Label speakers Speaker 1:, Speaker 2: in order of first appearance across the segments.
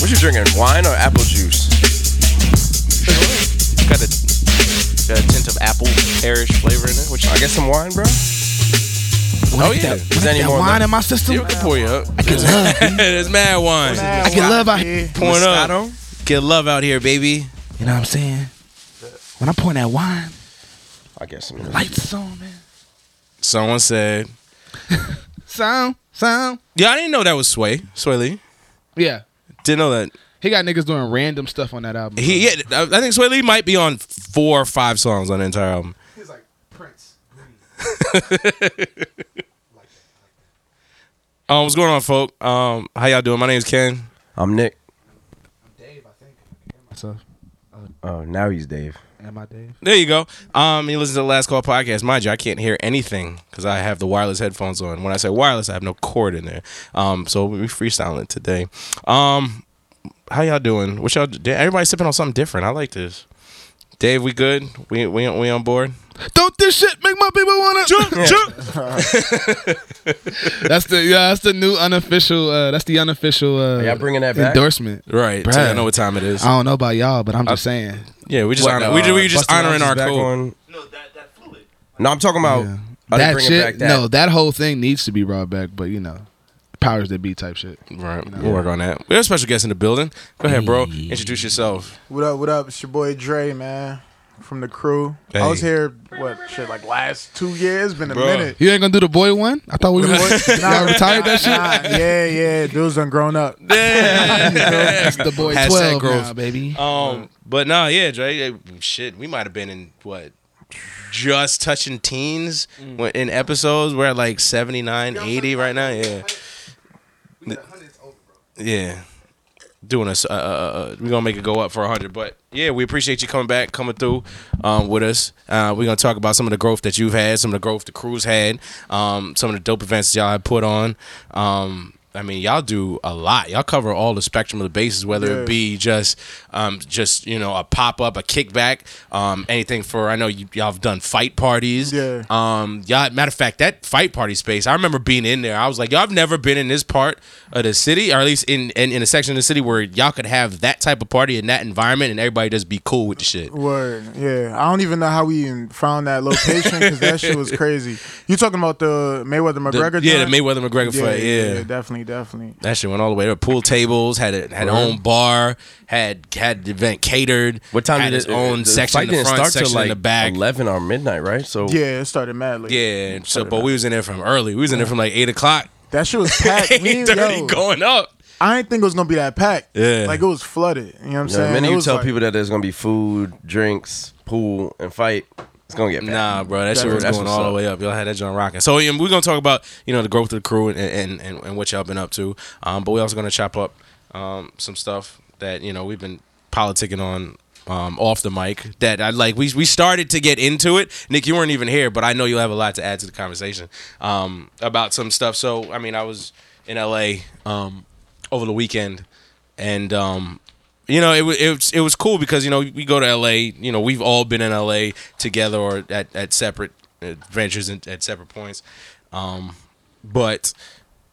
Speaker 1: What you drinking? Wine or apple juice?
Speaker 2: Got a, got a tint of apple pearish flavor in it, which
Speaker 1: I get some wine, bro.
Speaker 3: When
Speaker 1: Oh,
Speaker 3: I get
Speaker 1: yeah.
Speaker 3: that,
Speaker 1: Is
Speaker 3: when
Speaker 1: there
Speaker 3: I
Speaker 1: any
Speaker 3: get that
Speaker 1: more
Speaker 3: wine
Speaker 1: left?
Speaker 3: in my system.
Speaker 1: You can pull you up.
Speaker 3: I get love.
Speaker 4: There's mad wine.
Speaker 3: I get love out
Speaker 5: Yeah.
Speaker 3: here.
Speaker 4: Pouring up.
Speaker 1: Moscato?
Speaker 4: Get love out here, baby.
Speaker 3: You know what I'm saying? When I pour that wine,
Speaker 1: I get some.
Speaker 3: lights is on, man.
Speaker 4: Someone said.
Speaker 3: Sound, sound.
Speaker 4: Yeah, I didn't know that was Sway. Sway Lee.
Speaker 5: Yeah.
Speaker 4: Didn't know that.
Speaker 5: He got niggas doing random stuff on that album.
Speaker 4: He, yeah, I I think Sway Lee might be on four or five songs on the entire album.
Speaker 5: He's like Prince.
Speaker 4: Um, what's going on, folk? Um, how y'all doing? My name's Ken.
Speaker 1: I'm Nick.
Speaker 5: Dave, I think. Myself.
Speaker 1: Oh, now he's Dave.
Speaker 5: Am I Dave?
Speaker 4: There you go. Um, you listen to the Last Call podcast. Mind you, I can't hear anything because I have the wireless headphones on. When I say wireless, I have no cord in there. Um, so we freestyling today. Um, how y'all doing? What y'all? Everybody sipping on something different. I like this. Dave, we good? We we we on board?
Speaker 5: Don't this shit make my people wanna jump, That's the yeah, that's the new unofficial. Uh, that's the unofficial. Uh,
Speaker 1: y'all bringing that back?
Speaker 5: endorsement?
Speaker 4: Right.
Speaker 5: Bruh.
Speaker 4: I know what time it is.
Speaker 5: I don't know about y'all, but I'm just saying.
Speaker 4: yeah, we just
Speaker 1: Um, What,
Speaker 4: honor, we, ju- we
Speaker 1: uh,
Speaker 4: just
Speaker 1: Busta
Speaker 4: honoring
Speaker 1: Rhymes is
Speaker 4: our
Speaker 1: back
Speaker 4: code.
Speaker 1: on- No, I'm talking about.
Speaker 5: Yeah.
Speaker 1: I didn't
Speaker 5: That
Speaker 1: bring it
Speaker 5: shit.
Speaker 1: back that.
Speaker 5: No, that whole thing needs to be brought back. But you know, powers that be type shit.
Speaker 4: Right. We'll work on that. We have a special guest in the building. Go ahead, bro. Introduce yourself.
Speaker 6: What up? What up? It's your boy Dre, man, from the crew. I was
Speaker 4: Hey.
Speaker 6: here, what shit, like last two years? Been a
Speaker 4: Bruh.
Speaker 6: minute.
Speaker 5: You ain't gonna do the boy one? I thought we were. y'all retired that shit.
Speaker 6: Nah, yeah, yeah, dudes done grown up.
Speaker 5: That's the boy
Speaker 4: Hashtag
Speaker 5: twelve
Speaker 4: growth.
Speaker 5: now, baby.
Speaker 4: Um, but nah, yeah, Dre. eh, Shit, we might have been in what, just touching teens when- in episodes. We're at like 79, 80 right now. Yeah, yeah. Doing us, uh, uh, uh, we're gonna make it go up for hundred. But yeah, we appreciate you coming back, coming through um, with us. Uh, we're gonna talk about some of the growth that you've had, some of the growth the crew's had, um, some of the dope events y'all have put on. Um, I mean, y'all do a lot. Y'all cover all the spectrum of the bases, whether it
Speaker 6: Yeah.
Speaker 4: be be just um, just you know a pop up, a kickback, um, anything for. I know you, y'all have done fight parties.
Speaker 6: Yeah.
Speaker 4: Um. Y'all. Matter of fact, that fight party space. I remember being in there. I was like, y'all have never been in this part of the city, or at least in in, in a section of the city where y'all could have that type of party in that environment, and everybody just be cool with the shit.
Speaker 6: Word, yeah. I don't even know how we even found that location because that shit was crazy. You talking about the Mayweather
Speaker 4: The-
Speaker 6: McGregor?
Speaker 4: yeah, the
Speaker 6: joint?
Speaker 4: Mayweather McGregor fight. yeah.
Speaker 6: definitely, definitely.
Speaker 4: That shit went all the way. There were pool tables, had a, had own bar, had had the event catered.
Speaker 1: What time
Speaker 4: had
Speaker 1: did
Speaker 4: its
Speaker 1: it-
Speaker 4: own
Speaker 1: the
Speaker 4: section
Speaker 1: fight
Speaker 4: in the
Speaker 1: didn't
Speaker 4: front,
Speaker 1: start till,
Speaker 4: section in the
Speaker 1: like,
Speaker 4: back.
Speaker 1: Eleven or midnight, right? So
Speaker 6: Yeah, it started madly.
Speaker 4: Yeah, so but we was in there from early. We was in there from like eight o'clock,
Speaker 6: that shit was packed.
Speaker 4: eight
Speaker 6: We-
Speaker 4: thirty
Speaker 6: yo,
Speaker 4: going up.
Speaker 6: I didn't think it was gonna be that packed.
Speaker 4: Yeah.
Speaker 6: like it was flooded. You know what I'm
Speaker 1: You know,
Speaker 6: saying?
Speaker 1: the minute
Speaker 6: It
Speaker 1: you
Speaker 6: was
Speaker 1: tell
Speaker 6: like-
Speaker 1: people that there's gonna be food, drinks, pool, and fight, it's gonna get bad.
Speaker 4: Nah, bro, that shit
Speaker 1: That's-
Speaker 4: was
Speaker 1: that's
Speaker 4: going
Speaker 1: what's
Speaker 4: all the
Speaker 1: up.
Speaker 4: way up. Y'all had that joint rocking. So yeah, we're gonna talk about you know the growth of the crew and and, and, and what y'all been up to. Um, but we also gonna chop up um, some stuff that you know we've been politicking on. Um, off the mic that I like we we started to get into it Nick you weren't even here but I know you'll have a lot to add to the conversation um, about some stuff so I mean I was in LA um, over the weekend and um, you know, it, wa- it was it was cool because you know we go to L.A. You know, we've all been in L.A. together or at at separate adventures and at separate points, um, but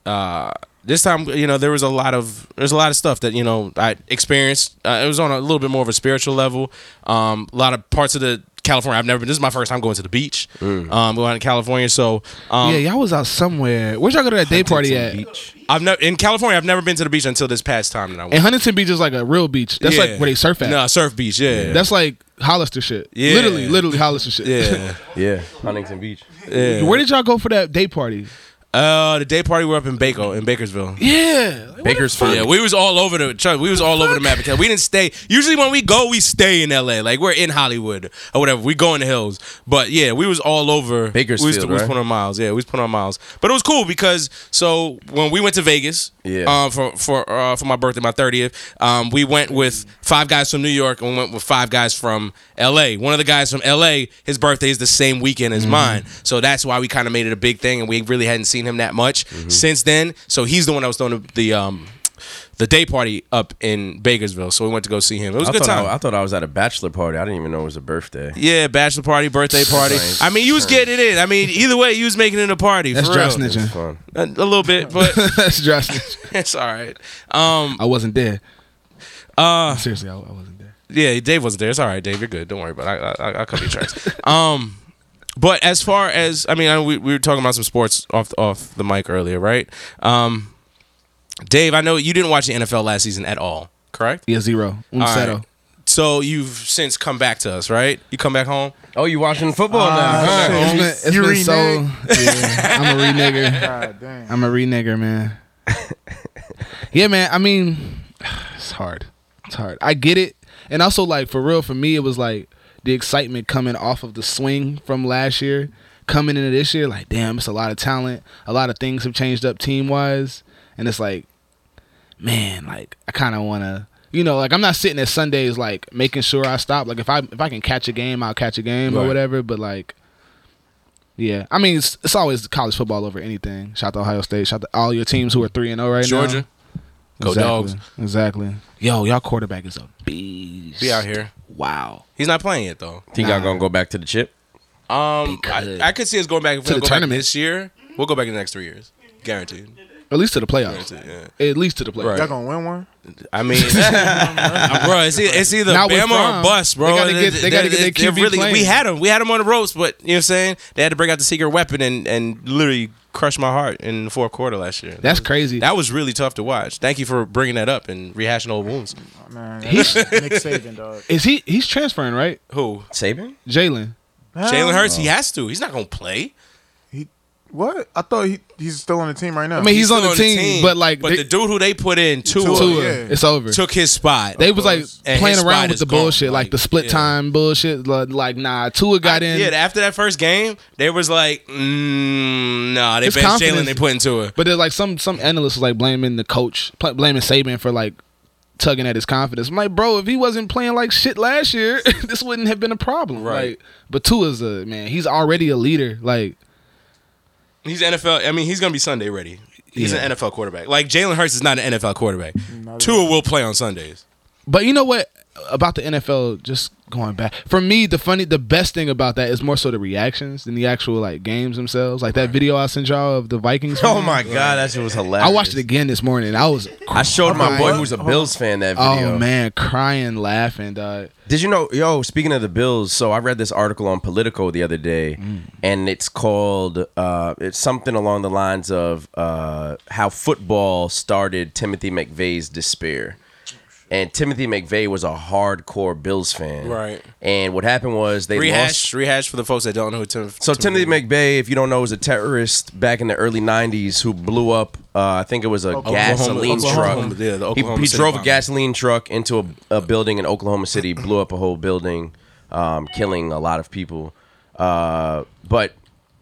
Speaker 4: uh, this time you know there was a lot of there's a lot of stuff that you know I experienced. Uh, it was on a little bit more of a spiritual level. Um, a lot of parts of the California I've never been. This is my first time going to the beach. Um, going to California, so um,
Speaker 5: Mm. yeah, y'all was out somewhere. Where'd y'all go to that day party at?
Speaker 4: I've never in California. I've never been to the beach until this past time that I went.
Speaker 5: And Huntington Beach is like a real beach. That's
Speaker 4: Yeah.
Speaker 5: like where they surf at.
Speaker 4: No, surf beach. Yeah,
Speaker 5: That's like Hollister shit.
Speaker 4: Yeah.
Speaker 5: Literally, literally Hollister shit.
Speaker 4: yeah.
Speaker 1: Yeah, Huntington Beach.
Speaker 4: yeah.
Speaker 5: Where did y'all go for that day party?
Speaker 4: Uh, the day party we're up in Baco in Bakersville.
Speaker 5: Yeah.
Speaker 1: Bakersfield.
Speaker 4: Yeah, we was all over the tr- we was all over the map because we didn't stay. Usually when we go, we stay in L.A. Like we're in Hollywood or whatever. We go in the hills, but yeah, we was all over We was,
Speaker 1: Bakersfield,
Speaker 4: we was
Speaker 1: right?
Speaker 4: putting on miles. Yeah, we was putting on miles. But it was cool because so when we went to Vegas,
Speaker 1: Yeah.
Speaker 4: um, for for uh, for my birthday, my thirtieth, um, we went with five guys from New York and we went with five guys from L.A. One of the guys from L.A. His birthday is the same weekend
Speaker 1: Mm-hmm.
Speaker 4: as mine, so that's why we kind of made it a big thing, and we really hadn't seen him that much
Speaker 1: Mm-hmm.
Speaker 4: since then. So he's the one that was throwing the, the um the day party up in Bakersville. So we went to go see him. It was
Speaker 1: I
Speaker 4: a good
Speaker 1: thought
Speaker 4: time.
Speaker 1: I, I thought I was at a bachelor party. I didn't even know it was a birthday.
Speaker 4: yeah, bachelor party, birthday party.
Speaker 1: Nice.
Speaker 4: I mean, you was getting it. I mean, either way, you was making it a party.
Speaker 5: That's
Speaker 4: for
Speaker 5: dry
Speaker 4: real.
Speaker 1: It was
Speaker 5: snitching.
Speaker 1: fun.
Speaker 4: A, a little bit, but
Speaker 5: That's dry snitching.
Speaker 4: it's all right. Um,
Speaker 5: I wasn't there.
Speaker 4: Uh,
Speaker 3: Seriously, I, I wasn't there.
Speaker 4: yeah, Dave wasn't there. It's all right, Dave. You're good. Don't worry about it. I, I, I cover your tracks. um, but as far as I mean, I, we, we were talking about some sports off off the mic earlier, right? Um, Dave, I know you didn't watch the NFL last season at all, correct?
Speaker 3: Yeah, zero. Un
Speaker 4: All
Speaker 3: cero.
Speaker 4: right. So you've since come back to us, right? You come back home.
Speaker 1: Oh, you watching football now?
Speaker 6: Ah,
Speaker 1: huh?
Speaker 6: shit.
Speaker 3: It's been, it's
Speaker 6: You
Speaker 3: been so. Yeah, I'm a renigger.
Speaker 6: God damn.
Speaker 3: I'm a renigger, man. yeah, man. I mean, it's hard. It's hard. I get it. And also, like, for real, for me, it was like the excitement coming off of the swing from last year, coming into this year. Like, damn, it's a lot of talent. A lot of things have changed up team wise. And it's like, man, like, I kind of want to. You know, like I'm not sitting at Sundays like making sure I stop. Like if I if I can catch a game, I'll catch a game
Speaker 4: Right.
Speaker 3: or whatever. But like, yeah, I mean it's, it's always college football over anything. Shout out to Ohio State. Shout out to all your teams who are three and zero right now.
Speaker 4: Georgia. Go
Speaker 3: exactly.
Speaker 4: dogs.
Speaker 3: Exactly. Yo, y'all quarterback is a beast.
Speaker 4: Be out here.
Speaker 3: Wow.
Speaker 4: He's not playing yet though.
Speaker 1: Think y'all gonna go back to the chip?
Speaker 4: Um, I,
Speaker 3: Because-
Speaker 4: I could see us going back if we
Speaker 3: To
Speaker 4: don't
Speaker 3: the
Speaker 4: go back
Speaker 3: tournament.
Speaker 4: this year. We'll go back in the next three years, guaranteed.
Speaker 3: At least to the playoffs.
Speaker 4: guaranteed yeah.
Speaker 3: At least to the playoffs.
Speaker 6: Y'all gonna win one?
Speaker 4: I mean, bro, it's, e- it's either
Speaker 3: Not with
Speaker 4: Bama or
Speaker 3: Fromm.
Speaker 4: bust, bro.
Speaker 3: They gotta get- they gotta get their
Speaker 4: they're
Speaker 3: QB playing.
Speaker 4: we had them, we had them on the ropes, but you know what I'm saying? They had to bring out the secret weapon and and literally crush my heart in the fourth quarter last year.
Speaker 3: That's crazy.
Speaker 4: that was really tough to watch. Thank you for bringing that up and rehashing old wounds.
Speaker 6: Oh, man, that's
Speaker 3: He's-
Speaker 6: Nick Saban, dog.
Speaker 3: Is he? He's transferring, right?
Speaker 4: Who?
Speaker 1: Saban?
Speaker 3: Jalen.
Speaker 4: Jalen
Speaker 6: Hell,
Speaker 4: Hurts.
Speaker 3: Oh.
Speaker 4: He has to. He's not gonna play.
Speaker 6: What? I thought he, he's still on the team right now.
Speaker 3: I mean, he's,
Speaker 4: still
Speaker 3: on the, team, but like
Speaker 4: but
Speaker 3: they,
Speaker 4: the dude who they put in Tua,
Speaker 3: Tua,
Speaker 6: yeah.
Speaker 3: it's over.
Speaker 4: took his spot.
Speaker 3: they was like
Speaker 6: course.
Speaker 4: And
Speaker 3: playing
Speaker 4: his spot
Speaker 3: around with
Speaker 4: is
Speaker 3: the
Speaker 4: gone,
Speaker 3: bullshit, like,
Speaker 4: like,
Speaker 3: the split
Speaker 4: yeah.
Speaker 3: time bullshit. li- Like, nah, Tua got in,
Speaker 4: Yeah, after that first game, they was like, mm, nah, they
Speaker 3: His
Speaker 4: benched Jalen.
Speaker 3: confidence-
Speaker 4: They put in Tua.
Speaker 3: but there's like some some analysts was, like blaming the coach, pl- blaming Saban for like tugging at his confidence. I'm like, bro, if he wasn't playing like shit last year, this wouldn't have been a problem,
Speaker 4: Right.
Speaker 3: Like, but Tua's a man. He's already a leader. Like,
Speaker 4: He's NFL. I mean, he's gonna be Sunday ready. He's
Speaker 3: Yeah.
Speaker 4: an NFL quarterback. Like Jalen Hurts is not an NFL quarterback.
Speaker 6: Not
Speaker 4: Tua will play on Sundays.
Speaker 3: But you know what about the NFL? Just going back for me, the funny, the best thing about that is more so the reactions than the actual like games themselves. Like that video I sent y'all of the Vikings.
Speaker 1: Oh
Speaker 3: winning.
Speaker 1: my god, that shit was hilarious.
Speaker 3: I watched it again this morning. I was
Speaker 1: I showed my boy
Speaker 3: crying.
Speaker 1: who's a Bills fan that video.
Speaker 3: Oh man, crying, laughing, dog.
Speaker 1: Did you know, yo, speaking of the Bills, so I read this article on Politico the other day,
Speaker 4: Mm.
Speaker 1: and it's called, uh, it's something along the lines of uh, how football started Timothy McVeigh's despair. And Timothy McVeigh was a hardcore Bills fan.
Speaker 4: Right.
Speaker 1: And what happened was they lost.
Speaker 4: Rehash, rehash for the folks that don't know who Tim.
Speaker 1: So Timothy McVeigh, if you don't know, was a terrorist back in the early '90s who blew up. Uh, I think it was a gasoline
Speaker 4: Oklahoma,
Speaker 1: truck.
Speaker 4: yeah, the
Speaker 1: he,
Speaker 4: Oklahoma
Speaker 1: he
Speaker 4: City
Speaker 1: drove a
Speaker 4: bombing.
Speaker 1: gasoline truck into a, a building in Oklahoma City, blew up a whole building, um, killing a lot of people. Uh, but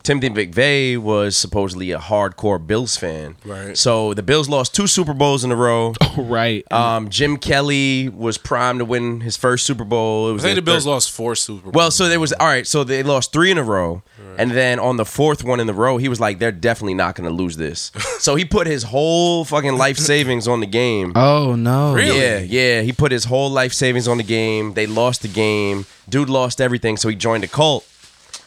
Speaker 1: Timothy McVeigh was supposedly a hardcore Bills fan.
Speaker 4: Right.
Speaker 1: So the Bills lost two Super Bowls in a row.
Speaker 3: Right.
Speaker 1: Um, Jim Kelly was primed to win his first Super Bowl. It was
Speaker 4: I think
Speaker 1: their
Speaker 4: the Bills
Speaker 1: third-
Speaker 4: lost four Super. Bowls.
Speaker 1: well, so there was all right. So they lost three in a row, and then on the fourth one in the row, he was like, "They're definitely not going to lose this." so he put his whole fucking life savings on the game.
Speaker 3: oh no.
Speaker 4: Really?
Speaker 1: Yeah, yeah. He put his whole life savings on the game. They lost the game. Dude lost everything, so he joined a cult.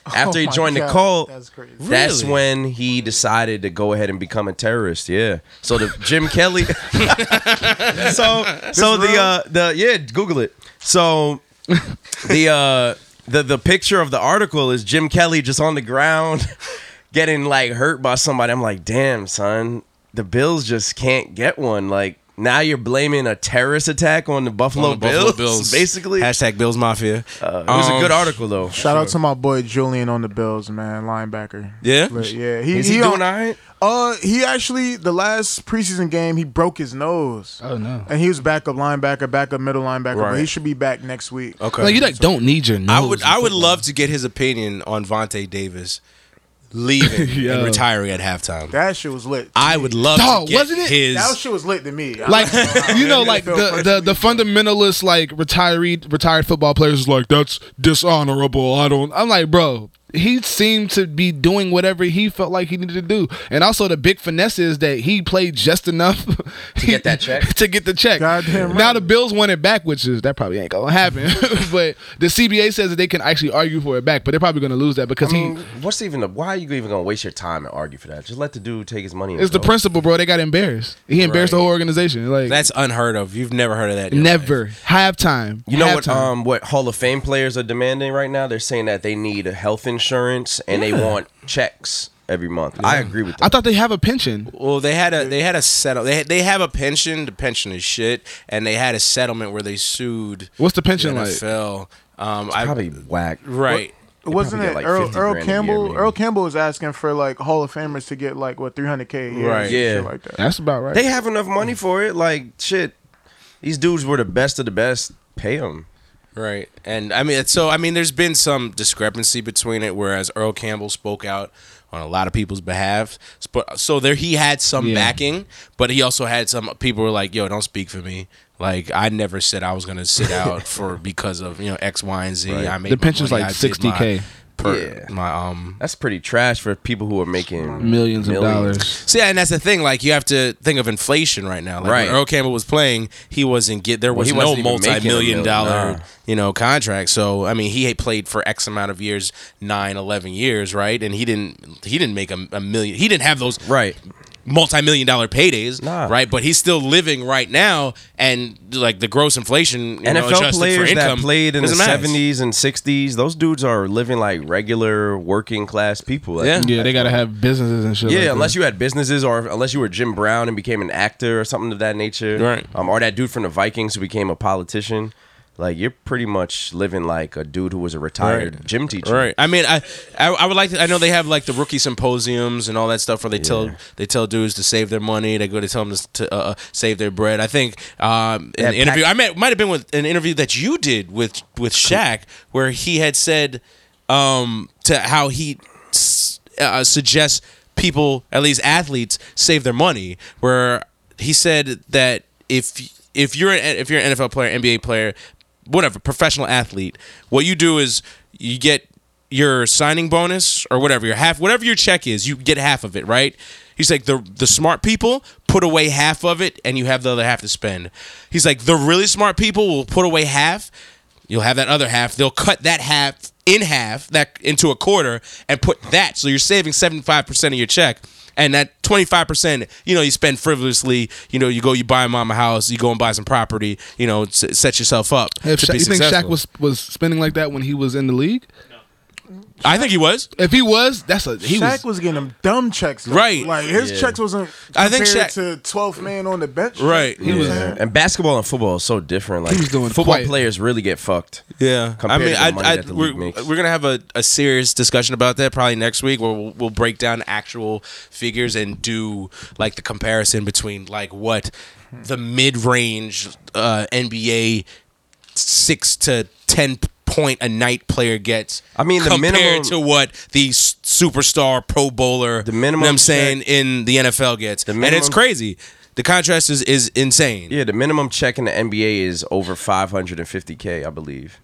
Speaker 1: After
Speaker 6: Oh
Speaker 1: he
Speaker 6: my
Speaker 1: joined
Speaker 6: God,
Speaker 1: the cult,
Speaker 6: that's crazy.
Speaker 1: that's
Speaker 4: Really?
Speaker 1: when he decided to go ahead and become a terrorist. Yeah. So the Jim Kelly. so so the uh, the yeah Google it. So the uh, the the picture of the article is Jim Kelly just on the ground getting like hurt by somebody. I'm like, damn son, the Bills just can't get one. Like now you're blaming a terrorist attack on the Buffalo,
Speaker 4: On the Buffalo
Speaker 1: Bills,
Speaker 4: Bills.
Speaker 1: basically.
Speaker 4: Hashtag Bills Mafia.
Speaker 1: Uh, it was a
Speaker 4: Um,
Speaker 1: good article though.
Speaker 6: Shout out to my boy Julian on the Bills, man, linebacker.
Speaker 4: Yeah?
Speaker 6: But yeah. He,
Speaker 1: Is he,
Speaker 6: on-
Speaker 1: doing all right?
Speaker 6: Uh, he actually the last preseason game he broke his nose,
Speaker 3: Oh no.
Speaker 6: and he was backup linebacker, backup middle linebacker, but he
Speaker 4: Right.
Speaker 6: should be back next week.
Speaker 4: Okay.
Speaker 3: Like you like don't need your nose.
Speaker 4: I would. I would love to get his opinion on Vontae Davis leaving
Speaker 3: Yo.
Speaker 4: and retiring at halftime.
Speaker 6: That shit was lit.
Speaker 4: I would love
Speaker 3: Dog,
Speaker 4: to get
Speaker 3: wasn't it?
Speaker 4: his.
Speaker 6: that shit was lit to me.
Speaker 3: like you know,
Speaker 6: I
Speaker 3: like
Speaker 6: feel
Speaker 3: the, the
Speaker 6: personally-
Speaker 3: the fundamentalist, like retired retired football players, is like that's dishonorable. I don't. I'm like, bro,
Speaker 5: he seemed to be doing whatever he felt like he needed to do. And also the big finesse is that he played just enough to
Speaker 1: get that check?
Speaker 5: to get the check.
Speaker 6: Goddamn
Speaker 5: Now
Speaker 6: right.
Speaker 5: the Bills want it back, which is that probably ain't gonna happen. but the CBA says that they can actually argue for it back, but they're probably gonna lose that because
Speaker 1: I mean,
Speaker 5: he
Speaker 1: what's even the, why are you even gonna waste your time and argue for that? Just let the dude take his money. and
Speaker 5: it's the
Speaker 1: go.
Speaker 5: principal, bro. They got embarrassed. He embarrassed the
Speaker 4: Right.
Speaker 5: whole organization. Like
Speaker 4: That's unheard of. You've never heard of that. in your
Speaker 5: never halftime.
Speaker 1: You know what?
Speaker 5: Halftime.
Speaker 1: Um, what Hall of Fame players are demanding right now? They're saying that they need health insurance and they want checks every month. I agree with
Speaker 5: I
Speaker 1: that.
Speaker 5: thought they have a pension.
Speaker 4: Well, they had a they had a settle. They they have a pension. The pension is shit, and they had a settlement where they sued
Speaker 5: What's the
Speaker 4: the
Speaker 5: pension like?
Speaker 4: NFL. Um, I,
Speaker 1: Probably whack.
Speaker 4: right.
Speaker 6: Wasn't
Speaker 1: probably
Speaker 6: it
Speaker 1: get, like,
Speaker 6: Earl,
Speaker 1: 50
Speaker 6: Earl
Speaker 1: grand a year,
Speaker 6: Campbell?
Speaker 1: maybe.
Speaker 6: Earl Campbell was asking for like Hall of Famers to get like what 300k a year,
Speaker 4: Right.
Speaker 6: and
Speaker 1: Yeah.
Speaker 6: shit like that.
Speaker 5: That's about right.
Speaker 1: They have enough money for it. Like shit, these dudes were the best of the best. Pay them.
Speaker 4: Right. And I mean, it's- so I mean, there's been some discrepancy between it. Whereas Earl Campbell spoke out on a lot of people's behalf, Sp- so there he had some
Speaker 5: Yeah.
Speaker 4: backing, but he also had some people were like, "Yo, don't speak for me." Like I never said I was gonna sit out for because of you know X, Y, and Z. I made
Speaker 5: The
Speaker 4: my
Speaker 5: pension's
Speaker 4: money,
Speaker 5: like
Speaker 4: I did my
Speaker 5: 60K.
Speaker 4: per-
Speaker 1: Yeah.
Speaker 4: My um
Speaker 1: That's pretty trash for people who are making
Speaker 5: millions of dollars.
Speaker 4: See, and that's the thing. Like, you have to think of inflation right now. Like,
Speaker 1: Right.
Speaker 4: When Earl Campbell was playing, he wasn't get there was
Speaker 1: he
Speaker 4: no
Speaker 1: wasn't even making a
Speaker 4: multi-million
Speaker 1: million,
Speaker 4: dollar
Speaker 1: nah.
Speaker 4: you know contract. So I mean, he had played for X amount of years, nine, eleven years, right? And he didn't he didn't make a, a million. He didn't have those
Speaker 1: Right.
Speaker 4: multi-million dollar paydays,
Speaker 1: Nah.
Speaker 4: right? But he's still living right now, and like the gross inflation you know,
Speaker 1: NFL
Speaker 4: adjusted for
Speaker 1: players that
Speaker 4: income
Speaker 1: played in the
Speaker 4: doesn't matter.
Speaker 1: seventies and sixties, those dudes are living like regular working class people. Like,
Speaker 4: Yeah.
Speaker 5: Yeah, they gotta have businesses and shit.
Speaker 1: Yeah,
Speaker 5: like that.
Speaker 4: uh,
Speaker 1: unless you had businesses or unless you were Jim Brown and became an actor or something of that nature.
Speaker 4: Right.
Speaker 1: Um, or that dude from the Vikings who became a politician. Like you're pretty much living like a dude who was a retired
Speaker 4: Right.
Speaker 1: gym teacher.
Speaker 4: Right. I mean, I, I I would like to. I know they have like the rookie symposiums and all that stuff where they tell they tell dudes to save their money. They go to tell them to, to uh, save their bread. I think um, in
Speaker 1: Yeah,
Speaker 4: the interview,
Speaker 1: pack-
Speaker 4: I met, might have been with an interview that you did with with Shaq where he had said um, to how he s- uh, suggests people, at least athletes, save their money. Where he said that if if you're an, if you're an NFL player, NBA player, whatever, professional athlete, what you do is you get your signing bonus or whatever your half whatever your check is, you get half of it, right? He's like the the smart people put away half of it, and you have the other half to spend. He's like the really smart people will put away half, You'll have that other half. They'll cut that half in half, that into a quarter, and put that. So you're saving 75% of your check. And that 25%, you know, you spend frivolously. You know, you go, you buy mom a house, you go and buy some property, you know, s- set yourself up.
Speaker 5: If
Speaker 4: to
Speaker 5: Sha-
Speaker 4: be
Speaker 5: you think Shaq
Speaker 4: successful.
Speaker 5: was was spending like that when he was in the league?
Speaker 4: I think he was.
Speaker 5: If he was, that's a he
Speaker 6: Shaq was,
Speaker 5: was.
Speaker 6: getting them dumb checks, though.
Speaker 4: Right.
Speaker 6: Like his checks wasn't.
Speaker 4: I think
Speaker 6: compared
Speaker 4: Shaq-
Speaker 6: to 12th man on the bench,
Speaker 4: Right.
Speaker 6: You know what I'm saying?
Speaker 1: And basketball and football is so different. Like
Speaker 5: was doing
Speaker 1: football
Speaker 5: quite-
Speaker 1: players really get fucked.
Speaker 4: Yeah,
Speaker 1: compared
Speaker 4: I mean,
Speaker 1: to the
Speaker 4: I,
Speaker 1: money
Speaker 4: I,
Speaker 1: that the
Speaker 4: we're,
Speaker 1: league makes.
Speaker 4: we're gonna have a, a serious discussion about that probably next week, where we'll, we'll break down actual figures and do like the comparison between like what the mid range uh, NBA six to ten point a night player gets.
Speaker 1: I mean, the
Speaker 4: compared
Speaker 1: minimum-
Speaker 4: to what the s- superstar Pro Bowler,
Speaker 1: The
Speaker 4: you know
Speaker 1: minimum
Speaker 4: what I'm saying
Speaker 1: check-
Speaker 4: in the NFL gets,
Speaker 1: The
Speaker 4: and it's
Speaker 1: minimum-
Speaker 4: crazy. The contrast is is insane.
Speaker 1: Yeah, the minimum check in the NBA is over 550k, I believe.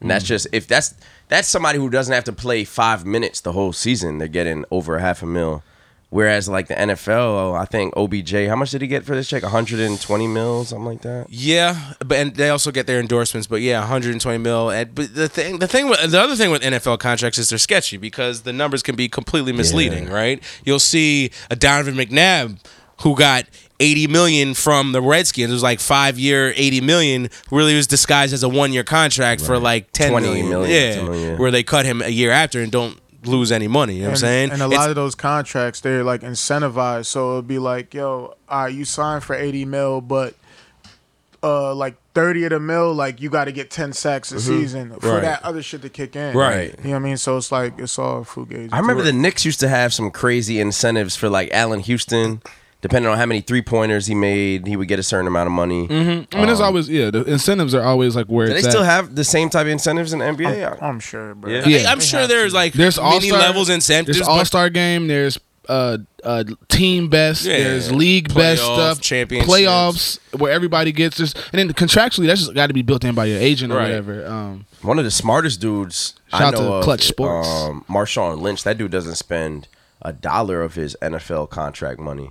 Speaker 1: And that's just if that's that's somebody who doesn't have to play five minutes the whole season, they're getting over a half a mil. Whereas like the NFL, I think OBJ, how much did he get for this check? 120 mil, something like that.
Speaker 4: Yeah, but and they also get their endorsements. But yeah, 120 mil. And but the thing, the thing, with, the other thing with NFL contracts is they're sketchy because the numbers can be completely misleading. Right? You'll see a Donovan McNabb who got 80 million from the Redskins. It was like five year, 80 million. Really was disguised as a one year contract for like 10
Speaker 1: 20
Speaker 4: million.
Speaker 1: million,
Speaker 4: Yeah,
Speaker 1: something, yeah.
Speaker 4: where they cut him a year after and don't lose any money. You know what I'm
Speaker 6: and,
Speaker 4: saying?
Speaker 6: and a
Speaker 4: It's-
Speaker 6: lot of those contracts, they're like incentivized. So it'll be like, yo, all right, you signed for 80 mil, but uh, like 30 of the mil, like you got to get 10 sacks a season for
Speaker 4: Mm-hmm. Right.
Speaker 6: that other shit to kick in.
Speaker 4: Right.
Speaker 6: You know what I mean? So it's like, it's all fugazi.
Speaker 1: I remember the Knicks used to have some crazy incentives for like Allen Houston. Depending on how many three pointers he made, he would get a certain amount of money.
Speaker 3: Mm-hmm.
Speaker 5: I mean,
Speaker 4: Um,
Speaker 5: there's always yeah. The incentives are always like where
Speaker 1: Do they
Speaker 5: it's
Speaker 1: still
Speaker 5: at.
Speaker 1: have the same type of incentives in the NBA?
Speaker 6: I'm sure, bro.
Speaker 1: Yeah.
Speaker 4: I-
Speaker 5: Yeah.
Speaker 4: I'm sure there's like
Speaker 5: there's all
Speaker 4: many levels incentives.
Speaker 5: There's
Speaker 4: but-
Speaker 5: all star game. There's
Speaker 3: uh, uh, team best.
Speaker 4: Yeah,
Speaker 3: there's
Speaker 4: yeah.
Speaker 3: league best
Speaker 4: Playoff,
Speaker 3: stuff.
Speaker 4: championships.
Speaker 3: playoffs where everybody gets this, and then contractually that's just got to be built in by your agent or
Speaker 4: Right.
Speaker 3: whatever. Um,
Speaker 1: One of the smartest dudes
Speaker 3: Shout
Speaker 1: I
Speaker 3: out
Speaker 1: know
Speaker 3: to
Speaker 1: of,
Speaker 3: Clutch Sports.
Speaker 1: Um, Marshawn Lynch. That dude doesn't spend a dollar of his NFL contract money.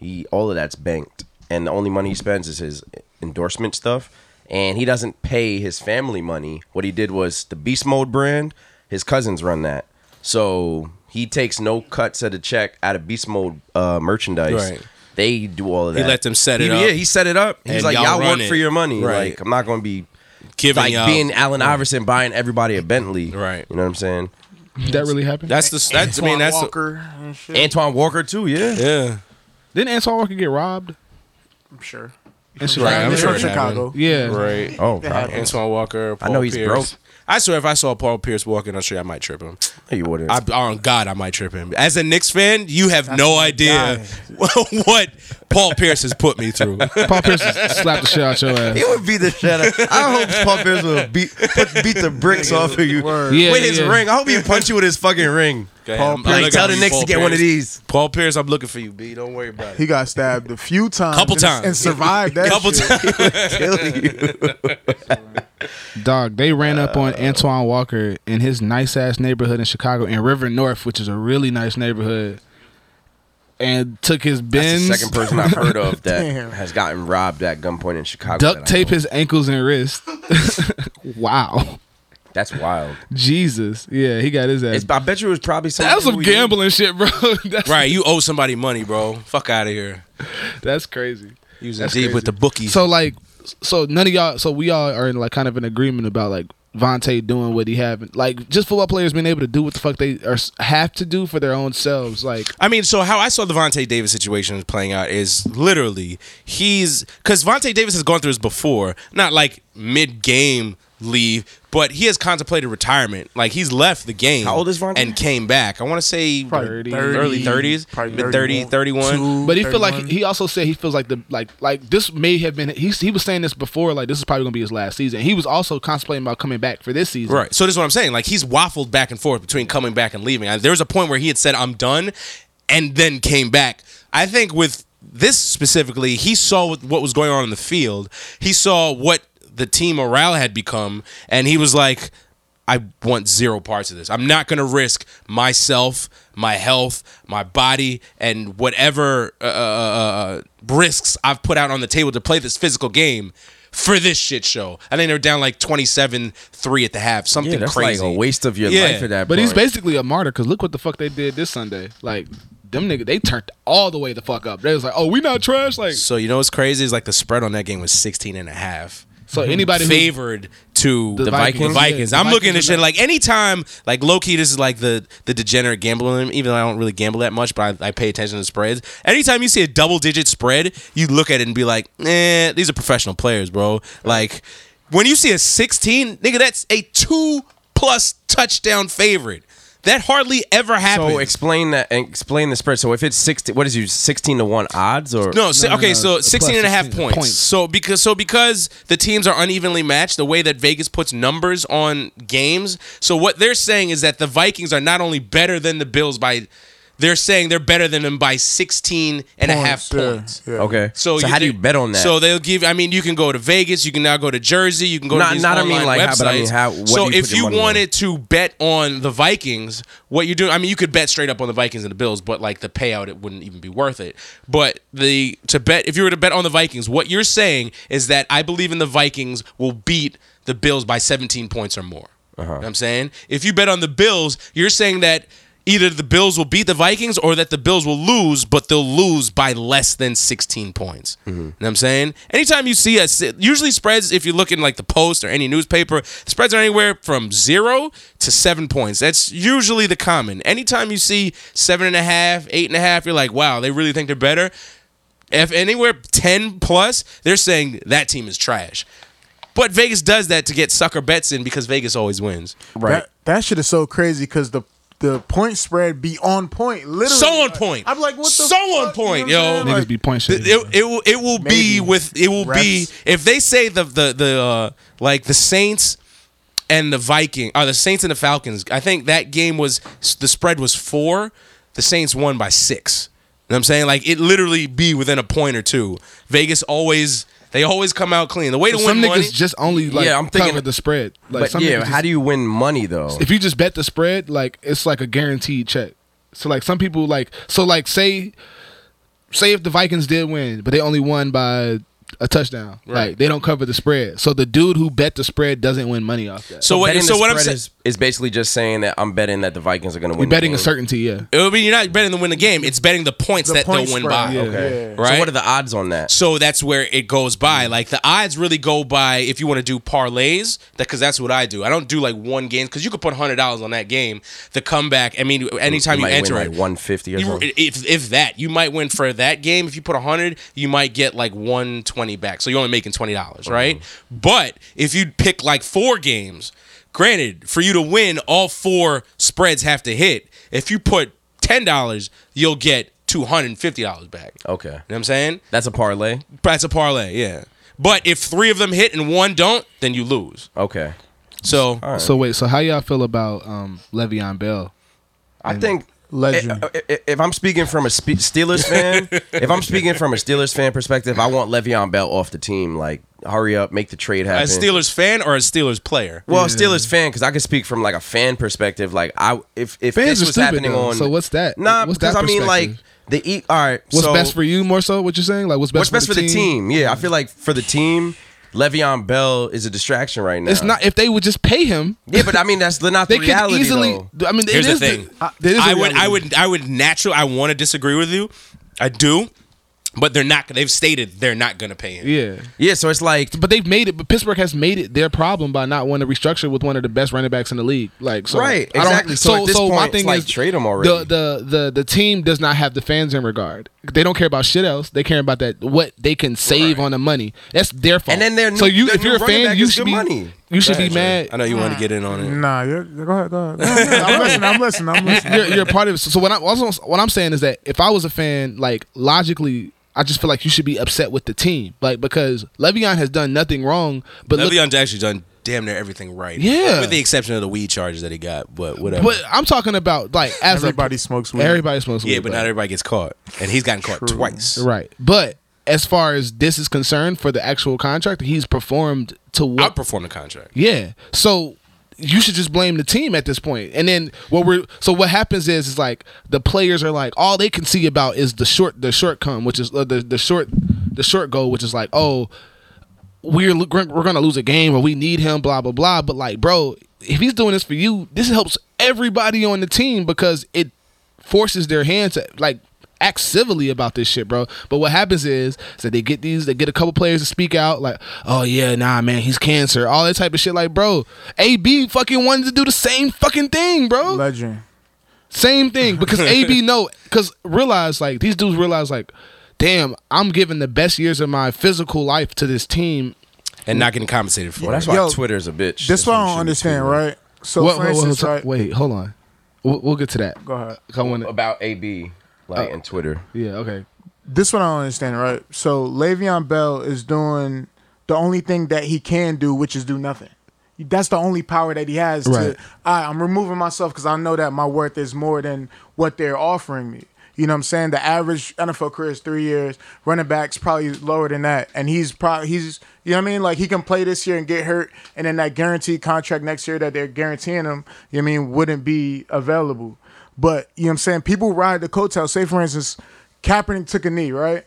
Speaker 1: He all of that's banked, and the only money he spends is his endorsement stuff. And he doesn't pay his family money. What he did was the Beast Mode brand. His cousins run that, so he takes no cuts at a check out of Beast Mode uh, merchandise.
Speaker 4: Right.
Speaker 1: They do all of that.
Speaker 4: He let them set it
Speaker 1: He-
Speaker 4: up.
Speaker 1: Yeah, he set it up. He's
Speaker 4: And
Speaker 1: like,
Speaker 4: y'all
Speaker 1: y'all,
Speaker 4: run
Speaker 1: work
Speaker 4: it."
Speaker 1: for your money.
Speaker 4: Right.
Speaker 1: Like, I'm not gonna be
Speaker 4: giving
Speaker 1: like
Speaker 4: y'all.
Speaker 3: uh,
Speaker 1: being
Speaker 3: oh.
Speaker 1: Allen Iverson buying everybody a Bentley.
Speaker 4: Right.
Speaker 1: You know what I'm saying?
Speaker 3: that really happened.
Speaker 4: that's the that's I mean that's the,
Speaker 6: Walker and shit.
Speaker 1: Antoine Walker too. Yeah.
Speaker 4: yeah.
Speaker 3: Didn't Antoine Walker get robbed?
Speaker 6: I'm sure.
Speaker 3: And she
Speaker 4: Right,
Speaker 3: like,
Speaker 4: I'm
Speaker 6: He's
Speaker 4: sure
Speaker 6: from
Speaker 4: it happened.
Speaker 6: Chicago.
Speaker 3: yeah,
Speaker 4: Right.
Speaker 1: Oh,
Speaker 6: It
Speaker 1: God.
Speaker 6: happens.
Speaker 4: Antoine Walker. Paul
Speaker 1: know he's
Speaker 4: Pierce.
Speaker 1: broke.
Speaker 4: I swear, if I saw Paul Pierce walking on the street, I might trip him.
Speaker 1: you wouldn't.
Speaker 4: I, on God, I might trip him. As a Knicks fan, you have no idea what Paul Pierce has put me through.
Speaker 3: Paul Pierce slapped the shit out your ass.
Speaker 1: he would beat the shit out. I hope Paul Pierce will beat put, beat the bricks off of you.
Speaker 6: Word.
Speaker 3: Yeah,
Speaker 1: with his
Speaker 3: yeah.
Speaker 1: ring, I hope he punch you with his fucking ring.
Speaker 4: Go ahead,
Speaker 6: Paul
Speaker 4: I'm- I'm
Speaker 6: Pierce.
Speaker 4: looking
Speaker 1: Like tell
Speaker 4: out
Speaker 1: the
Speaker 4: for you,
Speaker 1: Knicks
Speaker 4: Paul
Speaker 1: to get one of
Speaker 4: Pierce.
Speaker 1: these.
Speaker 4: Paul Pierce, I'm looking for you, B. Don't worry about it.
Speaker 6: He got stabbed a few times.
Speaker 4: Couple
Speaker 6: and-
Speaker 4: times.
Speaker 6: And survived that
Speaker 4: Couple
Speaker 6: shit.
Speaker 4: times.
Speaker 1: Kill you.
Speaker 3: Dog, they ran up on Antoine Walker in his nice ass neighborhood in Chicago in River North, which is a really nice neighborhood, and took his
Speaker 1: That's
Speaker 3: bins,
Speaker 1: the second person I've heard of that
Speaker 6: Damn.
Speaker 1: has gotten robbed at gunpoint in Chicago. that I
Speaker 3: duct tape
Speaker 1: know.
Speaker 3: his ankles and wrists. wow,
Speaker 1: That's wild.
Speaker 3: Jesus, yeah, he got his ass.
Speaker 1: It's, E. I bet you it was probably some.
Speaker 3: that was some
Speaker 1: dude you-
Speaker 3: gambling shit, bro. that's,
Speaker 4: Right, you owe somebody money, bro. Fuck out of here.
Speaker 3: that's crazy.
Speaker 4: Using
Speaker 3: That's
Speaker 4: deep
Speaker 3: crazy.
Speaker 4: with the bookie.
Speaker 3: So like, so none of y'all, so we all are in like kind of an agreement about like Vontae doing what he have, like just football players being able to do what the fuck they are have to do for their own selves, like.
Speaker 4: I mean, so how I saw the Vontae Davis situation playing out is literally he's because Vontae Davis has gone through this before, not like mid game leave, but he has contemplated retirement. Like he's left the game.
Speaker 1: How old is Vontae?
Speaker 4: And came back. I want to say
Speaker 6: Probably
Speaker 4: early 30s,
Speaker 6: probably
Speaker 4: mid 30, 31.
Speaker 3: But he feel like
Speaker 6: 31.
Speaker 3: he also said he feels like the like like this may have been he he was saying this before like this is probably gonna be his last season. He was also contemplating about coming back for this season.
Speaker 4: Right. So this is what I'm saying. Like he's waffled back and forth between coming back and leaving. I- There was a point where he had said, "I'm done," and then came back. I think with this specifically, he saw what- what was going on in the field. He saw what the team morale had become, and he was like, "I want zero parts of this. I'm not going to risk myself, my health, my body, and whatever uh, uh, uh, risks I've put out on the table to play this physical game." For this shit show, I think they were down like 27 3 at the half, something
Speaker 1: Yeah, that's
Speaker 4: crazy.
Speaker 1: like a waste of your
Speaker 4: Yeah.
Speaker 1: life at that.
Speaker 3: But he's
Speaker 1: point.
Speaker 3: basically a martyr because look what the fuck they did this Sunday. Like them nigga, they turned all the way the fuck up. They was like, oh, we not trash. Like
Speaker 4: So you know what's crazy is like the spread on that game was 16 and a half.
Speaker 3: so anybody who-
Speaker 4: Favored to
Speaker 3: The
Speaker 4: the,
Speaker 3: Vikings.
Speaker 4: Vikings.
Speaker 3: Yeah, the
Speaker 4: I'm looking at
Speaker 3: Vikings
Speaker 4: this
Speaker 3: are
Speaker 4: shit like anytime, like low key, this is like the the degenerate gambling. Even though I don't really gamble that much, but I, I pay attention to spreads. Anytime you see a double digit spread, you look at it and be like, eh, these are professional players, bro. Like when you see a 16, nigga, that's a two plus touchdown favorite. That hardly ever happens.
Speaker 1: So explain that and explain the spread. So if it's sixty, what is you sixteen to one odds or
Speaker 4: No, si-
Speaker 3: no,
Speaker 4: okay,
Speaker 3: no,
Speaker 4: so
Speaker 3: plus
Speaker 4: 16 and a half
Speaker 3: 16
Speaker 4: points.
Speaker 3: points.
Speaker 4: So because so because the teams are unevenly matched, the way that Vegas puts numbers on games, so what they're saying is that the Vikings are not only better than the Bills by they're saying they're better than them by 16 and a half
Speaker 6: yeah,
Speaker 4: points.
Speaker 6: yeah.
Speaker 1: Okay,
Speaker 4: So,
Speaker 1: so, how do you
Speaker 4: they-
Speaker 1: bet on that?
Speaker 4: So they'll give. I mean, you can go to Vegas. You can now go to Jersey. You can go
Speaker 1: Not-
Speaker 4: to these
Speaker 1: not, I
Speaker 4: online
Speaker 1: mean, like, how-
Speaker 4: websites.
Speaker 1: but I mean, how- what
Speaker 4: so
Speaker 1: do you put
Speaker 4: if
Speaker 1: your
Speaker 4: you
Speaker 1: money on?
Speaker 4: wanted to bet on the Vikings, what you're doing? I mean, you could bet straight up on the Vikings and the Bills, but like the payout, it wouldn't even be worth it. But the to bet if you were to bet on the Vikings, what you're saying is that I believe in the Vikings will beat the Bills by 17 points or more.
Speaker 1: Uh-huh.
Speaker 4: You know what I'm saying if you bet on the Bills, you're saying that either the Bills will beat the Vikings or that the Bills will lose, but they'll lose by less than 16 points. You know what I'm saying? Anytime you see us, usually spreads, if you look in like the Post or any newspaper, spreads are anywhere from zero to seven points. That's usually the common. Anytime you see seven and a half, eight and a half, you're like, wow, they really think they're better. If anywhere 10 plus, they're saying that team is trash. But Vegas does that to get sucker bets in because Vegas always wins.
Speaker 1: right?
Speaker 6: That, that shit is so crazy because the the point spread be on point. Literally,
Speaker 4: So on
Speaker 6: Like,
Speaker 4: point.
Speaker 6: I'm like, what the?
Speaker 4: So
Speaker 6: fuck?
Speaker 4: on point,
Speaker 6: you know
Speaker 4: yo.
Speaker 3: niggas
Speaker 6: what I'm saying? Like,
Speaker 3: be point
Speaker 4: Th-
Speaker 3: shit.
Speaker 4: It, it will it will
Speaker 6: Maybe
Speaker 4: be with it will be
Speaker 6: reps.
Speaker 4: if they say the the the uh, like the Saints uh, and the Viking or the Saints and the Falcons. I think that game was the spread was four. the Saints won by six. You know what I'm saying? Like it literally be within a point or two. Vegas always they always come out clean. The way to
Speaker 3: some
Speaker 4: win
Speaker 3: niggas
Speaker 4: money,
Speaker 3: just only like
Speaker 1: Yeah, I'm thinking-
Speaker 3: cover the spread. Like
Speaker 1: but
Speaker 3: some
Speaker 1: yeah,
Speaker 3: niggas
Speaker 1: how
Speaker 3: just-
Speaker 1: do you win money though?
Speaker 3: if you just bet the spread, like it's like a guaranteed check. So like some people like so like say say if the Vikings did win, but they only won by a touchdown.
Speaker 4: Right.
Speaker 3: Like they don't cover the spread. So the dude who bet the spread doesn't win money off that.
Speaker 4: so what?
Speaker 1: Betting
Speaker 4: So
Speaker 1: the
Speaker 4: what I'm
Speaker 1: spread
Speaker 4: saying
Speaker 1: is, is basically just saying that I'm betting that the Vikings are going to
Speaker 3: You're
Speaker 1: win.
Speaker 3: betting
Speaker 1: the
Speaker 3: a
Speaker 1: game.
Speaker 3: certainty, yeah.
Speaker 4: I mean, you're not betting to win the game. It's betting the points
Speaker 6: The
Speaker 4: that
Speaker 6: point
Speaker 4: they'll win
Speaker 6: spread,
Speaker 4: by.
Speaker 6: yeah.
Speaker 1: Okay.
Speaker 4: Yeah. Right?
Speaker 1: So what are the odds on that?
Speaker 4: So that's where it goes by.
Speaker 1: Mm.
Speaker 4: Like the odds really go by if you want to do parlays, that because that's what I do. I don't do like one game because you could put hundred dollars on that game. The comeback. I mean, anytime you,
Speaker 1: might
Speaker 4: enter
Speaker 1: win,
Speaker 4: it,
Speaker 1: like 150 or
Speaker 4: you-
Speaker 1: something.
Speaker 4: if if that you might win for that game. If you put hundred, you might get like one twenty back. So you're only making twenty dollars,
Speaker 1: Uh-huh.
Speaker 4: right? But if you pick like four games, granted, for you to win, all four spreads have to hit. If you put ten dollars, you'll get two hundred and fifty dollars back.
Speaker 1: okay,
Speaker 4: You know what I'm saying?
Speaker 1: that's a parlay.
Speaker 4: That's a parlay, yeah. But if three of them hit and one don't, then you lose.
Speaker 1: Okay,
Speaker 4: So
Speaker 1: right.
Speaker 3: So wait, so how y'all feel about um Le'Veon Bell?
Speaker 1: I think.
Speaker 6: Legend.
Speaker 1: i- i- If I'm speaking from a spe- Steelers fan, if I'm speaking from a Steelers fan perspective, I want Le'Veon Bell off the team. Like, hurry up, make the trade happen.
Speaker 4: as a Steelers fan or a Steelers player?
Speaker 1: Well, Steelers fan, because I can speak from like a fan perspective. Like I, if if
Speaker 3: Fans
Speaker 1: this
Speaker 3: are
Speaker 1: was
Speaker 3: stupid,
Speaker 1: happening
Speaker 3: though.
Speaker 1: on,
Speaker 3: So what's that?
Speaker 1: Nah,
Speaker 3: What's
Speaker 1: because
Speaker 3: that
Speaker 1: I mean, like
Speaker 3: perspective?
Speaker 1: the e. All right,
Speaker 3: What's
Speaker 1: so
Speaker 3: best for you more so? What you're saying? Like what's
Speaker 1: what's
Speaker 3: best,
Speaker 1: best for the team? Yeah, I feel like for the team, Le'Veon Bell is a distraction right now.
Speaker 3: It's not if they would just pay him,
Speaker 1: Yeah, but I mean that's the- not
Speaker 3: they
Speaker 1: the
Speaker 3: could
Speaker 1: reality.
Speaker 3: easily
Speaker 1: though.
Speaker 3: I mean
Speaker 4: Here's
Speaker 3: it
Speaker 4: the
Speaker 3: is
Speaker 4: thing.
Speaker 3: it is a
Speaker 4: I would, I
Speaker 3: reality.
Speaker 4: would, I would naturally. I want to disagree with you. I do, but they're not. They've stated they're not going to pay him.
Speaker 3: Yeah.
Speaker 1: Yeah, so it's like
Speaker 3: But they've made it. But Pittsburgh has made it their problem by not wanting to restructure with one of the best running backs in the league. Like so,
Speaker 1: Right,
Speaker 3: I don't-
Speaker 1: exactly. So at this point, it's like, trade 'em already.
Speaker 3: The, the the the team does not have the fans in regard. They don't care about shit else. They care about that what they can save on the money. That's their fault.
Speaker 1: And then their
Speaker 3: so
Speaker 1: new-
Speaker 3: you
Speaker 1: their
Speaker 3: if
Speaker 1: new
Speaker 3: you're a
Speaker 1: running
Speaker 3: fan,
Speaker 1: back
Speaker 3: you
Speaker 1: is
Speaker 3: should
Speaker 1: good
Speaker 3: be
Speaker 1: money.
Speaker 3: you should be mad.
Speaker 4: I know you want to get in on it.
Speaker 6: Nah, you're, go ahead, go ahead. No, no, no, I'm listening. I'm listening. I'm listening.
Speaker 3: you're, you're a part of it. So, so what I'm also what I'm saying is that if I was a fan, like logically, I just feel like you should be upset with the team, like because Le'Veon has done nothing wrong. But look,
Speaker 4: Le'Veon's actually done damn near everything right.
Speaker 3: Yeah.
Speaker 4: with the exception of the weed charges that he got. But whatever.
Speaker 3: but I'm talking about like as a-
Speaker 6: Everybody smokes weed.
Speaker 3: Everybody smokes weed.
Speaker 4: yeah, but not everybody gets caught, and he's gotten caught twice.
Speaker 3: right. But as far as this is concerned, for the actual contract, he's performed to what?
Speaker 4: Outperformed the contract.
Speaker 3: yeah. So you should just blame the team at this point. And then what we're so what happens is is like the players are like all they can see about is the short the short come, which is uh, the the short the short goal, which is like oh we're lo- we're gonna lose a game or we need him, blah blah blah. But like, bro, if he's doing this for you, this helps everybody on the team because it forces their hand to like act civilly about this shit, bro. But what happens is, is that they get these, they get a couple players to speak out, like, oh yeah, nah, man, he's cancer, all that type of shit. Like, bro, AB fucking wanted to do the same fucking thing, bro.
Speaker 6: Legend.
Speaker 3: Same thing because AB no because realize like these dudes realize like, damn, I'm giving the best years of my physical life to this team.
Speaker 4: And not getting compensated for
Speaker 1: Well,
Speaker 4: it.
Speaker 1: that's why
Speaker 6: Yo,
Speaker 1: Twitter's a bitch.
Speaker 6: This what I
Speaker 1: you
Speaker 6: don't
Speaker 1: should
Speaker 6: understand,
Speaker 1: tweet
Speaker 6: right? So,
Speaker 3: What-
Speaker 6: for
Speaker 3: what- what-
Speaker 6: instance, right?
Speaker 3: wait, hold on, we'll, we'll get to that.
Speaker 6: Go ahead.
Speaker 3: 'Cause I wanna-
Speaker 1: about AB
Speaker 6: Uh,
Speaker 1: like and Twitter.
Speaker 3: yeah, okay.
Speaker 6: this one I don't understand, right? So Le'Veon Bell is doing the only thing that he can do, which is do nothing. That's the only power that he has.
Speaker 3: Right.
Speaker 6: To, I, I'm removing myself because I know that my worth is more than what they're offering me. You know what I'm saying? The average NFL career is three years. Running backs probably lower than that, and he's probably he's you know what I mean. Like he can play this year and get hurt, and then that guaranteed contract next year that they're guaranteeing him, you know what I mean, wouldn't be available. But you know what I'm saying? People ride the coattails. Say for instance, Kaepernick took a knee, right?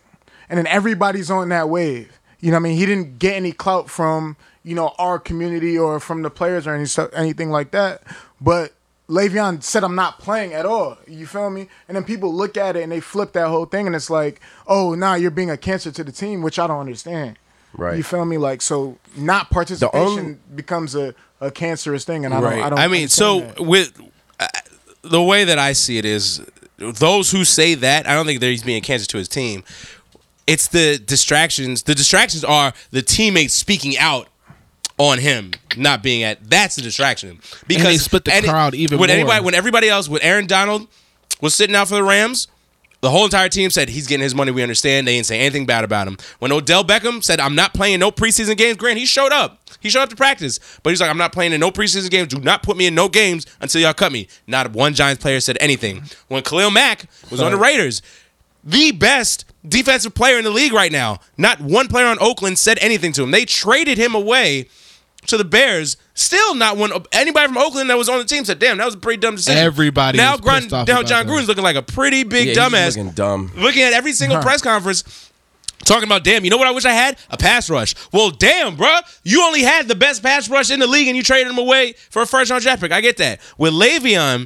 Speaker 6: And then everybody's on that wave. You know what I mean? He didn't get any clout from, you know, our community or from the players or any stuff, anything like that. But Le'Veon said, I'm not playing at all. You feel me? And then people look at it and they flip that whole thing and it's like, oh, nah, you're being a cancer to the team, which I don't understand.
Speaker 1: Right.
Speaker 6: You feel me? Like, so not participation becomes a, a cancerous thing. And I don't, I don't,
Speaker 4: mean,
Speaker 6: understand
Speaker 4: so
Speaker 6: that.
Speaker 4: with uh, the way that I see it is, those who say that, I don't think that he's being cancer to his team. It's the distractions. The distractions are the teammates speaking out on him not being at. That's the distraction because
Speaker 3: split the crowd even
Speaker 4: when
Speaker 3: more.
Speaker 4: anybody when everybody else when Aaron Donald was sitting out for the Rams. The whole entire team said he's getting his money. We understand. They didn't say anything bad about him. When Odell Beckham said, "I'm not playing no preseason games," Grant he showed up. He showed up to practice, but he's like, "I'm not playing in no preseason games. Do not put me in no games until y'all cut me." Not one Giants player said anything. When Khalil Mack was on the Raiders, the best defensive player in the league right now. Not one player on Oakland said anything to him. They traded him away to the Bears. Still, not one anybody from Oakland that was on the team said, "Damn, that was a pretty dumb decision."
Speaker 3: Everybody
Speaker 4: now,
Speaker 3: was
Speaker 4: Grun-
Speaker 3: pissed off
Speaker 4: now
Speaker 3: about
Speaker 4: John
Speaker 3: that.
Speaker 4: Gruden's looking like a pretty big
Speaker 1: Yeah, he's
Speaker 4: dumbass.
Speaker 1: looking dumb.
Speaker 4: Looking at every single press conference. Talking about, damn, you know what I wish I had? A pass rush. Well, damn, bruh. You only had the best pass rush in the league and you traded him away for a first round draft pick. I get that. With Le'Veon,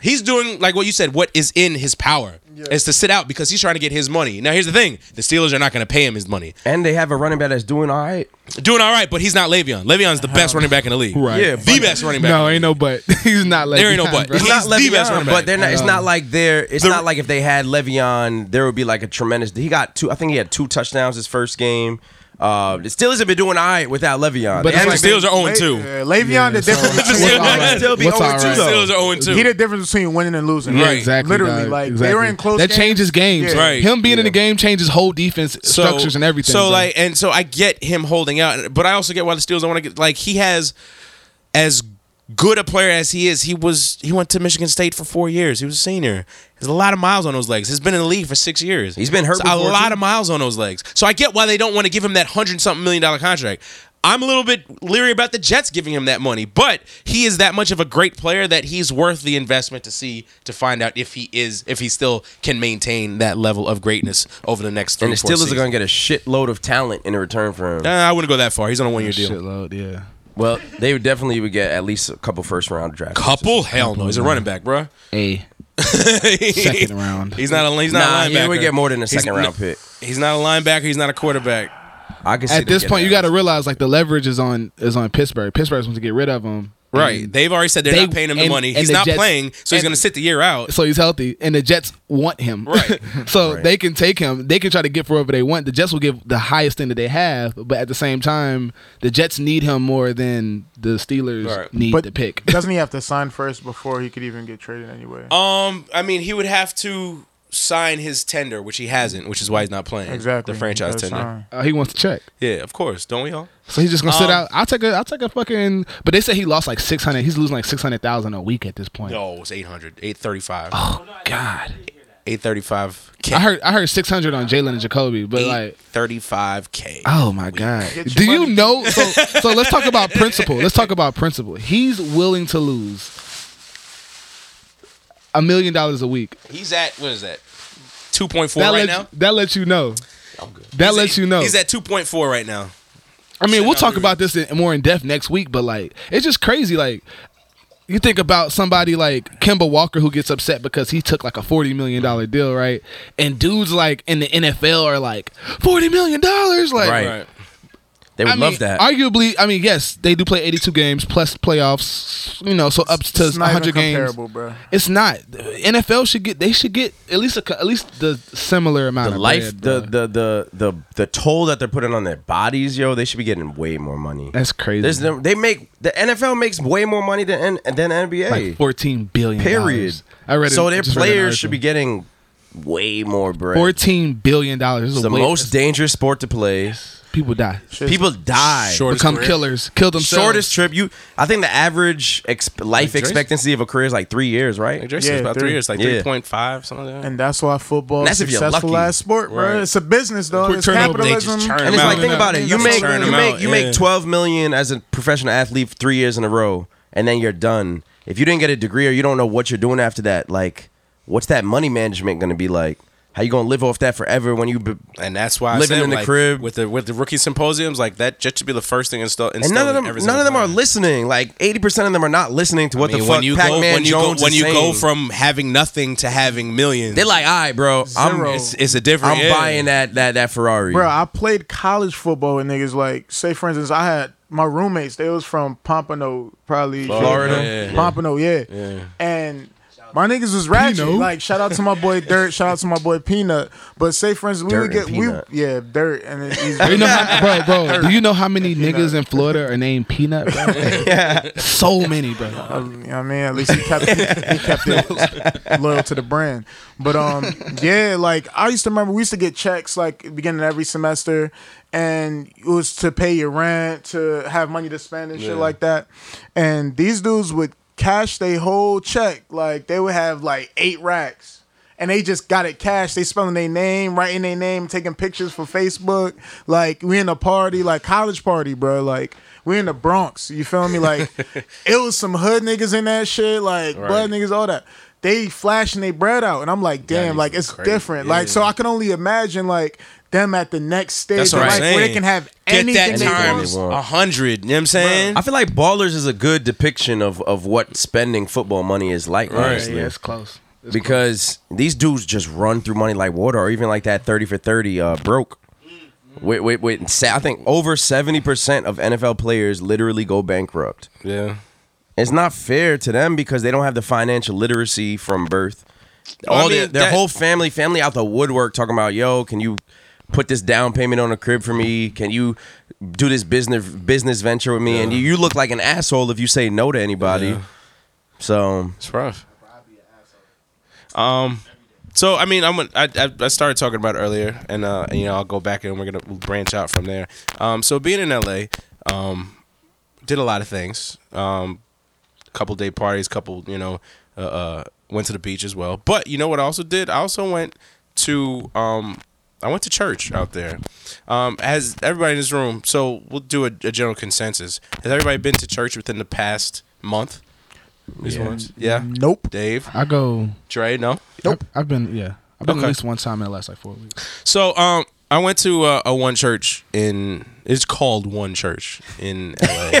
Speaker 4: he's doing, like what you said, what is in his power is to sit out because he's trying to get his money. Now, here's the thing the Steelers are not going to pay him his money.
Speaker 1: And they have a running back that's doing all right.
Speaker 4: Doing all right, but he's not Le'Veon. Le'Veon's
Speaker 1: Uh-huh.
Speaker 4: the best running back in the league.
Speaker 3: Right.
Speaker 1: Yeah,
Speaker 4: The best running back.
Speaker 3: No, ain't no but. He's not like
Speaker 4: There ain't no but.
Speaker 3: bro.
Speaker 4: He's
Speaker 1: not
Speaker 4: the
Speaker 1: Le'Veon,
Speaker 4: best running back.
Speaker 1: but they're not. It's not like they're. It's not like if they had Le'Veon, there would be like a tremendous. He got two. I think he had two touchdowns his first game. Uh, the Steelers have been doing all right without Le'Veon. They
Speaker 3: But it's
Speaker 1: haven't
Speaker 4: The
Speaker 1: been-
Speaker 3: like-
Speaker 4: Steelers are 0 2.
Speaker 6: Le- uh, Le'Veon, the difference
Speaker 4: so-
Speaker 6: between,
Speaker 4: Steelers are
Speaker 3: alright?
Speaker 1: still be
Speaker 3: What's
Speaker 1: 0
Speaker 3: alright?
Speaker 1: two, though.
Speaker 4: Steelers are 0 2.
Speaker 6: he the difference between winning and losing.
Speaker 3: Yeah,
Speaker 4: Right.
Speaker 3: exactly.
Speaker 6: Literally,
Speaker 3: dog.
Speaker 6: like
Speaker 3: exactly.
Speaker 6: they were in close.
Speaker 3: That
Speaker 6: games.
Speaker 3: changes games.
Speaker 6: Yeah.
Speaker 4: Right.
Speaker 3: Him being in the game changes whole defense structures and everything.
Speaker 4: So
Speaker 3: bro.
Speaker 4: like, and so I get him holding out, but I also get why the Steelers don't want to get like he has as good a player as he is. He was he went to Michigan State for four years. He was a senior. There's a lot of miles on those legs. He's been in the league for six years.
Speaker 1: He's been hurt
Speaker 4: It's a
Speaker 1: before,
Speaker 4: lot
Speaker 1: too.
Speaker 4: of miles on those legs. So I get why they don't want to give him that hundred something million dollar contract. I'm a little bit leery about the Jets giving him that money, but he is that much of a great player that he's worth the investment to see to find out if he is if he still can maintain that level of greatness over the next three.
Speaker 1: and the
Speaker 4: four
Speaker 1: Steelers are
Speaker 4: seasons.
Speaker 1: going to get a shitload of talent in return for him.
Speaker 4: Uh, I wouldn't go that far. He's on a one year deal.
Speaker 3: shitload. Yeah.
Speaker 1: Well, they would definitely would get at least a couple first round draft. picks.
Speaker 4: Couple? Hell no. He's a running back, bro.
Speaker 3: A second round.
Speaker 4: He's not a he's
Speaker 1: Nah,
Speaker 4: not a
Speaker 1: he
Speaker 4: linebacker.
Speaker 1: would get more than a
Speaker 4: He's-
Speaker 1: second round pick.
Speaker 4: He's not a linebacker. He's not a quarterback.
Speaker 1: I can see
Speaker 3: At
Speaker 1: them
Speaker 3: this
Speaker 1: getting
Speaker 3: point, you
Speaker 1: that.
Speaker 3: got to realize like the leverage is on is on Pittsburgh. Pittsburgh's going to get rid of him.
Speaker 4: Right.
Speaker 1: Mm.
Speaker 3: And-
Speaker 4: They've already said they're
Speaker 3: They-
Speaker 4: not paying him the
Speaker 3: and-
Speaker 4: money.
Speaker 3: and
Speaker 4: He's
Speaker 3: the
Speaker 4: not
Speaker 3: Jets-
Speaker 4: playing, so he's
Speaker 3: and-
Speaker 4: going to sit the year out.
Speaker 3: so he's healthy, and the Jets want him.
Speaker 4: Right.
Speaker 3: so they can take him. They can try to get for whatever they want. The Jets will give the highest thing that they have, but at the same time, the Jets need him more than the Steelers
Speaker 4: Right.
Speaker 3: need
Speaker 6: But
Speaker 3: the pick.
Speaker 6: Doesn't he have to sign first before he could even get traded anyway?
Speaker 4: Um, I mean, he would have to sign his tender, which he hasn't, which is why he's not playing.
Speaker 6: exactly.
Speaker 4: The franchise
Speaker 6: That's
Speaker 4: tender.
Speaker 6: fine.
Speaker 3: Uh, he wants to check,
Speaker 4: Yeah, of course. Don't we all?
Speaker 3: so he's just gonna sit
Speaker 4: Um,
Speaker 3: out. I'll take a. I'll take a fucking. But they said he lost like six hundred. He's losing like six hundred thousand a week at this point. Oh,
Speaker 4: No, it's 800, 835.
Speaker 3: God,
Speaker 4: 835K.
Speaker 3: I heard. I heard six hundred on Jalen and Jacoby, but like.
Speaker 4: 835K.
Speaker 3: Oh my God!
Speaker 6: Get your
Speaker 3: Do you
Speaker 6: money.
Speaker 3: know? So, so let's talk about principle. Let's talk about principle. He's willing to lose a million dollars a week.
Speaker 4: He's at, what is that? 2.4
Speaker 3: That
Speaker 4: right
Speaker 3: lets,
Speaker 4: now?
Speaker 3: that lets you know. That
Speaker 4: He's
Speaker 3: lets
Speaker 4: at-
Speaker 3: you know.
Speaker 4: He's at 2.4 right now.
Speaker 3: I mean,
Speaker 4: Shit,
Speaker 3: we'll
Speaker 4: I'll
Speaker 3: talk
Speaker 4: do
Speaker 3: about this in, more in depth next week, but like, it's just crazy. Like, you think about somebody like Kimba Walker who gets upset because he took like a forty million dollar deal, right? And dudes like in the NFL are like forty million dollars, like.
Speaker 1: Right. They would
Speaker 3: I
Speaker 1: love
Speaker 3: mean,
Speaker 1: that.
Speaker 3: Arguably, I mean, yes, they do play 82 games plus playoffs. You know, so up to
Speaker 6: It's not even
Speaker 3: 100 games.
Speaker 6: comparable, bro.
Speaker 3: It's not. NFL should get. They should get at least a, co- at least the similar amount
Speaker 1: the
Speaker 3: of
Speaker 1: life,
Speaker 3: bread,
Speaker 1: the,
Speaker 3: bro.
Speaker 1: the the the the toll that they're putting on their bodies, yo, they should be getting way more money.
Speaker 3: That's crazy.
Speaker 1: There's no, they make the NFL makes way more money than N- than NBA.
Speaker 3: like 14 billion.
Speaker 1: period.
Speaker 3: I read.
Speaker 1: so
Speaker 3: it,
Speaker 1: their
Speaker 3: just read an
Speaker 1: players should be
Speaker 3: article.
Speaker 1: getting way more bread.
Speaker 3: 14 billion dollars. This is
Speaker 1: it's the
Speaker 3: a way-
Speaker 1: most dangerous sport to play.
Speaker 3: people die,
Speaker 1: People die.
Speaker 4: Shortest
Speaker 3: become
Speaker 4: career.
Speaker 3: killers, kill themselves.
Speaker 1: Shortest trip. You, I think the average exp- life
Speaker 4: Drake-
Speaker 1: expectancy of a career is like three years,
Speaker 4: Like
Speaker 1: right?
Speaker 4: Drake said,
Speaker 6: Yeah,
Speaker 4: it's about three
Speaker 6: three.
Speaker 4: years, like
Speaker 1: Yeah.
Speaker 4: three point five, something like that.
Speaker 6: And that's why football is
Speaker 1: That's if you're
Speaker 6: successful
Speaker 1: lucky.
Speaker 6: as sport, bro.
Speaker 4: Right.
Speaker 6: It's a business, though.
Speaker 3: Quick
Speaker 6: It's
Speaker 3: turnover,
Speaker 4: they just
Speaker 6: capitalism.
Speaker 4: churn 'em
Speaker 1: And it's
Speaker 4: out.
Speaker 1: like, think about it. You
Speaker 6: That's
Speaker 1: make
Speaker 6: what I'm
Speaker 1: you
Speaker 4: saying.
Speaker 1: make you
Speaker 4: Yeah.
Speaker 1: make twelve million as a professional athlete three years in a row, and then you're done. If you didn't get a degree or you don't know what you're doing after that, like, what's that money management going to be like? How you gonna live off that forever when you? Be-
Speaker 4: And that's why I
Speaker 1: Living
Speaker 4: said,
Speaker 1: in the
Speaker 4: like,
Speaker 1: crib.
Speaker 4: with the with the rookie symposiums, like that just should be the first thing installed.
Speaker 1: and none of them, none of them are listening. Like eighty percent of them are not listening to what the fuck
Speaker 4: when you go
Speaker 1: Pac-Man
Speaker 4: when you
Speaker 1: Jones
Speaker 4: go when
Speaker 1: is
Speaker 4: you go
Speaker 1: saying.
Speaker 4: from having nothing to having millions,
Speaker 1: they're like, all right, bro,
Speaker 6: Zero.
Speaker 1: I'm
Speaker 6: It's-
Speaker 4: it's a different.
Speaker 1: I'm
Speaker 4: yeah.
Speaker 1: buying that that that Ferrari,
Speaker 6: Bro, I played college football with niggas. Like, say for instance, I had my roommates. They was from Pompano, probably
Speaker 1: Florida.
Speaker 4: Yeah, yeah, yeah.
Speaker 6: Pompano, yeah. And My niggas was ratchet.
Speaker 5: Pino.
Speaker 6: Like shout out to my boy Dirt. Shout out to my boy Peanut. But say for instance, we
Speaker 1: Dirt
Speaker 6: would
Speaker 1: and
Speaker 6: get we
Speaker 1: Peanut.
Speaker 6: yeah Dirt and it- he's
Speaker 5: You know how, bro, bro. Do you know how many niggas in Florida are named Peanut? Bro? So many, bro.
Speaker 6: You know what I mean? At least he kept he kept it loyal to the brand. But um yeah, like I used to remember we used to get checks like beginning of every semester and it was to pay your rent, to have money to spend and shit like that. And these dudes would cash their whole check. Like they would have like eight racks. And they just got it cash. They spelling their name, writing their name, taking pictures for Facebook. Like we in a party, like college party, bro. Like we in the Bronx. You feel me? Like it was some hood niggas in that shit, like blood niggas, all that. They flashing their bread out, and I'm like, damn, like it's different. Like so, I can only imagine like them at the next stage,
Speaker 4: That's
Speaker 6: of
Speaker 4: what I'm
Speaker 6: life, where they
Speaker 4: saying.
Speaker 6: can have
Speaker 4: Get
Speaker 6: anything
Speaker 4: that
Speaker 6: they want.
Speaker 4: times a hundred. You know what I'm saying?
Speaker 1: I feel like Ballers is a good depiction of, of what spending football money is like, honestly.
Speaker 5: Yeah, it's close.
Speaker 1: because these dudes just run through money like water, or even like that thirty for thirty uh, broke.
Speaker 4: Mm-hmm.
Speaker 1: Wait, wait, wait. Sa- I think over seventy percent of NFL players literally go bankrupt.
Speaker 4: Yeah.
Speaker 1: It's not fair to them because they don't have the financial literacy from birth. All
Speaker 4: Well, I
Speaker 1: their,
Speaker 4: mean,
Speaker 1: their
Speaker 4: that-
Speaker 1: whole family, family out the woodwork, talking about, yo, can you put this down payment on a crib for me? Can you do this business business venture with me? And you, you look like an asshole if you say no to anybody. So
Speaker 4: It's rough. Um, so I mean, I'm gonna- I, I I started talking about it earlier, and uh, and, you know, I'll go back and we're gonna branch out from there. Um, so being in LA, um, did a lot of things. Um, couple day parties, couple you know, uh, uh, went to the beach as well. But you know what I also did? I also went to um, I went to church out there. Um, has everybody in this room? So we'll do a, a general consensus. Has everybody been to church within the past month? These ones, yeah.
Speaker 6: Nope.
Speaker 4: Dave,
Speaker 5: I go.
Speaker 4: Dre, no.
Speaker 5: Nope. I've, I've been. Yeah, I've been
Speaker 4: Okay.
Speaker 5: at least one time in the last like four weeks.
Speaker 4: So, um, I went to uh, a one church in. It's called One Church in LA.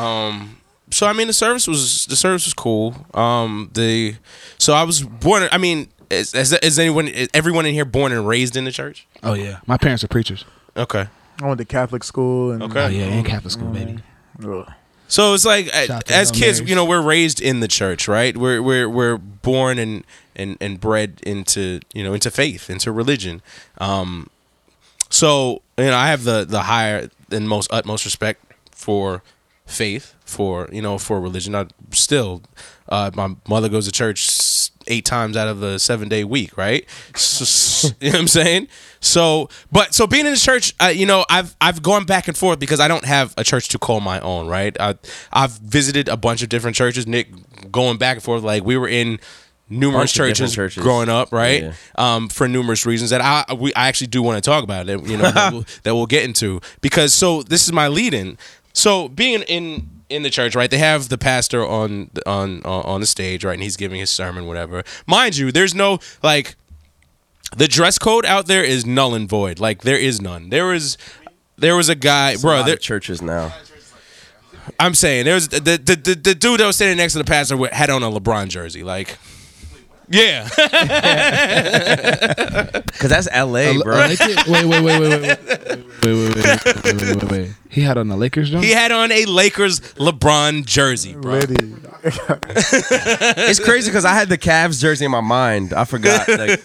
Speaker 4: um, so I mean, the service was the service was cool. Um, the so I was born. I mean, is, is, is anyone is everyone in here born and raised in the church?
Speaker 5: Oh yeah, my parents are preachers.
Speaker 4: Okay.
Speaker 6: I went to Catholic school and
Speaker 4: Okay.
Speaker 5: Oh yeah, in Catholic school, baby.
Speaker 6: Ugh.
Speaker 4: So it's like uh,
Speaker 5: out to
Speaker 4: as
Speaker 5: Hail
Speaker 4: kids,
Speaker 5: Marys.
Speaker 4: you know, we're raised in the church, right? We're we're we're born and and and bred into you know into faith, into religion. Um, so you know, I have the the higher and most utmost respect for faith, for you know, for religion. I still, uh, my mother goes to church s- eight times out of the seven day week, right? So, s- you know what I'm saying? So, but so being in the church, uh, you know, I've I've gone back and forth because I don't have a church to call my own, right? I, I've visited a bunch of different churches. Nick going back and forth, like we were in
Speaker 1: Bunch
Speaker 4: numerous
Speaker 1: of different
Speaker 4: churches,
Speaker 1: churches.
Speaker 4: growing up, right?
Speaker 1: Yeah.
Speaker 4: um, for numerous reasons that I we I actually do want to talk about that you know that, we'll, that we'll get into because so this is my lead in. So being in in the church, right? They have the pastor on the- on on on the stage, right, and he's giving his sermon, whatever. Mind you, there's no like the dress code out there is null and void. Like there is none. There is there was a guy,
Speaker 1: a
Speaker 4: bro.
Speaker 1: lot
Speaker 4: There,
Speaker 1: of churches now.
Speaker 4: I'm saying there was the the, the the dude that was sitting next to the pastor with- had on a LeBron jersey, like. Yeah,
Speaker 1: Cause that's L.A.,
Speaker 5: Al-
Speaker 1: bro.
Speaker 5: uh, Lakers- wait, wait, wait, wait, wait, wait, wait, wait, wait, wait, wait, wait, wait, wait. He had on the Lakers jump.
Speaker 4: he had on a Lakers LeBron jersey, bro.
Speaker 6: Liddy.
Speaker 1: It's crazy because I had the Cavs jersey in my mind. I forgot like,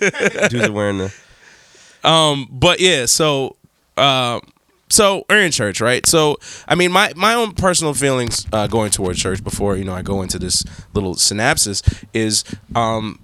Speaker 1: dudes are wearing the.
Speaker 4: Um, but yeah, so um, so we're in church, right? So I mean, my my own personal feelings uh, going toward church before you know I go into this little synapses is um,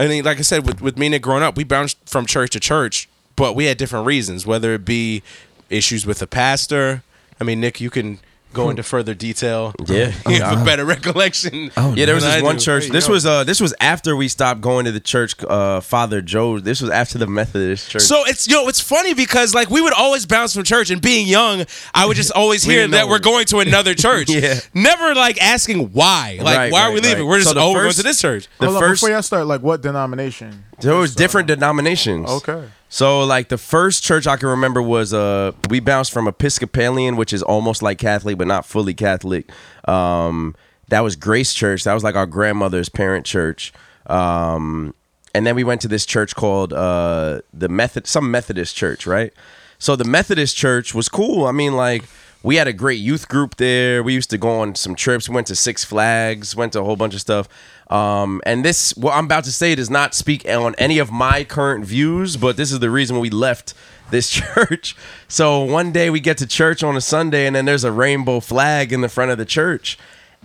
Speaker 4: I mean, like I said, with with me and Nick growing up, we bounced from church to church, but we had different reasons, whether it be issues with the pastor. I mean, Nick, you can go into further detail.
Speaker 1: Yeah.
Speaker 4: You have a better recollection. Oh,
Speaker 1: Yeah, there was this one church. This was uh, this was after we stopped going to the church. Uh, Father Joe. This was after the Methodist church.
Speaker 4: So it's yo, it's funny because like we would always bounce from church, and being young, I would just always
Speaker 1: We
Speaker 4: hear
Speaker 1: didn't
Speaker 4: that
Speaker 1: know.
Speaker 4: we're going to another church.
Speaker 1: Yeah.
Speaker 4: Never like asking why. Like
Speaker 1: Right,
Speaker 4: why are
Speaker 1: right,
Speaker 4: we leaving?
Speaker 1: right.
Speaker 4: We're just
Speaker 1: So the
Speaker 4: oh, we're going
Speaker 1: first-
Speaker 4: to this church.
Speaker 1: the
Speaker 6: Hold on,
Speaker 1: first
Speaker 6: before y'all start, like what denomination?
Speaker 1: there was different denominations.
Speaker 6: Okay.
Speaker 1: So like the first church I can remember was uh we bounced from Episcopalian, which is almost like Catholic but not fully Catholic. Um, that was Grace Church. That was like our grandmother's parent church. Um, and then we went to this church called uh the Method some Methodist church, right? So the Methodist church was cool. I mean like. we had a great youth group there. We used to go on some trips. We went to Six Flags, went to a whole bunch of stuff. Um, and this, what I'm about to say, does not speak on any of my current views, but this is the reason we left this church. So one day we get to church on a Sunday, and then there's a rainbow flag in the front of the church.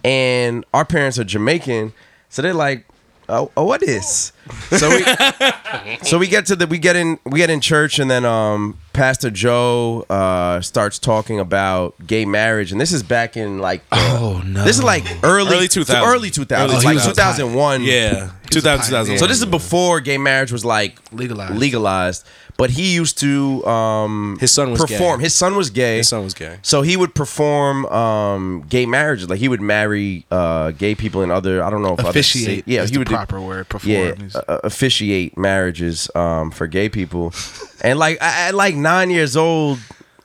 Speaker 1: And our parents are Jamaican, so they're like, "Oh, oh what is?" So we, so we get to the we get in we get in church and then um pastor joe uh starts talking about gay marriage and this is back in like oh
Speaker 5: no.
Speaker 1: this is like early
Speaker 4: Early 2000.
Speaker 1: early 2000
Speaker 4: Early
Speaker 1: like
Speaker 4: 2000.
Speaker 1: 2001
Speaker 4: Yeah, 2000, 2001.
Speaker 1: so this is before gay marriage was like
Speaker 5: Legalized.
Speaker 1: legalized but he used to um
Speaker 4: His son was gay.
Speaker 1: perform his son was gay
Speaker 4: His son was gay.
Speaker 1: so he would perform um gay marriages like he would marry uh gay people in other i don't know if
Speaker 5: Officiate
Speaker 1: other state- yeah
Speaker 5: is
Speaker 1: he
Speaker 5: the
Speaker 1: would do-
Speaker 5: proper word. Perform.
Speaker 1: yeah,
Speaker 5: is-
Speaker 1: uh, officiate marriages um, for gay people, and like I, at like nine years old,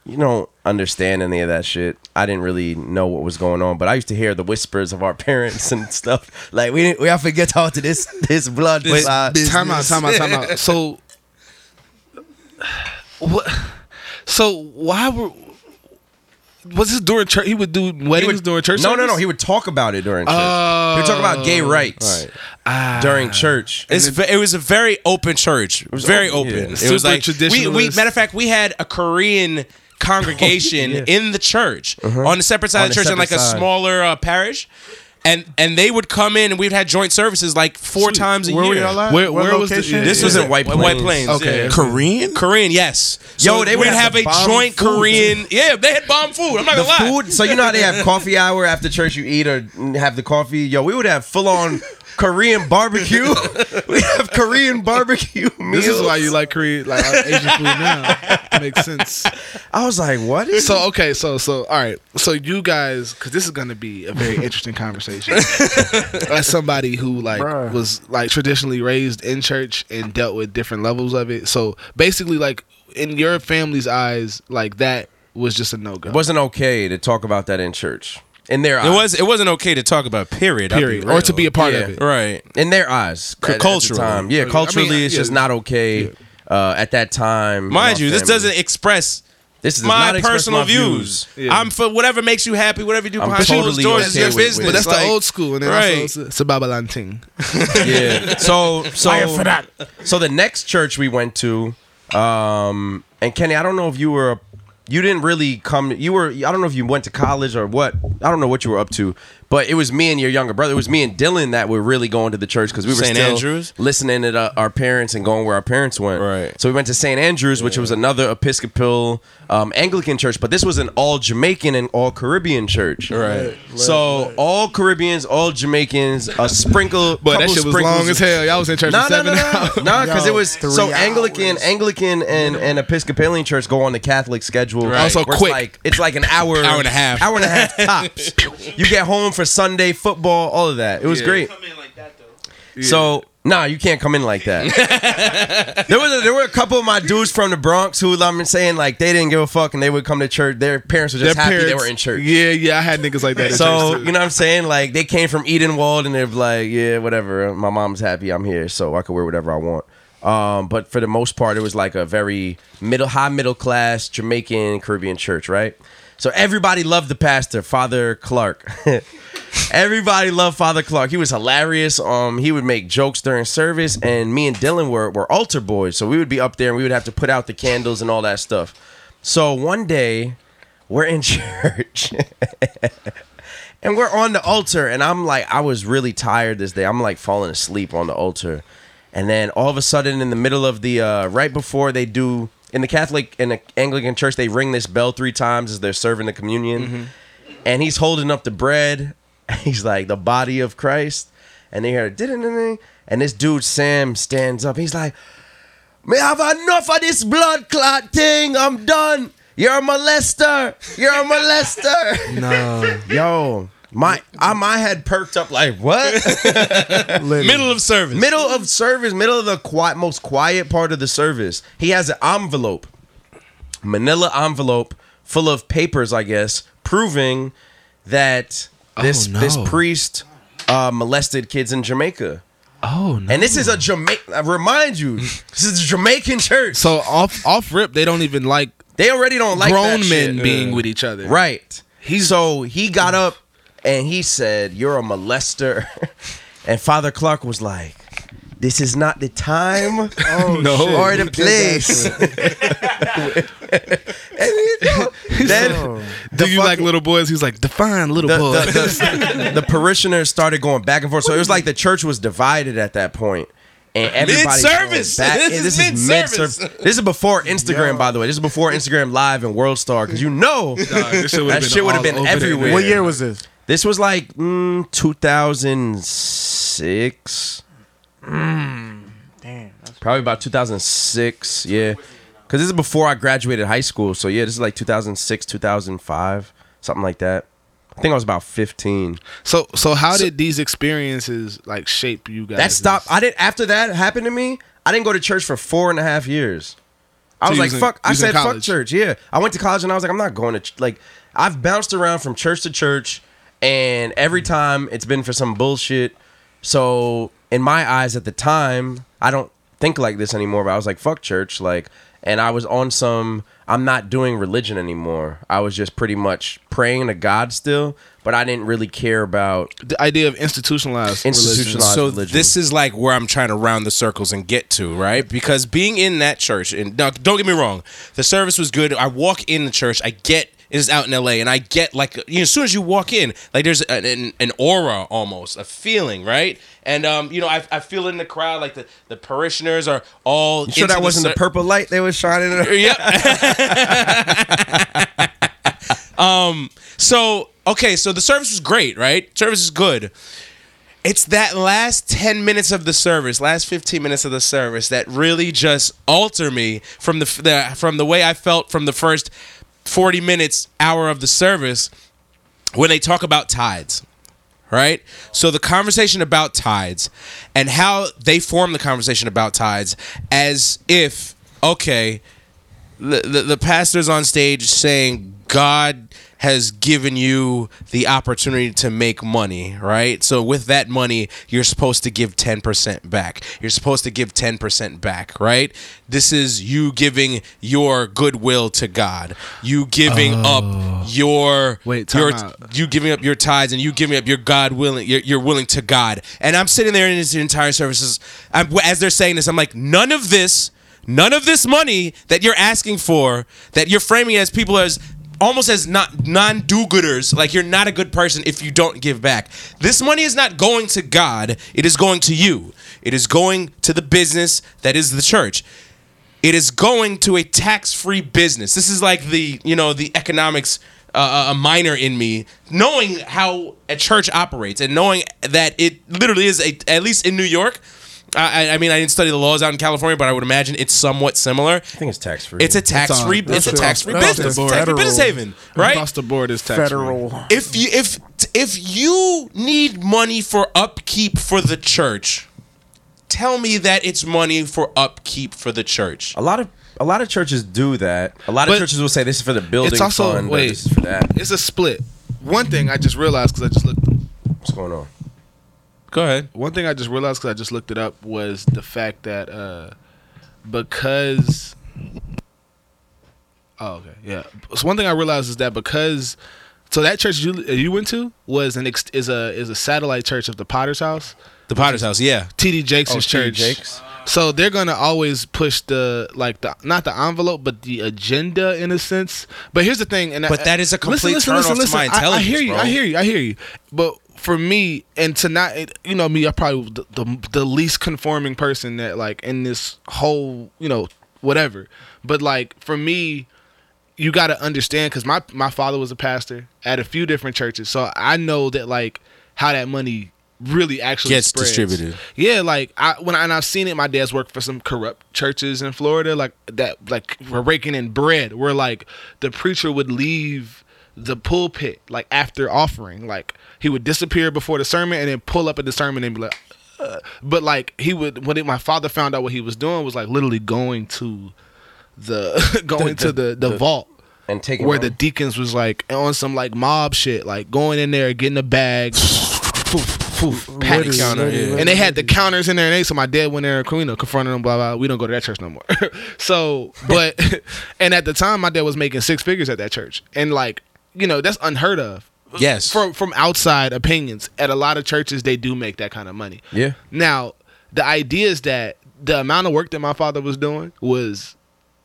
Speaker 1: you don't understand any of that shit. I didn't really know what was going on, but I used to hear the whispers of our parents and stuff. Like we didn't, we all forget to talk to this this blood. side.
Speaker 5: time out, time out, time out. So, what? So why were? Was this during church? He would do weddings
Speaker 1: He would-
Speaker 5: during church.
Speaker 1: No, no,
Speaker 5: service?
Speaker 1: no. He would talk about it during church. he would talk about gay rights during church.
Speaker 4: Oh. It's, ve- it was a very open church. very
Speaker 1: open,
Speaker 4: open.
Speaker 1: yeah.
Speaker 4: It
Speaker 5: Super
Speaker 4: was like we, we
Speaker 5: traditionalist.
Speaker 4: matter of fact, we had a Korean
Speaker 1: Oh,
Speaker 4: congregation in the church on the separate side
Speaker 1: Uh-huh. On
Speaker 4: of
Speaker 1: the
Speaker 4: the church in like a
Speaker 1: separate side.
Speaker 4: smaller uh, parish. And and they would come in and we'd had joint services like four times a
Speaker 6: Where
Speaker 4: year.
Speaker 6: were y'all at?
Speaker 5: Where-
Speaker 6: what
Speaker 5: where was the-
Speaker 6: location?
Speaker 5: yeah,
Speaker 4: This
Speaker 1: yeah.
Speaker 4: was
Speaker 1: Is
Speaker 4: in
Speaker 1: it White
Speaker 4: White Plains.
Speaker 1: Plains?
Speaker 5: Okay.
Speaker 4: yeah.
Speaker 2: Korean?
Speaker 4: Korean, yes.
Speaker 1: Yo,
Speaker 4: So
Speaker 1: they would
Speaker 4: we'd
Speaker 1: have
Speaker 4: have,
Speaker 1: the bomb
Speaker 4: a joint
Speaker 1: food.
Speaker 4: Korean. Yeah, they had bomb food. I'm not
Speaker 1: the
Speaker 4: gonna lie.
Speaker 1: food. So you know how they have coffee hour after church. You eat or have the coffee. Yo, we would have full on Korean barbecue. we have Korean barbecue meals.
Speaker 5: This is why you like Korean, like uh, Asian food now. Makes sense.
Speaker 1: I was like, what is?
Speaker 5: So okay, so so all right, so you guys, because this is gonna be a very interesting conversation. As uh, somebody who like
Speaker 6: Bruh.
Speaker 5: was like traditionally raised in church and dealt with different levels of it, so basically, like in your family's eyes, like that was just a no go.
Speaker 1: It wasn't okay to talk about that in church. In their
Speaker 4: It
Speaker 1: eyes.
Speaker 4: was it wasn't okay to talk about period. I'll be
Speaker 5: period,
Speaker 4: real.
Speaker 5: or to be a part
Speaker 1: Yeah.
Speaker 5: of it.
Speaker 4: right.
Speaker 1: in their eyes at- at the
Speaker 4: Culturally.
Speaker 1: time. Yeah,
Speaker 5: mean,
Speaker 1: culturally, it's
Speaker 5: yeah.
Speaker 1: just not okay. Uh, at that time,
Speaker 4: Mind
Speaker 1: in our
Speaker 4: you, this
Speaker 1: family.
Speaker 4: doesn't express
Speaker 1: This is
Speaker 4: my
Speaker 1: not express
Speaker 4: personal
Speaker 1: my
Speaker 4: views.
Speaker 5: Yeah.
Speaker 4: I'm for whatever makes you happy, whatever you do
Speaker 1: I'm
Speaker 4: behind
Speaker 1: totally
Speaker 4: closed doors is
Speaker 1: okay
Speaker 4: your
Speaker 1: with- with-
Speaker 4: business.
Speaker 5: But that's
Speaker 4: Like,
Speaker 5: the old school, and then
Speaker 4: right.
Speaker 5: also it's, it's about Balanting.
Speaker 1: yeah. So so so the next church we went to, um, and Kenny, I don't know if you were, a, you didn't really come. You were. I don't know if you went to college or what. I don't know what you were up to, but it was me and your younger brother. It was me and Dylan that were really going to the church because we were
Speaker 4: St.
Speaker 1: still
Speaker 4: Andrews?
Speaker 1: listening to the- our parents and going where our parents went.
Speaker 4: Right.
Speaker 1: So we went to St. Andrews, which was another Episcopal um, Anglican church, but this was an all Jamaican and all Caribbean church.
Speaker 4: Right.
Speaker 1: So all Caribbeans, all Jamaicans, a sprinkle.
Speaker 5: But that
Speaker 1: couple
Speaker 5: shit was
Speaker 1: sprinkles
Speaker 5: long as hell. Y'all was in church
Speaker 1: no,
Speaker 5: for
Speaker 1: no,
Speaker 5: seven
Speaker 1: no, no,
Speaker 5: hours.
Speaker 1: no, because
Speaker 6: Yo,
Speaker 1: it was
Speaker 6: three
Speaker 1: so Anglican,
Speaker 6: hours.
Speaker 1: Anglican, and and Episcopalian church go on the Catholic schedule.
Speaker 4: Right. Also
Speaker 1: where it's
Speaker 5: quick.
Speaker 1: like it's like an hour,
Speaker 4: Hour and a half.
Speaker 1: hour and a half tops. you get home for Sunday football, all of that. It was great. So. Nah, you can't come in like that. there was a, there were a couple of my dudes from the Bronx who I'm saying like they didn't give a fuck and they would come to church. Their parents were just happy they were in church.
Speaker 5: Yeah, yeah, I had niggas like that. In
Speaker 1: So
Speaker 5: church too.
Speaker 1: you know what I'm saying? Like they came from Edenwald and they're like, yeah, whatever. My mom's happy I'm here, so I can wear whatever I want. Um, but for the most part, it was like a very middle, high middle class Jamaican Caribbean church, right? So everybody loved the pastor, Father Clark. everybody loved Father Clark. He was hilarious. Um, he would make jokes during service, and me and Dylan were were altar boys, so we would be up there and we would have to put out the candles and all that stuff. So one day, we're in church. and we're on the altar and i'm like i was really tired this day i'm like falling asleep on the altar and then all of a sudden in the middle of the uh, right before they do in the catholic and the anglican church they ring this bell three times as they're serving the communion and he's holding up the bread he's like the body of christ and they hear "Ding-a-ding-a-ding." and this dude sam stands up he's like me have enough of this blood clot thing. I'm done. You're a molester. You're a molester. no. Yo, my I, my head perked up like what?
Speaker 4: middle of service.
Speaker 1: middle of service, middle of the quiet, most quiet part of the service. He has an envelope, Manila envelope full of papers, I guess, proving that this
Speaker 5: Oh, no.
Speaker 1: this priest uh, molested kids in Jamaica.
Speaker 5: oh no.
Speaker 1: And this is a Jamaican. I remind you, this is a Jamaican church.
Speaker 5: So off off rip, they don't even like
Speaker 1: They already don't like
Speaker 5: grown
Speaker 1: that
Speaker 5: men
Speaker 1: shit.
Speaker 5: being with each other.
Speaker 1: Right. so he got up and he said, "You're a molester," and Father Clark was like, "This is not the time
Speaker 6: Oh, no. shit.
Speaker 1: or
Speaker 6: He
Speaker 1: the
Speaker 6: did that
Speaker 1: place."
Speaker 6: shit.
Speaker 1: and he, then
Speaker 5: Do you like little boys? He's like, define little
Speaker 1: the,
Speaker 5: boy.
Speaker 1: the, the, the parishioners started going back and forth. So it was like the church was divided at that point. And everybody
Speaker 4: Mid-service.
Speaker 1: Back.
Speaker 4: This
Speaker 1: and
Speaker 4: is mid-service.
Speaker 1: mid-serv- This is before Instagram, by the way. This is before Instagram Live and World Star, because you know
Speaker 5: this shit
Speaker 1: that shit would have been everywhere.
Speaker 6: What year was this?
Speaker 1: This was like mm, 2006.
Speaker 6: Damn. that's-
Speaker 1: Probably about 2006. Yeah. Because this is before I graduated high school. So, yeah, this is like 2006, 2005, something like that. I think I was about 15.
Speaker 5: So, so how did these experiences like shape you guys?
Speaker 1: That stopped. I didn't, after that happened to me, I didn't go to church for four and a half years. I
Speaker 5: So
Speaker 1: was
Speaker 5: you
Speaker 1: like,
Speaker 5: was in-
Speaker 1: fuck.
Speaker 5: you
Speaker 1: I
Speaker 5: was in
Speaker 1: said, fuck
Speaker 5: college.
Speaker 1: church. Yeah. I went to college and I was like, I'm not going to, ch-. like, I've bounced around from church to church and every time it's been for some bullshit. So, in my eyes at the time, I don't think like this anymore, but I was like, fuck church. Like, and I was on some, I'm not doing religion anymore. I was just pretty much praying to God still, but I didn't really care about
Speaker 5: the idea of institutionalized. religion.
Speaker 1: institutionalized
Speaker 4: so
Speaker 1: religion.
Speaker 4: this is like where I'm trying to round the circles and get to, right? Because being in that church, and now don't get me wrong, the service was good. I walk in the church, I get it's out in L.A. and I get like you know, as soon as you walk in, like there's an an, an aura almost, a feeling, right? And um, you know, I, I feel in the crowd like the the parishioners are all.
Speaker 1: You sure
Speaker 4: into
Speaker 1: that wasn't the,
Speaker 4: ser-
Speaker 1: purple light they was shining? in the-
Speaker 4: Yep. um. So okay. So the service was great, right? Service is good. It's that last ten minutes of the service, last fifteen minutes of the service, that really just alter me from the, f- the from the way I felt from the first forty minutes hour of the service when they talk about tides right? So the conversation about tides and how they form the conversation about tides as if, okay, the, the, the pastor's on stage saying God has given you the opportunity to make money, right? So with that money, you're supposed to give 10% back. You're supposed to give 10% back, right? This is you giving your goodwill to God. You giving up your
Speaker 5: Oh. Wait, time
Speaker 4: your
Speaker 5: out.
Speaker 4: you giving up your tithes and you giving up your God willing, you're, you're willing to God. And I'm sitting there in this entire services, I'm, as they're saying this, I'm like, none of this, none of this money that you're asking for, that you're framing as people as almost as not non-do-gooders, like you're not a good person if you don't give back. This money is not going to God; it is going to you. It is going to the business that is the church it is going to a tax-free business. This is like the you know the economics uh, a minor in me knowing how a church operates and knowing that it literally is a, at least in New York. I, I- I mean, I didn't study the laws out in California, but I would imagine it's somewhat similar.
Speaker 1: I think it's tax free.
Speaker 4: It's a tax-free. It's,
Speaker 6: that's
Speaker 4: a
Speaker 6: all-
Speaker 4: tax-free
Speaker 6: that's
Speaker 4: business.
Speaker 6: all
Speaker 4: Tax-free
Speaker 6: federal.
Speaker 4: business haven, right?
Speaker 5: Across the board is tax
Speaker 6: Federal.
Speaker 4: if you if if you need money for upkeep for the church, tell me that it's money for upkeep for the church.
Speaker 1: a lot of a lot of churches do that. A lot of
Speaker 5: But
Speaker 1: churches will say this is for the building
Speaker 5: it's also-
Speaker 1: fund. or
Speaker 5: wait.
Speaker 1: this is for that.
Speaker 5: It's a split. One thing I just realized because I just looked.
Speaker 1: What's going on?
Speaker 4: Go ahead.
Speaker 5: One thing I just realized because I just looked it up was the fact that uh, because. Oh okay, yeah. So one thing I realized is that because, so that church you you went to was an ex, is a is a satellite church of the Potter's House.
Speaker 4: The Potter's house, yeah.
Speaker 5: TD Jakes'
Speaker 1: Oh, T.D.
Speaker 5: church.
Speaker 1: Jakes.
Speaker 5: So they're gonna always push the like the not the envelope but the agenda in a sense. But here's the thing, and
Speaker 4: But
Speaker 5: I-
Speaker 4: that is a complete turn-off to my
Speaker 5: I- I,
Speaker 4: intelligence,
Speaker 5: hear you,
Speaker 4: bro.
Speaker 5: I hear you, I hear you. But for me, and to not, it- you know, me, I probably the, the the least conforming person that like in this whole, you know, whatever. But like for me, you got to understand because my my father was a pastor at a few different churches, so I know that like how that money really actually
Speaker 4: Gets
Speaker 5: spreads.
Speaker 4: distributed.
Speaker 5: Yeah, like I when I, and I've seen it. My dad's worked for some corrupt churches in Florida, like that, like we're raking in bread. Where like the preacher would leave the pulpit like after offering, like he would disappear before the sermon and then pull up at the sermon and be like. "Uh," But like he would, when it, my father found out what he was doing, was like literally going to the going to the, the, vault
Speaker 1: And take
Speaker 5: where the deacons was like on some like mob shit, like going in there, getting a bag, poof, poof, packs.
Speaker 4: Liddy, counter, Liddy, yeah. Liddy,
Speaker 5: And they had the counters in there, and they so my dad went there, you know, confronted them, blah blah. We don't go to that church no more. so, but and at the time, my dad was making six figures at that church, and like you know, that's unheard of.
Speaker 4: Yes.
Speaker 5: from from outside opinions, at a lot of churches, they do make that kind of money.
Speaker 1: Yeah.
Speaker 5: Now, the idea is that the amount of work that my father was doing was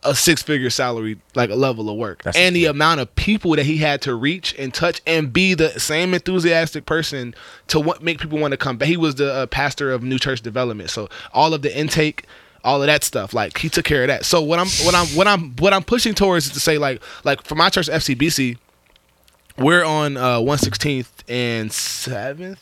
Speaker 5: a six figure salary, like a level of work. and the amount of people that he had to reach and touch and be the same enthusiastic person to what make people want to come back. He was the uh, pastor of New Church Development. So all of the intake, all of that stuff, like he took care of that. So what I'm what I'm what I'm what I'm pushing towards is to say like like for my church FCBC, we're on uh 116th and 7th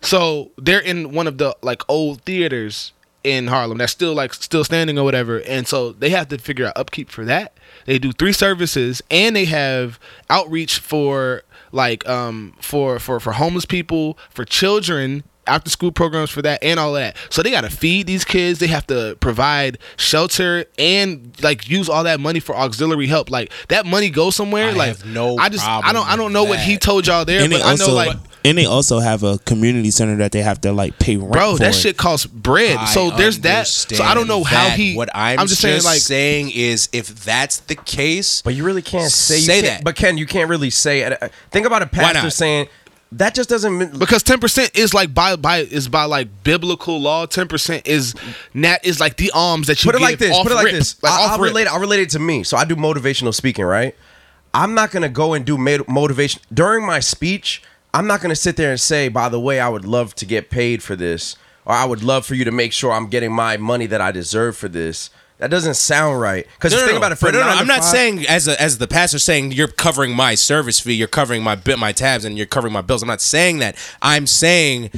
Speaker 5: so they're in one of the like old theaters in harlem that's still like still standing or whatever and so they have to figure out upkeep for that they do three services and they have outreach for like um for for for homeless people for children after school programs for that and all that so they got to feed these kids they have to provide shelter and like use all that money for auxiliary help like that money goes somewhere
Speaker 4: I
Speaker 5: like
Speaker 4: have no
Speaker 5: i just i
Speaker 4: problem
Speaker 5: don't i don't
Speaker 4: with
Speaker 5: know what he
Speaker 4: that.
Speaker 5: told y'all there
Speaker 7: and they
Speaker 5: but i
Speaker 7: also
Speaker 5: know like
Speaker 7: and they also have a community center that they have to like pay rent.
Speaker 5: bro that
Speaker 7: for.
Speaker 5: shit costs bread
Speaker 4: I
Speaker 5: so there's that so i don't know how
Speaker 4: understand
Speaker 5: he
Speaker 4: that. What I'm,
Speaker 5: just saying like
Speaker 4: saying is, if that's the case,
Speaker 1: But you really can't say, you
Speaker 4: Say
Speaker 1: can't-
Speaker 4: that.
Speaker 1: But Ken, you can't really say. uh, Think about a pastor
Speaker 4: not?
Speaker 1: saying that just doesn't. mean
Speaker 5: because 10% is like by by is by like biblical law 10% is nat is like the alms that you
Speaker 1: put it
Speaker 5: give
Speaker 1: like this.
Speaker 5: off
Speaker 1: Put it like
Speaker 5: rip,
Speaker 1: this.
Speaker 5: like
Speaker 1: I-
Speaker 5: off
Speaker 1: I'll
Speaker 5: rip.
Speaker 1: relate. I'll relate it to me. So I do motivational speaking, right? I'm not gonna go and do ma- motivation during my speech. I'm not gonna sit there and say, "By the way, I would love to get paid for this," or "I would love for you to make sure I'm getting my money that I deserve for this." That doesn't sound right. Because think about it. For
Speaker 4: But no, no,
Speaker 1: nine to
Speaker 4: I'm not
Speaker 1: five-
Speaker 4: saying as a, as the pastor saying you're covering my service fee, you're covering my bit, my tabs, and you're covering my bills. I'm not saying that. I'm saying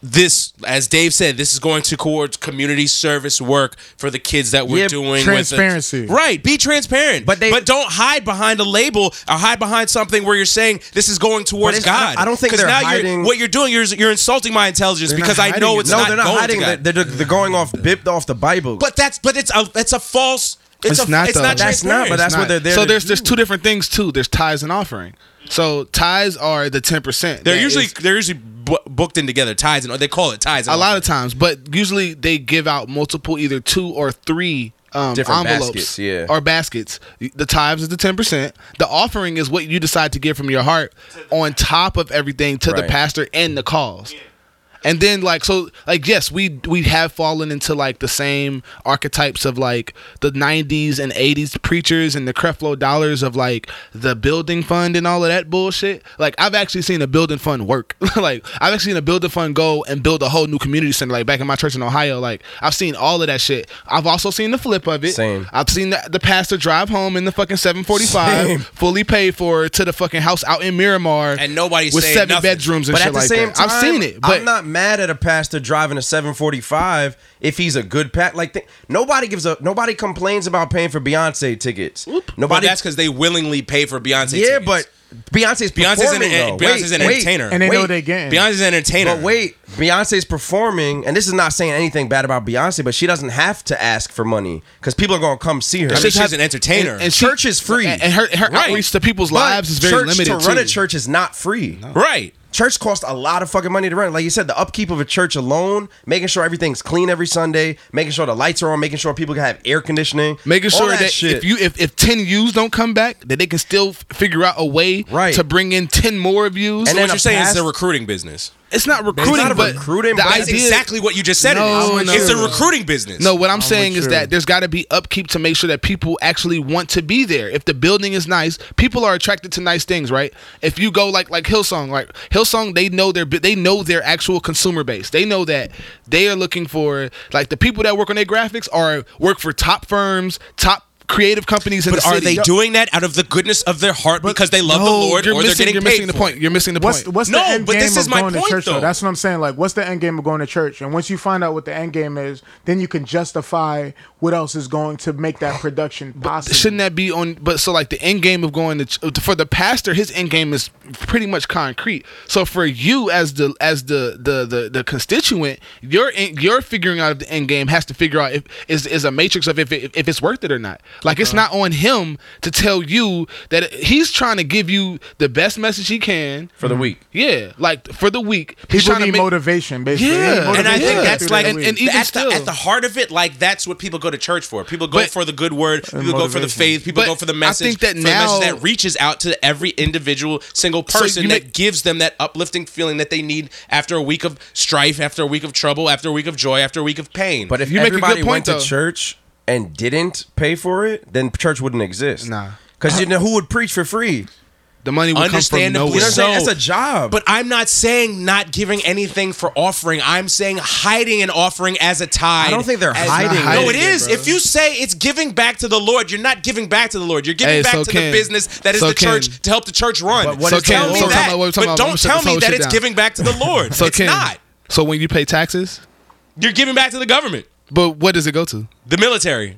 Speaker 4: this, as Dave said, this is going to towards community service work for the kids that we're
Speaker 6: Yeah,
Speaker 4: doing. with the-
Speaker 6: transparency.
Speaker 4: right? Be transparent,
Speaker 1: But
Speaker 4: but
Speaker 1: they-
Speaker 4: but don't hide behind a label or hide behind something where you're saying this is going towards
Speaker 1: it's- I don't-
Speaker 4: God.
Speaker 1: I don't think
Speaker 4: 'Cause
Speaker 1: they're
Speaker 4: now
Speaker 1: hiding-
Speaker 4: You're, what you're doing, you're you're insulting my intelligence because I know it's
Speaker 1: no,
Speaker 4: not
Speaker 1: they're not
Speaker 4: going to
Speaker 1: hiding.
Speaker 4: God.
Speaker 1: They're, they're, they're going off bipped off the Bible.
Speaker 4: But that's but it's a it's a false. It's,
Speaker 5: It's
Speaker 4: a,
Speaker 5: not,
Speaker 4: It's
Speaker 5: though.
Speaker 4: not
Speaker 1: that's not. But
Speaker 4: transparent.
Speaker 1: that's what they're there.
Speaker 5: so
Speaker 1: to
Speaker 5: there's
Speaker 1: do.
Speaker 5: there's two different things too there's tithes and offering so tithes are the 10%
Speaker 4: They're
Speaker 5: that
Speaker 4: usually
Speaker 5: is-
Speaker 4: they're usually bu- booked in together. Ties and they call it ties.
Speaker 5: a lot of times, but usually they give out multiple, either two or three um,
Speaker 1: Different
Speaker 5: envelopes
Speaker 1: baskets, yeah.
Speaker 5: or baskets. The tithes is the ten percent. The offering is what you decide to give from your heart, on top of everything to the
Speaker 1: Right.
Speaker 5: pastor and the cause. And then like so like yes we we have fallen into like the same archetypes of like the 90s and 80s preachers and the Creflo dollars of like the building fund and all of that bullshit. Like I've actually seen a building fund work. like I've actually seen a building fund go and build a whole new community center like back in my church in Ohio. Like I've seen all of that shit. I've also seen the flip of it.
Speaker 1: Same.
Speaker 5: I've seen the, the pastor drive home in the fucking 745 fully paid for to the fucking house out in Miramar
Speaker 4: And nobody's
Speaker 5: with
Speaker 4: saying
Speaker 5: seven
Speaker 4: nothing.
Speaker 5: bedrooms and
Speaker 1: But
Speaker 5: shit
Speaker 1: at the
Speaker 5: like
Speaker 1: same
Speaker 5: that.
Speaker 1: time,
Speaker 5: I've seen it, but
Speaker 1: I'm not mad at a pastor driving a 745 if he's a good pat. Like th- nobody gives a nobody complains about paying for Beyonce tickets.
Speaker 4: But
Speaker 1: Nobody.
Speaker 4: that's because they willingly pay for Beyonce.
Speaker 1: yeah,
Speaker 4: tickets.
Speaker 1: but Beyonce's
Speaker 4: Beyonce's an-
Speaker 1: performing though.
Speaker 4: Beyonce's
Speaker 1: Wait,
Speaker 4: an
Speaker 1: wait.
Speaker 4: entertainer.
Speaker 6: And they know
Speaker 1: Wait,
Speaker 6: they getting.
Speaker 4: Beyonce's an entertainer.
Speaker 1: But wait, Beyonce's performing, and this is not saying anything bad about Beyonce, but she doesn't have to ask for money because people are gonna come see her.
Speaker 4: I mean, she's an entertainer.
Speaker 5: and- and she-
Speaker 1: church is free,
Speaker 5: and, and her, her
Speaker 4: Right.
Speaker 5: outreach to people's
Speaker 1: But
Speaker 5: lives is very
Speaker 1: church,
Speaker 5: limited
Speaker 1: To run
Speaker 5: too.
Speaker 1: a church is not free.
Speaker 4: right.
Speaker 1: church costs a lot of fucking money to rent. Like you said, the upkeep of a church alone, making sure everything's clean every Sunday, making sure the lights are on, making sure people can have air conditioning,
Speaker 5: Making
Speaker 1: all
Speaker 5: sure that,
Speaker 1: shit.
Speaker 5: if you if, if ten views don't come back, that they can still f- figure out a way
Speaker 1: Right.
Speaker 5: to bring in ten more views.
Speaker 1: And
Speaker 4: What
Speaker 1: then
Speaker 4: you're
Speaker 1: a
Speaker 4: saying is
Speaker 1: past-
Speaker 4: it's a recruiting business.
Speaker 5: it's not recruiting,
Speaker 1: not a
Speaker 5: but
Speaker 1: recruiting,
Speaker 5: the
Speaker 1: but
Speaker 5: idea.
Speaker 4: That's exactly what you just said.
Speaker 5: No,
Speaker 4: it is.
Speaker 5: no.
Speaker 4: it's a recruiting business.
Speaker 5: No, what I'm, saying is that there's got to be upkeep to make sure that people actually want to be there. If the building is nice, people are attracted to nice things, right? If you go like like Hillsong, like Hillsong, they know their they know their actual consumer base. They know that they are looking for like the people that work on their graphics are work for top firms, top creative companies in
Speaker 4: but
Speaker 5: the
Speaker 4: are
Speaker 5: city.
Speaker 4: they doing that out of the goodness of their heart because they love
Speaker 5: No,
Speaker 4: the Lord,
Speaker 5: you're
Speaker 4: or
Speaker 5: missing,
Speaker 4: they're getting
Speaker 5: you're
Speaker 4: paid
Speaker 5: missing the
Speaker 4: for
Speaker 5: point.
Speaker 4: it?
Speaker 5: You're missing the
Speaker 6: What's
Speaker 5: point.
Speaker 6: what's
Speaker 4: No,
Speaker 6: the end
Speaker 4: but
Speaker 6: game
Speaker 4: this is
Speaker 6: of
Speaker 4: my
Speaker 6: going
Speaker 4: point,
Speaker 6: to church? Though?
Speaker 4: though.
Speaker 6: That's what I'm saying. Like, what's the end game of going to church? And once you find out what the end game is, then you can justify what else is going to make that production possible.
Speaker 5: shouldn't that be on but so like the end game of going to ch- for the pastor his end game is pretty much concrete so for you as the as the the the, the constituent your en- your figuring out of the end game has to figure out if is is a matrix of if, it, if it's worth it or not Like
Speaker 1: Uh-huh.
Speaker 5: it's not on him to tell you that he's trying to give you the best message he can
Speaker 1: for the
Speaker 4: Mm-hmm.
Speaker 1: week.
Speaker 5: Yeah, like for the week. He's
Speaker 6: People
Speaker 5: trying
Speaker 6: need
Speaker 5: to make,
Speaker 6: motivation, basically. They
Speaker 5: Yeah.
Speaker 6: need
Speaker 5: And
Speaker 4: And I
Speaker 6: motivation
Speaker 4: think
Speaker 5: Yeah.
Speaker 4: that's
Speaker 6: through
Speaker 4: like
Speaker 6: their
Speaker 5: And-
Speaker 6: week.
Speaker 5: and even
Speaker 4: at, the,
Speaker 5: still-
Speaker 4: at the heart of it, like that's what people go to church for. People go
Speaker 5: But-
Speaker 4: for the good word. People go for the
Speaker 6: motivation.
Speaker 4: faith. People
Speaker 5: But
Speaker 4: go for the
Speaker 5: I
Speaker 4: message.
Speaker 5: think that
Speaker 4: for the message
Speaker 5: now-
Speaker 4: that reaches out to every individual single
Speaker 5: So
Speaker 4: person
Speaker 5: you
Speaker 4: that
Speaker 5: make-
Speaker 4: gives them that uplifting feeling that they need after a week of strife, after a week of trouble, after a week of joy, after a week of pain.
Speaker 1: But if
Speaker 5: You make a good
Speaker 1: everybody went
Speaker 5: point,
Speaker 1: to
Speaker 5: though.
Speaker 1: church and didn't pay for it, then church wouldn't exist.
Speaker 5: Nah.
Speaker 1: Because you know who would preach for free?
Speaker 5: the money would come from
Speaker 4: Understandably
Speaker 5: nowhere.
Speaker 1: You know what I'm saying?
Speaker 4: So-
Speaker 1: That's a job.
Speaker 4: But I'm not saying not giving anything for offering. I'm saying hiding an offering as a tithe.
Speaker 1: I don't think they're
Speaker 4: As-
Speaker 1: hiding
Speaker 4: No,
Speaker 5: it.
Speaker 4: it is.
Speaker 5: bro.
Speaker 4: If you say it's giving back to the Lord, you're not giving back to the Lord. You're giving
Speaker 5: Hey,
Speaker 4: back
Speaker 5: so
Speaker 4: to
Speaker 5: Ken-
Speaker 4: the business that is
Speaker 5: so
Speaker 4: the church
Speaker 5: Ken-
Speaker 4: to help the church run.
Speaker 1: But what
Speaker 5: So
Speaker 1: is
Speaker 5: Ken,
Speaker 4: tell me
Speaker 5: so we're talking
Speaker 4: that,
Speaker 5: about- we're
Speaker 4: but
Speaker 5: talking about-
Speaker 4: don't
Speaker 5: we're shutting
Speaker 4: tell
Speaker 5: this
Speaker 4: me
Speaker 5: whole
Speaker 4: that
Speaker 5: shit
Speaker 4: it's
Speaker 5: down.
Speaker 4: giving back to the Lord.
Speaker 5: So
Speaker 4: it's
Speaker 5: Ken,
Speaker 4: not.
Speaker 5: So when you pay taxes,
Speaker 4: You're giving back to the government,
Speaker 5: but what does it go to,
Speaker 4: the military,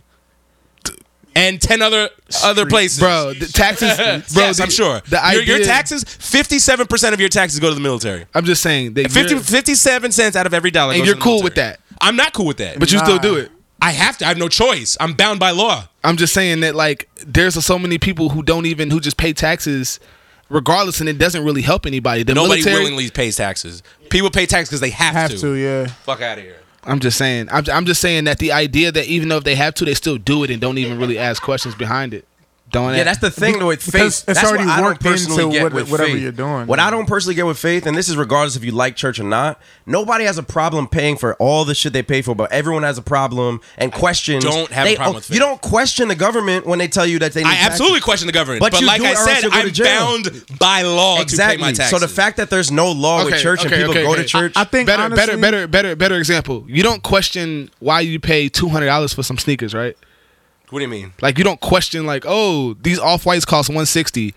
Speaker 4: and ten other other places,
Speaker 5: bro? The taxes, bro.
Speaker 4: Bro, yes,
Speaker 5: the-
Speaker 4: I'm sure.
Speaker 5: The
Speaker 4: your,
Speaker 5: idea,
Speaker 4: your taxes, fifty-seven percent of your taxes go to the military.
Speaker 5: I'm just saying that.
Speaker 4: 50,
Speaker 5: you're-
Speaker 4: 57 cents out of every dollar.
Speaker 5: And
Speaker 4: goes
Speaker 5: you're
Speaker 4: to the
Speaker 5: cool with
Speaker 4: military.
Speaker 5: that?
Speaker 4: I'm not cool with that.
Speaker 5: but you still do it.
Speaker 4: I have to. I have no choice. I'm bound by law.
Speaker 5: I'm just saying that like there's so many people who don't even who just pay taxes regardless, and it doesn't really help anybody. The
Speaker 4: Nobody
Speaker 5: military,
Speaker 4: willingly pays taxes. People pay tax because they have,
Speaker 6: have to, yeah.
Speaker 4: Fuck out of here.
Speaker 5: I'm just saying. I'm, I'm just saying that the idea that even though if they have to, they still do it and don't even really ask questions behind it. Don't.
Speaker 1: Yeah, that's the thing though with faith.
Speaker 6: Because it's
Speaker 1: that's
Speaker 6: already
Speaker 1: what I don't
Speaker 6: worked
Speaker 1: personally
Speaker 6: into
Speaker 1: get
Speaker 6: what-
Speaker 1: with
Speaker 6: whatever
Speaker 1: faith.
Speaker 6: you're doing.
Speaker 1: What I don't personally get with faith, and this is regardless if you like church or not, nobody has a problem paying for all the shit they pay for, but everyone has a problem and questions.
Speaker 4: don't have a
Speaker 1: They-
Speaker 4: problem
Speaker 1: oh,
Speaker 4: with
Speaker 1: You
Speaker 4: faith.
Speaker 1: don't question the government when they tell you that they. Need
Speaker 4: I
Speaker 1: taxes.
Speaker 4: absolutely question the government, but,
Speaker 1: But you
Speaker 4: like
Speaker 1: do
Speaker 4: I
Speaker 1: it or else
Speaker 4: said,
Speaker 1: you'll go to
Speaker 4: I'm
Speaker 1: jail.
Speaker 4: bound by law to pay my
Speaker 1: Exactly.
Speaker 4: taxes.
Speaker 1: So the fact that there's no law with
Speaker 5: Okay,
Speaker 1: church
Speaker 5: okay,
Speaker 1: and people
Speaker 5: okay,
Speaker 1: go
Speaker 5: okay.
Speaker 1: to church,
Speaker 6: I think
Speaker 5: better,
Speaker 6: honestly,
Speaker 5: better, better, better, better example. You don't question why you pay two hundred dollars for some sneakers, right?
Speaker 4: what do you mean?
Speaker 5: Like you don't question like, oh, these off whites cost one sixty.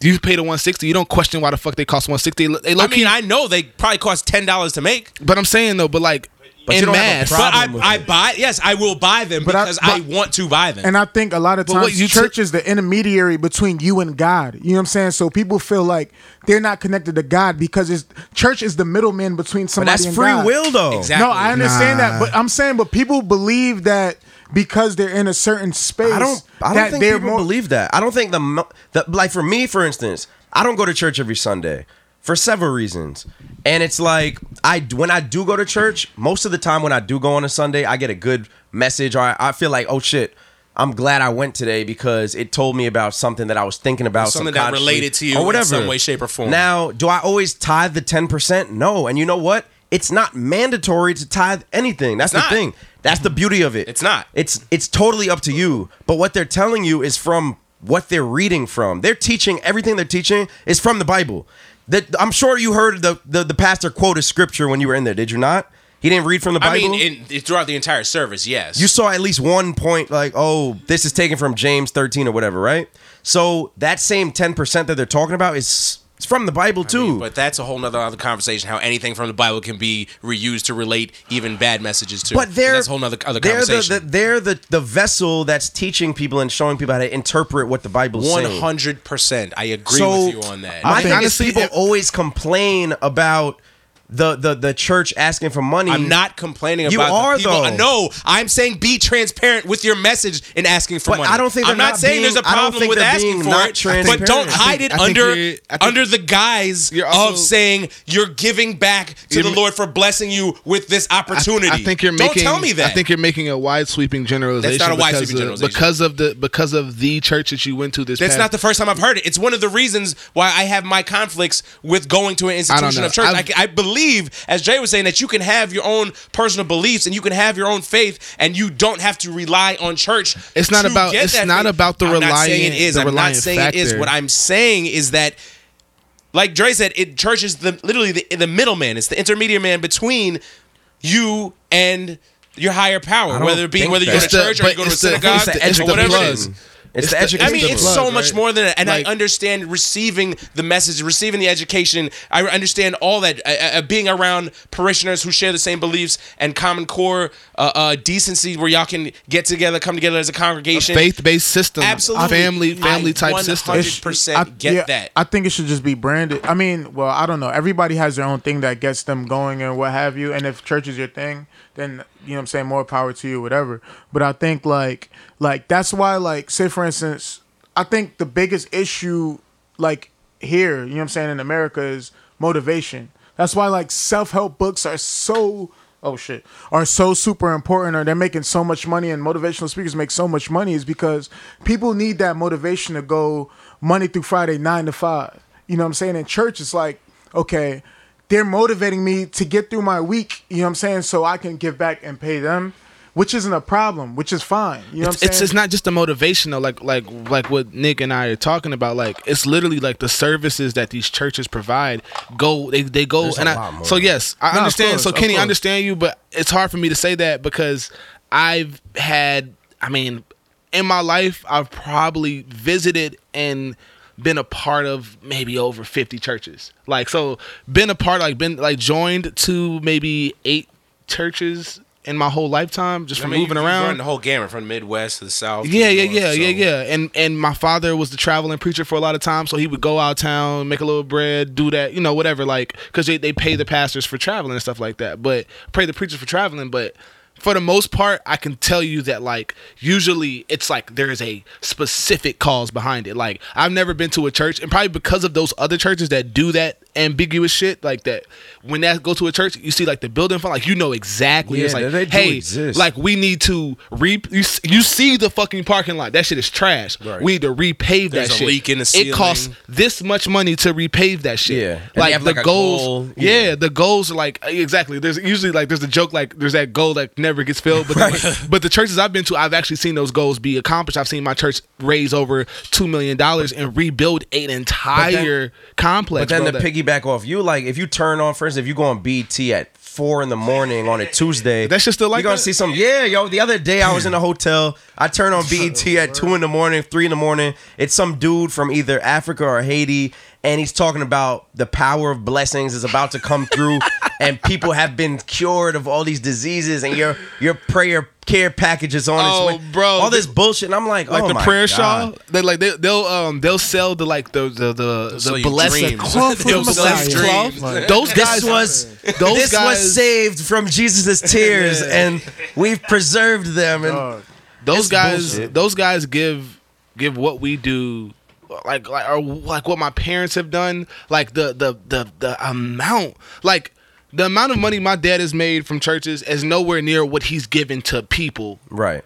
Speaker 5: You pay the one sixty. You don't question why the fuck they cost one sixty. They
Speaker 4: I
Speaker 5: low
Speaker 4: mean, I know they probably cost ten dollars to make,
Speaker 5: but I'm saying though, but like
Speaker 1: But you
Speaker 5: in
Speaker 1: don't have a
Speaker 5: mass,
Speaker 1: problem
Speaker 4: but I,
Speaker 1: with
Speaker 4: I
Speaker 1: it.
Speaker 4: buy. Yes, I will buy them
Speaker 6: But I-
Speaker 4: because I,
Speaker 6: but-
Speaker 4: want to buy them.
Speaker 6: And I think a lot of
Speaker 5: what
Speaker 6: times
Speaker 5: you
Speaker 6: church
Speaker 5: took-
Speaker 6: is the intermediary between you and God. You know what I'm saying? So people feel like they're not connected to God because it's church is the middleman between
Speaker 1: but
Speaker 6: somebody
Speaker 1: that's
Speaker 6: and
Speaker 1: free
Speaker 6: God.
Speaker 1: will though.
Speaker 4: Exactly.
Speaker 6: No, I understand that, but I'm saying, but people believe that because they're in a certain space.
Speaker 1: I don't. I
Speaker 6: that
Speaker 1: don't think
Speaker 6: they're
Speaker 1: people
Speaker 6: more,
Speaker 1: believe that. I don't think the, mo- the like for me, for instance, I don't go to church every Sunday for several reasons, and it's like I when I do go to church, most of the time when I do go on a Sunday, I get a good message, or I, I feel like, oh shit. I'm glad I went today because it told me about something that I was thinking about,
Speaker 4: Something that
Speaker 1: subconsciously,
Speaker 4: related to you
Speaker 1: or
Speaker 4: in
Speaker 1: whatever,
Speaker 4: some way, shape, or form.
Speaker 1: Now, do I always tithe the ten percent? No, and you know what? It's not mandatory to tithe anything. That's the
Speaker 4: It's not.
Speaker 1: thing. That's the beauty of it.
Speaker 4: It's not.
Speaker 1: It's it's totally up to you. But what they're telling you is from what they're reading from. They're teaching everything they're teaching is from the Bible. That I'm sure you heard the the, the pastor quote a scripture when you were in there, did you not? He didn't read from the
Speaker 4: I
Speaker 1: Bible.
Speaker 4: mean, in, in- throughout the entire service, yes.
Speaker 1: you saw at least one point like, oh, this is taken from James 13 or whatever, right? So that same 10% that they're talking about is it's from the Bible too.
Speaker 4: but that's a whole nother other conversation. How anything from the Bible can be reused to relate even bad messages to.
Speaker 1: But they're
Speaker 4: that's a whole nother other
Speaker 1: they're the,
Speaker 4: conversation.
Speaker 1: the they're the the vessel that's teaching people and showing people how to interpret what the Bible's
Speaker 4: One
Speaker 1: saying.
Speaker 4: hundred percent, I agree with you on that.
Speaker 1: My
Speaker 5: think
Speaker 1: thing
Speaker 5: honestly,
Speaker 1: is people
Speaker 5: if-
Speaker 1: always complain about the, the the church asking for money.
Speaker 4: I'm not complaining about
Speaker 1: You
Speaker 4: the
Speaker 1: are,
Speaker 4: people.
Speaker 1: though.
Speaker 4: No, I'm saying be transparent with your message in asking for
Speaker 1: But
Speaker 4: money.
Speaker 1: I don't think
Speaker 4: I'm
Speaker 1: they're
Speaker 4: not,
Speaker 1: not being-
Speaker 4: saying there's a
Speaker 1: I don't
Speaker 4: problem
Speaker 1: think
Speaker 4: with
Speaker 1: they're
Speaker 4: asking
Speaker 1: being
Speaker 4: for
Speaker 1: not
Speaker 4: it, but don't
Speaker 1: transparent.
Speaker 4: hide it
Speaker 5: I think
Speaker 4: under
Speaker 5: you're- I think-
Speaker 4: under the guise
Speaker 5: You're also-
Speaker 4: of saying you're giving back to
Speaker 5: You're
Speaker 4: the
Speaker 5: ma-
Speaker 4: Lord for blessing you with this
Speaker 5: I-
Speaker 4: opportunity.
Speaker 5: I, think you're making.
Speaker 4: Don't tell me that.
Speaker 5: I think you're making a wide sweeping generalization.
Speaker 4: That's not a wide
Speaker 5: because
Speaker 4: sweeping
Speaker 5: of-
Speaker 4: generalization.
Speaker 5: because of the because of the church that you went to. This
Speaker 4: That's
Speaker 5: past-
Speaker 4: not the first time I've heard it. It's one of the reasons why I have my conflicts with going to an institution
Speaker 5: know.
Speaker 4: of church. I,
Speaker 5: I've-
Speaker 4: I believe, as Jay was saying, that you can have your own personal beliefs and you can have your own faith, and you don't have to rely on church.
Speaker 5: It's not
Speaker 4: to
Speaker 5: about-
Speaker 4: get
Speaker 5: it's
Speaker 4: that
Speaker 5: not
Speaker 4: faith.
Speaker 5: about the
Speaker 4: I'm not saying it
Speaker 5: reliant-
Speaker 4: is.
Speaker 5: the
Speaker 4: I'm not
Speaker 5: reliant
Speaker 4: saying it is.
Speaker 5: factor.
Speaker 4: What I'm saying is that. Like Dre said, it church is the literally the, the middleman. It's the intermediate man between you and your higher power,
Speaker 1: don't
Speaker 4: whether it be
Speaker 1: think
Speaker 4: whether you go
Speaker 1: that.
Speaker 4: to
Speaker 5: It's
Speaker 4: church
Speaker 5: the-
Speaker 4: or you
Speaker 5: but
Speaker 4: go to a
Speaker 5: it's the-
Speaker 4: synagogue
Speaker 5: it's the
Speaker 4: or whatever it is.
Speaker 5: plug.
Speaker 1: It's, the, education.
Speaker 4: I mean, it's
Speaker 5: plug,
Speaker 4: so much
Speaker 5: right?
Speaker 4: more than that. And
Speaker 5: Like-
Speaker 4: I understand receiving the message, receiving the education. I understand all that. Uh, uh, being around parishioners who share the same beliefs and common core uh, uh, decency where y'all can get together, come together as a congregation.
Speaker 5: faith based system.
Speaker 4: Absolutely.
Speaker 5: Family family
Speaker 4: I
Speaker 5: type
Speaker 4: 100
Speaker 5: system.
Speaker 6: It's-
Speaker 4: 100% get that.
Speaker 6: I think it should just be branded. I mean, well, I don't know. Everybody has their own thing that gets them going and what have you. And if church is your thing, then you know what I'm saying, more power to you, whatever. But I think like like that's why like say for instance, I think the biggest issue like here, you know what I'm saying, in America is motivation. That's why like self help books are so oh shit are so super important or they're making so much money and motivational speakers make so much money is because people need that motivation to go Monday through Friday nine to five. You know what I'm saying? In church it's like, okay, they're motivating me to get through my week, you know what I'm saying, so I can give back and pay them. Which isn't a problem, which is fine. You know what I'm
Speaker 5: it's,
Speaker 6: saying?
Speaker 5: it's it's not just the motivation though, like like like what Nick and I are talking about. Like it's literally like the services that these churches provide go they, they go and I so yes I
Speaker 6: of
Speaker 5: understand.
Speaker 6: course,
Speaker 5: so
Speaker 6: of
Speaker 5: Kenny, I
Speaker 6: course.
Speaker 5: understand you, but it's hard for me to say that because I've had I mean in my life I've probably visited and been a part of maybe over 50 churches like so been a part like been like joined to maybe eight churches in my whole lifetime just
Speaker 4: I
Speaker 5: from
Speaker 4: mean,
Speaker 5: moving
Speaker 4: you- you
Speaker 5: around
Speaker 4: run the whole gamut from the Midwest to the South. to
Speaker 5: yeah,
Speaker 4: the
Speaker 5: yeah,
Speaker 4: North,
Speaker 5: yeah,
Speaker 4: so-
Speaker 5: yeah, yeah. And and my father was the traveling preacher for a lot of time, so he would go out of town, make a little bread, do that, you know, whatever, like because they, they pay the pastors for traveling and stuff like that. But pay the preachers for traveling, but for the most part, I can tell you that like usually it's like there is a specific cause behind it. Like I've never been to a church, and probably because of those other churches that do that ambiguous shit, like that when that go to a church, you see like the building fund, like you know exactly. it's
Speaker 1: Yeah,
Speaker 5: like
Speaker 1: they do
Speaker 5: hey,
Speaker 1: exist.
Speaker 5: like we need to re you, s- you see the fucking parking lot. That shit is trash. We need to repave
Speaker 4: There's
Speaker 5: that
Speaker 4: a
Speaker 5: shit.
Speaker 4: leak in the
Speaker 5: It costs
Speaker 4: ceiling.
Speaker 5: this much money to repave that shit.
Speaker 1: Yeah. And they
Speaker 5: Like
Speaker 1: have,
Speaker 5: the
Speaker 1: like, a
Speaker 5: goals.
Speaker 1: goal.
Speaker 5: Yeah.
Speaker 1: Yeah.
Speaker 5: the goals are like exactly. There's usually like there's a joke like there's that goal that never gets filled. But the, but the churches I've been to, I've actually seen those goals be accomplished. I've seen my church raise over two million dollars and rebuild an entire complex.
Speaker 1: But then
Speaker 5: bro,
Speaker 1: the
Speaker 5: that-
Speaker 1: piggyback off you, like if you turn on, for instance, if you go on BT at four in the morning on a Tuesday,
Speaker 5: That shit still like
Speaker 1: you gonna
Speaker 5: that?
Speaker 1: see some. Yeah, yo. The other day I was in a hotel. I turned on BET at two in the morning, three in the morning. It's some dude from either Africa or Haiti, and he's talking about the power of blessings is about to come through, and people have been cured of all these diseases, and your your prayer care package is on
Speaker 5: Oh,
Speaker 1: its way.
Speaker 5: bro,
Speaker 1: all this bullshit. And I'm like,
Speaker 5: like
Speaker 1: oh
Speaker 5: the
Speaker 1: my
Speaker 5: prayer
Speaker 1: God.
Speaker 5: shawl. They like they, they'll um they'll sell the like the the the,
Speaker 4: sell
Speaker 5: the
Speaker 4: you
Speaker 5: blessed
Speaker 4: dreams.
Speaker 5: cloth.
Speaker 4: They'll
Speaker 5: the
Speaker 4: sell
Speaker 5: blessed
Speaker 4: you
Speaker 5: cloth.
Speaker 4: dreams.
Speaker 5: Those guys
Speaker 1: This was
Speaker 5: those
Speaker 1: this was
Speaker 5: guys
Speaker 1: saved from Jesus' tears, and we've preserved them. And
Speaker 6: Uh,
Speaker 5: those guys
Speaker 1: bullshit.
Speaker 5: those guys give give what we do like like or like what my parents have done like the the the the amount like the amount of money my dad has made from churches is nowhere near what he's given to people
Speaker 1: right,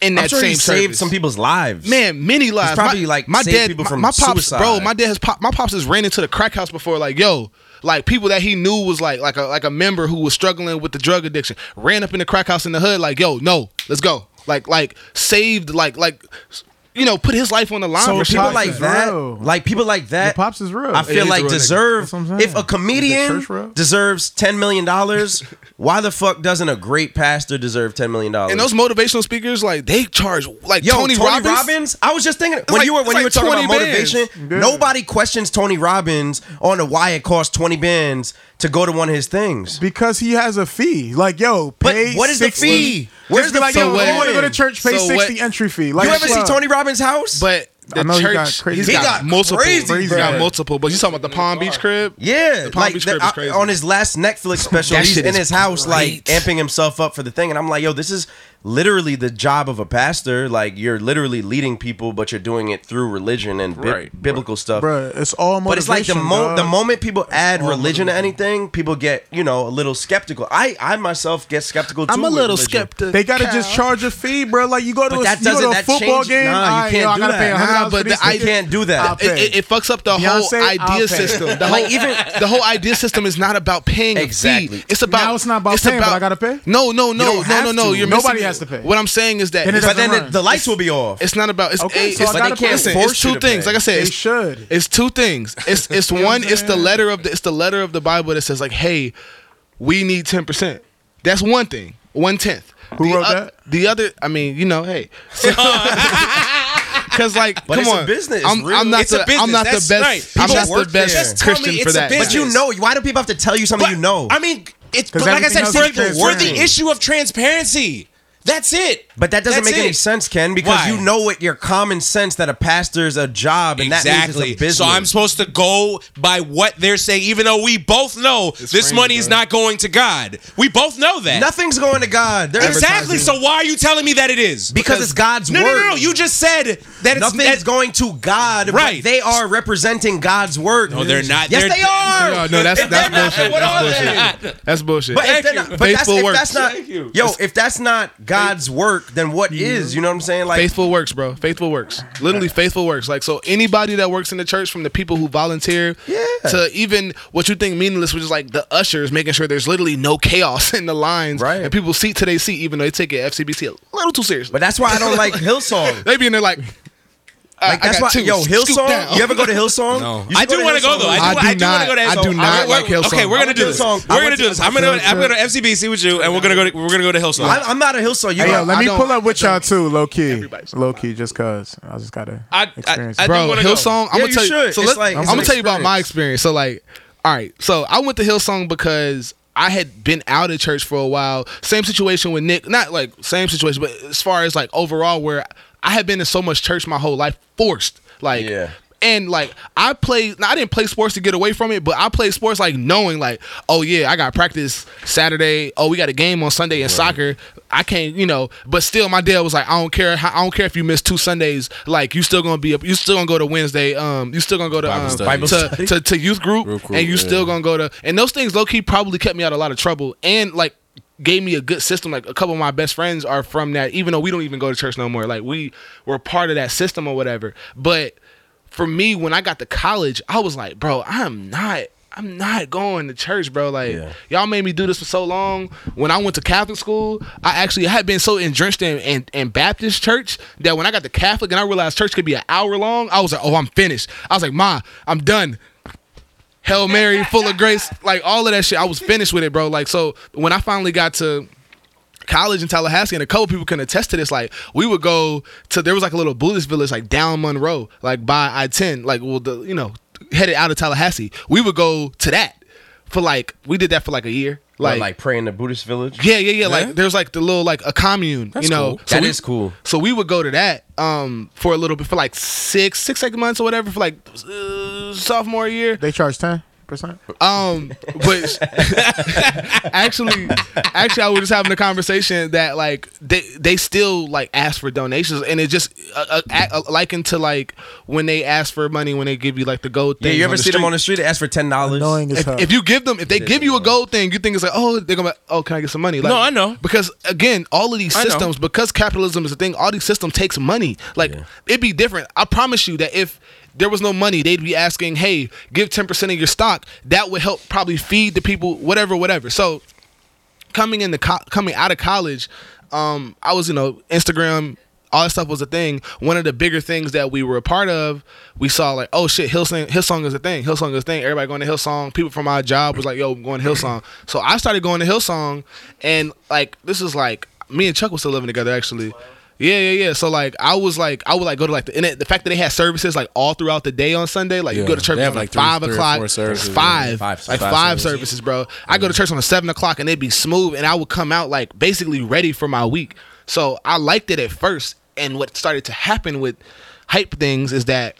Speaker 5: in that
Speaker 1: I'm sure
Speaker 5: same
Speaker 1: he saved
Speaker 5: service.
Speaker 1: some people's lives.
Speaker 5: Man, many lives.
Speaker 1: probably,
Speaker 5: my,
Speaker 1: like,
Speaker 5: my
Speaker 1: saved
Speaker 5: dad,
Speaker 1: people
Speaker 5: my-
Speaker 1: from
Speaker 5: my pops,
Speaker 1: suicide.
Speaker 5: bro. My dad has pop, my pops has ran into the crack house before. Like, yo, like people that he knew was like like a like a member who was struggling with the drug addiction ran up in the crack house in the hood. Like, yo, no, let's go. Like like saved like like you know put his life on the line.
Speaker 6: So
Speaker 5: for shit
Speaker 1: people
Speaker 6: Pops
Speaker 1: like
Speaker 6: is
Speaker 1: that,
Speaker 6: real.
Speaker 1: like people like that.
Speaker 6: The Pops is real.
Speaker 1: I
Speaker 6: It
Speaker 1: feel
Speaker 6: is
Speaker 1: like
Speaker 6: real, nigga.
Speaker 1: deserve
Speaker 6: That's what I'm saying.
Speaker 1: if a
Speaker 6: The
Speaker 1: comedian
Speaker 6: church real.
Speaker 1: deserves ten million dollars, why the fuck doesn't a great pastor deserve ten million dollars?
Speaker 5: and those motivational speakers like they charge like
Speaker 1: Yo,
Speaker 5: Tony,
Speaker 1: Tony,
Speaker 5: Robbins.
Speaker 1: I was just thinking when
Speaker 5: like-
Speaker 1: you were
Speaker 5: it's
Speaker 1: when you
Speaker 5: like
Speaker 1: were talking about
Speaker 5: 20 bands.
Speaker 1: motivation. Nobody questions Tony Robbins on the why it costs twenty bands to go to one of his things.
Speaker 6: Because he has a fee. Like, yo,
Speaker 1: But
Speaker 6: pay.
Speaker 1: what is the
Speaker 6: 60.
Speaker 1: fee? Where's
Speaker 6: Where's the
Speaker 1: the
Speaker 6: like,
Speaker 1: fee?
Speaker 6: yo, if you
Speaker 1: Where?
Speaker 6: want to go to church, pay
Speaker 5: So what-
Speaker 6: sixty entry fee. Like,
Speaker 1: You ever see
Speaker 6: club.
Speaker 1: Tony Robbins' house?
Speaker 5: But
Speaker 6: I
Speaker 5: the
Speaker 6: know he
Speaker 5: church,
Speaker 6: got crazy-
Speaker 5: he's
Speaker 6: he
Speaker 5: got,
Speaker 1: got
Speaker 5: multiple.
Speaker 1: crazy
Speaker 5: he's got
Speaker 1: bread.
Speaker 5: multiple. But you talking about the Palm Beach crib?
Speaker 1: Yeah,
Speaker 5: Palm
Speaker 1: like
Speaker 5: Beach
Speaker 1: that,
Speaker 5: crib is
Speaker 1: I-
Speaker 5: crazy.
Speaker 1: on his last Netflix special,
Speaker 5: That
Speaker 1: he's
Speaker 5: shit
Speaker 1: in
Speaker 5: is
Speaker 1: his house, like
Speaker 5: great.
Speaker 1: amping himself up for the thing, and I'm like, yo, this is literally the job of a pastor. Like you're literally leading people, but you're doing it through religion and bi-
Speaker 4: Right.
Speaker 1: biblical stuff.
Speaker 6: Bruh, it's all motivation.
Speaker 1: But it's like the mo-
Speaker 6: dog.
Speaker 1: the moment people add religion to anything, people get you know a little skeptical. I I myself get skeptical. Too
Speaker 5: I'm a
Speaker 1: with
Speaker 5: little
Speaker 1: religion.
Speaker 5: skeptic.
Speaker 6: They gotta
Speaker 5: Cal.
Speaker 6: just charge a fee, bro. Like you go to
Speaker 1: But
Speaker 6: a,
Speaker 1: that
Speaker 6: you go to
Speaker 1: doesn't-
Speaker 6: a
Speaker 1: that
Speaker 6: football
Speaker 1: changes-
Speaker 6: game.
Speaker 1: nah, you
Speaker 6: alright,
Speaker 1: can't
Speaker 6: yo, I
Speaker 1: do
Speaker 6: gotta
Speaker 1: that.
Speaker 6: pay
Speaker 1: Nah,
Speaker 6: $100 for
Speaker 5: but
Speaker 6: these
Speaker 5: the-
Speaker 1: You
Speaker 5: I
Speaker 6: tickets.
Speaker 1: can't do
Speaker 6: I'll
Speaker 1: that.
Speaker 6: pay.
Speaker 5: it, it, it fucks up the
Speaker 6: Beyonce,
Speaker 5: whole idea
Speaker 6: I'll pay.
Speaker 5: system. The whole even the whole idea system is not about paying. A
Speaker 1: Exactly.
Speaker 5: fee. It's about
Speaker 6: Now it's not about paying, but I gotta pay?
Speaker 5: No, no, no,
Speaker 1: don't
Speaker 5: no, no,
Speaker 1: have
Speaker 5: no.
Speaker 1: to.
Speaker 5: You're
Speaker 6: Nobody
Speaker 5: missing it.
Speaker 6: has to pay.
Speaker 5: What I'm saying is that
Speaker 6: Then it
Speaker 5: it's,
Speaker 1: But then
Speaker 6: doesn't
Speaker 1: the, the lights will be off.
Speaker 5: it's not about. It's,
Speaker 6: Okay,
Speaker 5: it's,
Speaker 6: so I
Speaker 5: it's,
Speaker 6: gotta
Speaker 5: like,
Speaker 6: pay.
Speaker 5: listen,
Speaker 1: They
Speaker 5: it's
Speaker 1: force you
Speaker 5: two
Speaker 1: to
Speaker 5: things.
Speaker 1: pay.
Speaker 5: Like I said,
Speaker 6: They
Speaker 5: it's,
Speaker 6: should.
Speaker 5: It's two things. It's it's one. It's the letter of the. It's the letter of the Bible that says like, hey, we need ten percent. That's one thing. One tenth.
Speaker 6: Who
Speaker 5: the
Speaker 6: wrote
Speaker 5: oth-
Speaker 6: that?
Speaker 5: The other. I mean, you know, hey. So, Cause like,
Speaker 1: But
Speaker 5: come
Speaker 1: it's a
Speaker 5: on,
Speaker 1: business,
Speaker 5: I'm,
Speaker 1: really.
Speaker 5: I'm not
Speaker 1: It's
Speaker 5: the,
Speaker 1: a
Speaker 5: I'm
Speaker 1: business.
Speaker 5: not
Speaker 1: That's
Speaker 5: the best.
Speaker 1: right.
Speaker 5: I'm
Speaker 1: People
Speaker 5: not
Speaker 1: work
Speaker 5: the
Speaker 1: there.
Speaker 5: best
Speaker 1: Just
Speaker 2: tell me
Speaker 5: Christian
Speaker 2: it's
Speaker 5: for
Speaker 2: a
Speaker 5: that.
Speaker 1: but you
Speaker 2: business.
Speaker 1: know, why do people have to tell you something
Speaker 2: But,
Speaker 1: you know?
Speaker 2: I mean, it's but like I said,
Speaker 6: everything else
Speaker 2: for,
Speaker 6: is
Speaker 2: for the
Speaker 6: transparent.
Speaker 2: issue of transparency. That's it.
Speaker 1: But that doesn't
Speaker 2: That's
Speaker 1: make any
Speaker 2: it.
Speaker 1: sense, Ken, because
Speaker 2: Why?
Speaker 1: you know it. Your common sense that a pastor's a job and that means
Speaker 2: Exactly.
Speaker 1: it's a business.
Speaker 2: So I'm supposed to go by what they're saying, even though we both know this money is not going to God. We both know that.
Speaker 1: Nothing's going to God. They're
Speaker 2: Exactly. So why are you telling me that it is?
Speaker 1: Because it's God's
Speaker 2: no, No,
Speaker 1: word.
Speaker 2: no, no. You just said that it's
Speaker 1: Nothing's
Speaker 2: that-
Speaker 1: going to God. but
Speaker 2: Right.
Speaker 1: they are representing God's word. No,
Speaker 2: they're not.
Speaker 1: Yes,
Speaker 2: They're-
Speaker 1: they are.
Speaker 5: No, no, that's
Speaker 1: If they're
Speaker 5: that's
Speaker 1: not-
Speaker 5: bullshit.
Speaker 1: what are
Speaker 5: That's
Speaker 1: they?
Speaker 5: bullshit. That's bullshit.
Speaker 1: But, if, they're not, but that's,
Speaker 5: Faithful
Speaker 1: if
Speaker 5: works.
Speaker 1: that's not, yo, if that's not God's work, then what
Speaker 2: Mm-hmm.
Speaker 1: is? You know what I'm saying? Like,
Speaker 5: faithful works, bro. Faithful works. Literally faithful works. Like so anybody that works in the church from the people who volunteer
Speaker 1: Yeah.
Speaker 5: to even what you think meaningless, which is like the ushers making sure there's literally no chaos in the lines.
Speaker 1: Right.
Speaker 5: And people seat to their seat, even though they take it FCBC a little too seriously.
Speaker 1: but that's why I don't like Hillsong.
Speaker 5: they be in there like, I,
Speaker 1: Like that's
Speaker 5: I got
Speaker 1: why,
Speaker 5: two.
Speaker 1: yo,
Speaker 5: Scoot
Speaker 1: Hillsong.
Speaker 5: down.
Speaker 1: You ever go to Hillsong?
Speaker 4: No.
Speaker 1: You
Speaker 2: I
Speaker 1: should
Speaker 2: do want to go
Speaker 1: Hillsong.
Speaker 2: though.
Speaker 5: I
Speaker 2: I do, I
Speaker 5: do
Speaker 2: do want
Speaker 5: not-
Speaker 2: to go to
Speaker 5: I do
Speaker 2: Hillsong.
Speaker 5: not
Speaker 2: I-
Speaker 5: like
Speaker 2: we're- Okay,
Speaker 5: Hillsong.
Speaker 2: we're
Speaker 5: I
Speaker 2: gonna
Speaker 1: went
Speaker 2: do
Speaker 1: to
Speaker 2: this.
Speaker 1: Hillsong. I
Speaker 2: We're gonna
Speaker 1: went
Speaker 2: do
Speaker 1: to
Speaker 2: this. I'm gonna I'm gonna go to FCBC with you, and we're gonna go. To, we're gonna go to Hillsong.
Speaker 1: I'm, I'm not a Hillsong. You
Speaker 6: Hey, yo,
Speaker 1: know,
Speaker 6: let
Speaker 5: I
Speaker 6: me
Speaker 5: don't-
Speaker 6: pull up with y'all too, low key,
Speaker 5: Everybody's-
Speaker 6: low key, just cause I just gotta
Speaker 2: I- I-
Speaker 6: experience.
Speaker 2: I-
Speaker 6: it.
Speaker 5: bro,
Speaker 2: wanna go.
Speaker 5: Hillsong. I'm
Speaker 1: Yeah,
Speaker 5: gonna
Speaker 1: you
Speaker 5: tell you.
Speaker 1: should.
Speaker 5: So
Speaker 1: It's
Speaker 5: let's,
Speaker 1: like-
Speaker 5: I'm
Speaker 1: it's
Speaker 5: gonna
Speaker 1: an
Speaker 5: tell you about my experience. So like, all right. So I went to Hillsong because I had been out of church for a while. Same situation with Nick. Not like same situation, but as far as like overall, where I had been in so much church my whole life, forced. Like,
Speaker 1: Yeah.
Speaker 5: and like I played, now, I didn't play sports to get away from it, but I played sports like knowing, like, oh yeah, I got practice Saturday. Oh, we got a game on Sunday in soccer. I can't, you know. But still, my dad was like, I don't care. how- I don't care if you miss two Sundays. Like, you still gonna be up. You still gonna go to Wednesday. Um, you still gonna go to
Speaker 4: Bible
Speaker 5: um,
Speaker 4: study. Bible
Speaker 5: to, to to youth group,
Speaker 4: Group group,
Speaker 5: and you
Speaker 4: yeah.
Speaker 5: still gonna go to. And those things low key probably kept me out of a lot of trouble and like gave me a good system. Like a couple of my best friends are from that, even though we don't even go to church no more. Like we were part of that system or whatever. But for me, when I got to college, I was like, bro, I'm not. I'm not going to church, bro. Like y'all made me do this for so long. When I went to Catholic school, I actually had been so entrenched in, in, in Baptist church that when I got to Catholic and I realized church could be an hour long, I was like, oh, I'm finished. I was like, ma, I'm done. Hail Mary, full of grace, like all of that shit. I was finished with it, bro. Like so, when I finally got to college in Tallahassee, and a couple people can attest to this. Like we would go to there was like a little Buddhist village like down Monroe, like by I ten, like well the you know headed out of Tallahassee. We would go to that for like we did that for like a year.
Speaker 1: like,
Speaker 5: Like,
Speaker 1: like praying in the Buddhist village.
Speaker 5: yeah, yeah, yeah. Like there's like the little like a commune, you know.
Speaker 4: cool.
Speaker 1: That
Speaker 5: we-
Speaker 1: is cool.
Speaker 5: So we would go to that um for a little bit for like six six like months or whatever for like uh, sophomore year.
Speaker 6: they charge ten percent.
Speaker 5: Um, but actually, actually, I was just having a conversation that like they they still like ask for donations, and it just uh, uh, uh, likened to like when they ask for money when they give you like the gold
Speaker 1: Yeah,
Speaker 5: thing.
Speaker 1: you ever
Speaker 5: the
Speaker 1: see them
Speaker 5: street.
Speaker 1: on the street? They ask for ten dollars.
Speaker 6: Annoying as hell.
Speaker 5: If you give them, if they give you a gold thing, you think it's like, oh, they're gonna, be like, oh, can I get some money? Like,
Speaker 4: No, I know.
Speaker 5: Because again, all of these
Speaker 4: I know.
Speaker 5: systems, because capitalism is a thing, all these systems takes money. Like it'd be different. I promise you that if there was no money, they'd be asking, hey, give ten percent of your stock. That would help probably feed the people, whatever, whatever. So coming in the co- coming out of college, um, I was you know Instagram, all that stuff was a thing. One of the bigger things that we were a part of, we saw like, oh shit, Hillsong, Hillsong is a thing. Hillsong is a thing. Everybody going to Hillsong. People from my job was like, yo, I'm going to Hillsong. So I started going to Hillsong, and like this is like me and Chuck was still living together actually. Yeah, yeah, yeah. So like, I was like, I would like go to like the and it, the fact that they had services like all throughout the day on Sunday. Like, you
Speaker 4: Yeah.
Speaker 5: go to church
Speaker 4: They have,
Speaker 5: from,
Speaker 4: like,
Speaker 5: like
Speaker 4: three-
Speaker 5: five
Speaker 4: three or
Speaker 5: o'clock,
Speaker 4: four services, yeah.
Speaker 5: five,
Speaker 1: Five-
Speaker 5: like
Speaker 1: five
Speaker 5: five
Speaker 1: services.
Speaker 5: services services, bro. I go to church on a seven o'clock and it'd be smooth, and I would come out like basically ready for my week. So I liked it at first, and what started to happen with hype things is that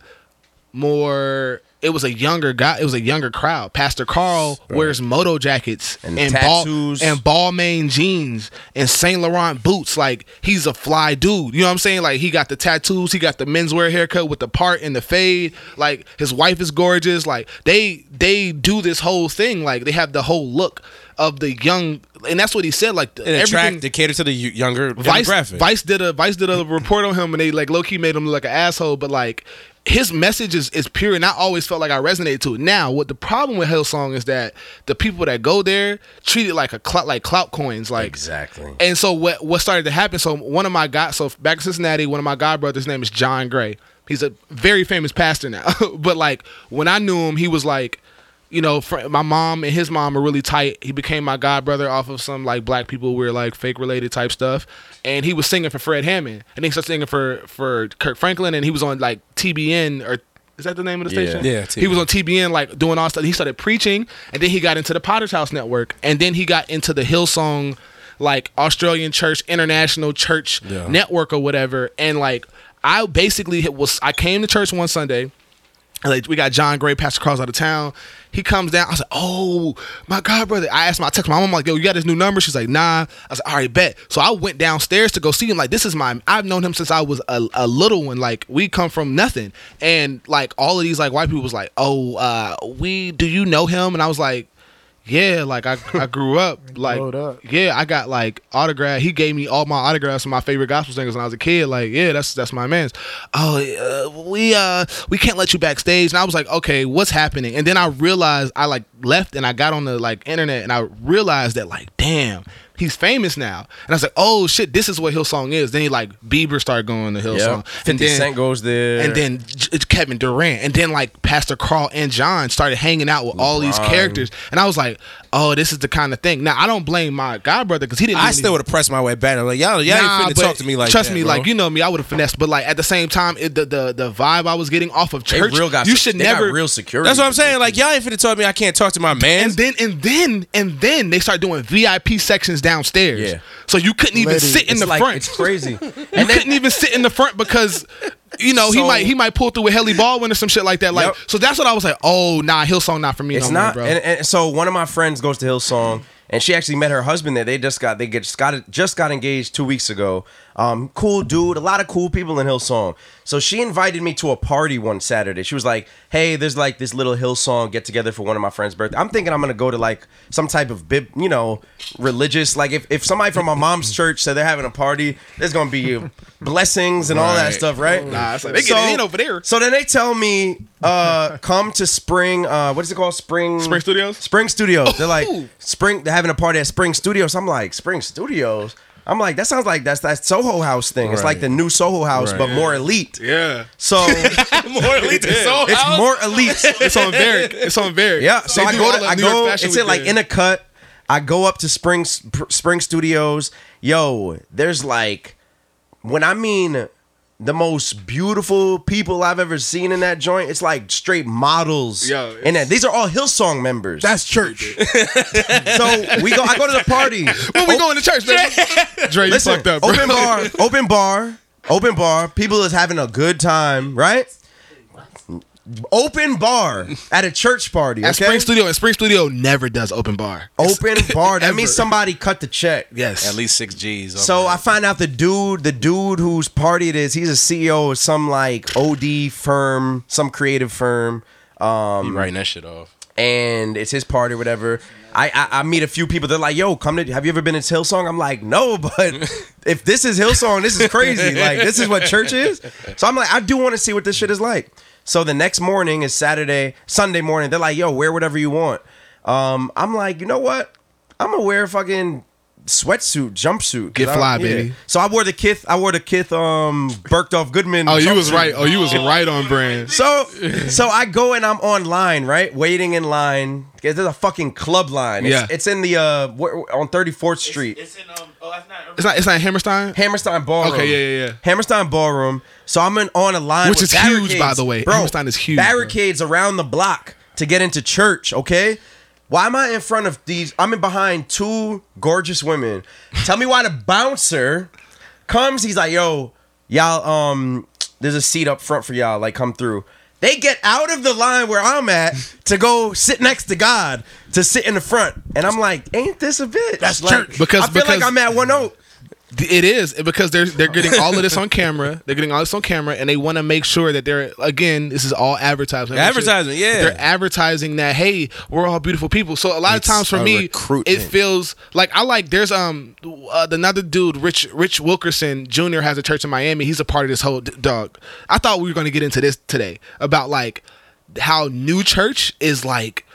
Speaker 5: more. It was a younger guy. It was a younger crowd. Pastor Carl wears moto jackets
Speaker 1: And
Speaker 5: and, ball
Speaker 1: tattoos.
Speaker 5: and ball main jeans and Saint Laurent boots. Like he's a fly dude. You know what I'm saying? Like he got the tattoos. He got the menswear haircut with the part and the fade. Like his wife is gorgeous. Like they they do this whole thing. Like they have the whole look of the young. And that's what he said. Like
Speaker 4: It attract,
Speaker 5: everything.
Speaker 4: it cater to the y- younger
Speaker 5: Vice,
Speaker 4: demographic.
Speaker 5: Vice did a Vice did a report on him and they like low key made him look like an asshole, but like his message is, is pure and I always felt like I resonated to it. Now, what the problem with Hillsong is that the people that go there treat it like a clout like clout coins. Like
Speaker 1: Exactly.
Speaker 5: and so what what started to happen? So one of my god, so back in Cincinnati, one of my god brothers' name is John Gray. He's a very famous pastor now. but like when I knew him, he was like, you know, fr- my mom and his mom are really tight. He became my god brother off of some like black people we're like fake related type stuff. And he was singing for Fred Hammond, and then he started singing for for Kirk Franklin, and he was on like TBN or. Is that the name of the
Speaker 1: Yeah.
Speaker 5: station?
Speaker 4: Yeah,
Speaker 5: He was on TBN, like doing all stuff. He started preaching, and then he got into the Potter's House Network, and then he got into the Hillsong like Australian Church International Church Network or whatever, and like I basically hit- was I came to church one Sunday. And, Like we got John Gray, Pastor Carl's out of town. He comes down. I was like, "Oh my God, brother!" I asked my I text my mom I'm like, "Yo, you got his new number?" She's like, "Nah." I was like, "All right, bet." So I went downstairs to go see him. Like, this is my I've known him since I was a, a little one. Like, we come from nothing, and like all of these like white people was like, "Oh, uh, we do you know him?" And I was like, yeah, like I, I grew up like
Speaker 6: glowed up.
Speaker 5: yeah, I got like autograph. He gave me all my autographs of my favorite gospel singers when I was a kid. Like yeah, that's that's my man's. Oh, uh, we uh we can't let you backstage. And I was like, okay, what's happening? And then I realized I like left and I got on the like internet and I realized that like damn. He's famous now, and I was like, "Oh shit, this is what Hillsong is." Then he like Bieber started going to Hillsong,
Speaker 1: Yep. 50
Speaker 5: then-
Speaker 1: Cent goes there.
Speaker 5: and then J- it's Kevin Durant, and then like Pastor Carl and John started hanging out with all these characters, and I was like, "Oh, this is the kind of thing." Now I don't blame my god brother because he didn't. do
Speaker 4: I still
Speaker 5: anything-
Speaker 4: would have pressed my way back. I'm like, y'all, y'all
Speaker 5: Nah,
Speaker 4: ain't finna
Speaker 5: but
Speaker 4: talk to me like
Speaker 5: trust
Speaker 4: that,
Speaker 5: me,
Speaker 4: bro.
Speaker 5: like you know me, I would have finessed, but like at the same time, it, the, the the vibe I was getting off of
Speaker 1: they
Speaker 5: church,
Speaker 1: real got
Speaker 5: you
Speaker 1: se-
Speaker 5: should
Speaker 1: they
Speaker 5: never
Speaker 1: got real security.
Speaker 4: That's what I'm saying. Like y'all ain't finna tell me I can't talk to my man.
Speaker 5: And then and then and then they start doing VIP sections downstairs.
Speaker 1: Yeah.
Speaker 5: So you couldn't even
Speaker 6: Lady,
Speaker 5: sit in
Speaker 1: It's
Speaker 5: the
Speaker 1: like-
Speaker 5: front.
Speaker 1: It's crazy.
Speaker 5: you couldn't even sit in the front because you know he
Speaker 1: So-
Speaker 5: might he might pull through with Helly Baldwin or some shit like that. Like
Speaker 1: Yep.
Speaker 5: so that's what I was like. Oh nah, Hillsong not for me.
Speaker 1: It's
Speaker 5: no
Speaker 1: not.
Speaker 5: more, bro.
Speaker 1: and, and so one of my friends goes to Hillsong, and she actually met her husband there. They just got they get, just got just got engaged two weeks ago. Um, cool dude, a lot of cool people in Hillsong. So she invited me to a party one Saturday. She was like, "Hey, there's like this little Hillsong get together for one of my friends' birthday." I'm thinking I'm gonna go to like some type of bib, you know, religious. Like if, if somebody from my mom's church said they're having a party, there's gonna be blessings and all that stuff, right? Nah,
Speaker 5: it's like, they get it in over there.
Speaker 1: so then they tell me, uh, come to Spring. Uh, what is it called? Spring.
Speaker 5: Spring Studios? Oh.
Speaker 1: Spring Studios. They're like Spring. They're having a party at Spring Studios. I'm like Spring Studios. I'm like that sounds like that's that Soho House thing. It's like the new Soho House, but more elite.
Speaker 5: yeah.
Speaker 1: So
Speaker 4: more elite than Soul
Speaker 1: it's
Speaker 4: House?
Speaker 1: more elite.
Speaker 5: It's on Varick. It's on Varick.
Speaker 1: Yeah, so
Speaker 5: They
Speaker 1: I
Speaker 5: do
Speaker 1: go.
Speaker 5: all
Speaker 1: To,
Speaker 5: the
Speaker 1: I
Speaker 5: New York
Speaker 1: go.
Speaker 5: Fashion
Speaker 1: It's in
Speaker 5: Week
Speaker 1: like
Speaker 5: there.
Speaker 1: in a cut. I go up to Spring Pr- Spring Studios. Yo, there's like when I mean the most beautiful people I've ever seen in that joint. It's like straight models.
Speaker 5: Yo,
Speaker 1: and then these are all Hillsong members.
Speaker 6: That's church.
Speaker 1: so we go. I go to the party.
Speaker 5: When we going to church, baby. Dre, you
Speaker 1: Listen,
Speaker 5: fucked up. Bro.
Speaker 1: open bar, open bar, open bar. People is having a good time, right? Open bar at a church party.
Speaker 5: At
Speaker 1: okay?
Speaker 5: Spring Studio, and Spring Studio never does open bar.
Speaker 1: open bar. That
Speaker 5: Ever.
Speaker 1: means somebody cut the check.
Speaker 5: Yes.
Speaker 4: At least six G's.
Speaker 1: So I find out the dude, the dude whose party it is, he's a CEO of some like OD firm, some creative firm, um,
Speaker 4: I'm writing that shit off.
Speaker 1: and it's his party, whatever. I, I I meet a few people. They're like, "Yo, come to. Have you ever been to Hillsong?" I'm like, "No, but if this is Hillsong, this is crazy. Like, this is what church is." So I'm like, I do want to see what this shit is like. So the next morning is Saturday, Sunday morning. They're like, "Yo, wear whatever you want." Um, I'm like, you know what? I'm gonna wear a fucking sweatsuit, jumpsuit. 'cause
Speaker 5: Get
Speaker 1: I don't-
Speaker 5: fly, baby.
Speaker 1: So I wore the Kith. I wore the Kith. Um, Berkdorf Goodman.
Speaker 5: Oh, you was
Speaker 1: jumpsuit.
Speaker 5: right. Oh, you was right on brand.
Speaker 1: So, so I go and I'm online, right, waiting in line. 'Cause There's a fucking club line. It's,
Speaker 5: Yeah.
Speaker 1: it's in the uh where- on 34th Street,
Speaker 8: It's in um. Oh, that's not.
Speaker 5: It's not. It's not Hammerstein.
Speaker 1: Hammerstein Ballroom.
Speaker 5: Okay, yeah, yeah, yeah.
Speaker 1: Hammerstein Ballroom. So I'm in, on a line,
Speaker 5: Which
Speaker 1: with
Speaker 5: is huge,
Speaker 1: barricades.
Speaker 5: by the way.
Speaker 1: Bro,
Speaker 5: Hammerstein is huge, bro.
Speaker 1: Barricades around the block to get into church. Okay. Why am I in front of these? I'm in behind two gorgeous women. Tell me why the bouncer comes. He's like, "Yo, y'all, um, there's a seat up front for y'all. Like, come through." They get out of the line where I'm at to go sit next to God to sit in the front, and I'm like, "Ain't this a bitch?" That's like,
Speaker 5: church. Because-
Speaker 1: I feel
Speaker 5: because-
Speaker 1: like I'm at one oh. oak.
Speaker 5: It is eh, because they're they're getting all of this on camera. They're getting all this on camera, and they want to make sure that they're again. This is all advertising.
Speaker 4: Advertisement, yeah.
Speaker 5: They're advertising that hey, we're all beautiful people. So a lot
Speaker 4: It's
Speaker 5: of times for
Speaker 4: a
Speaker 5: me,
Speaker 4: recruitment.
Speaker 5: it feels like I like there's um uh, another dude, Rich Rich Wilkerson Jr. has a church in Miami. He's a part of this whole d- dog. I thought we were going to get into this today about like how new church is like.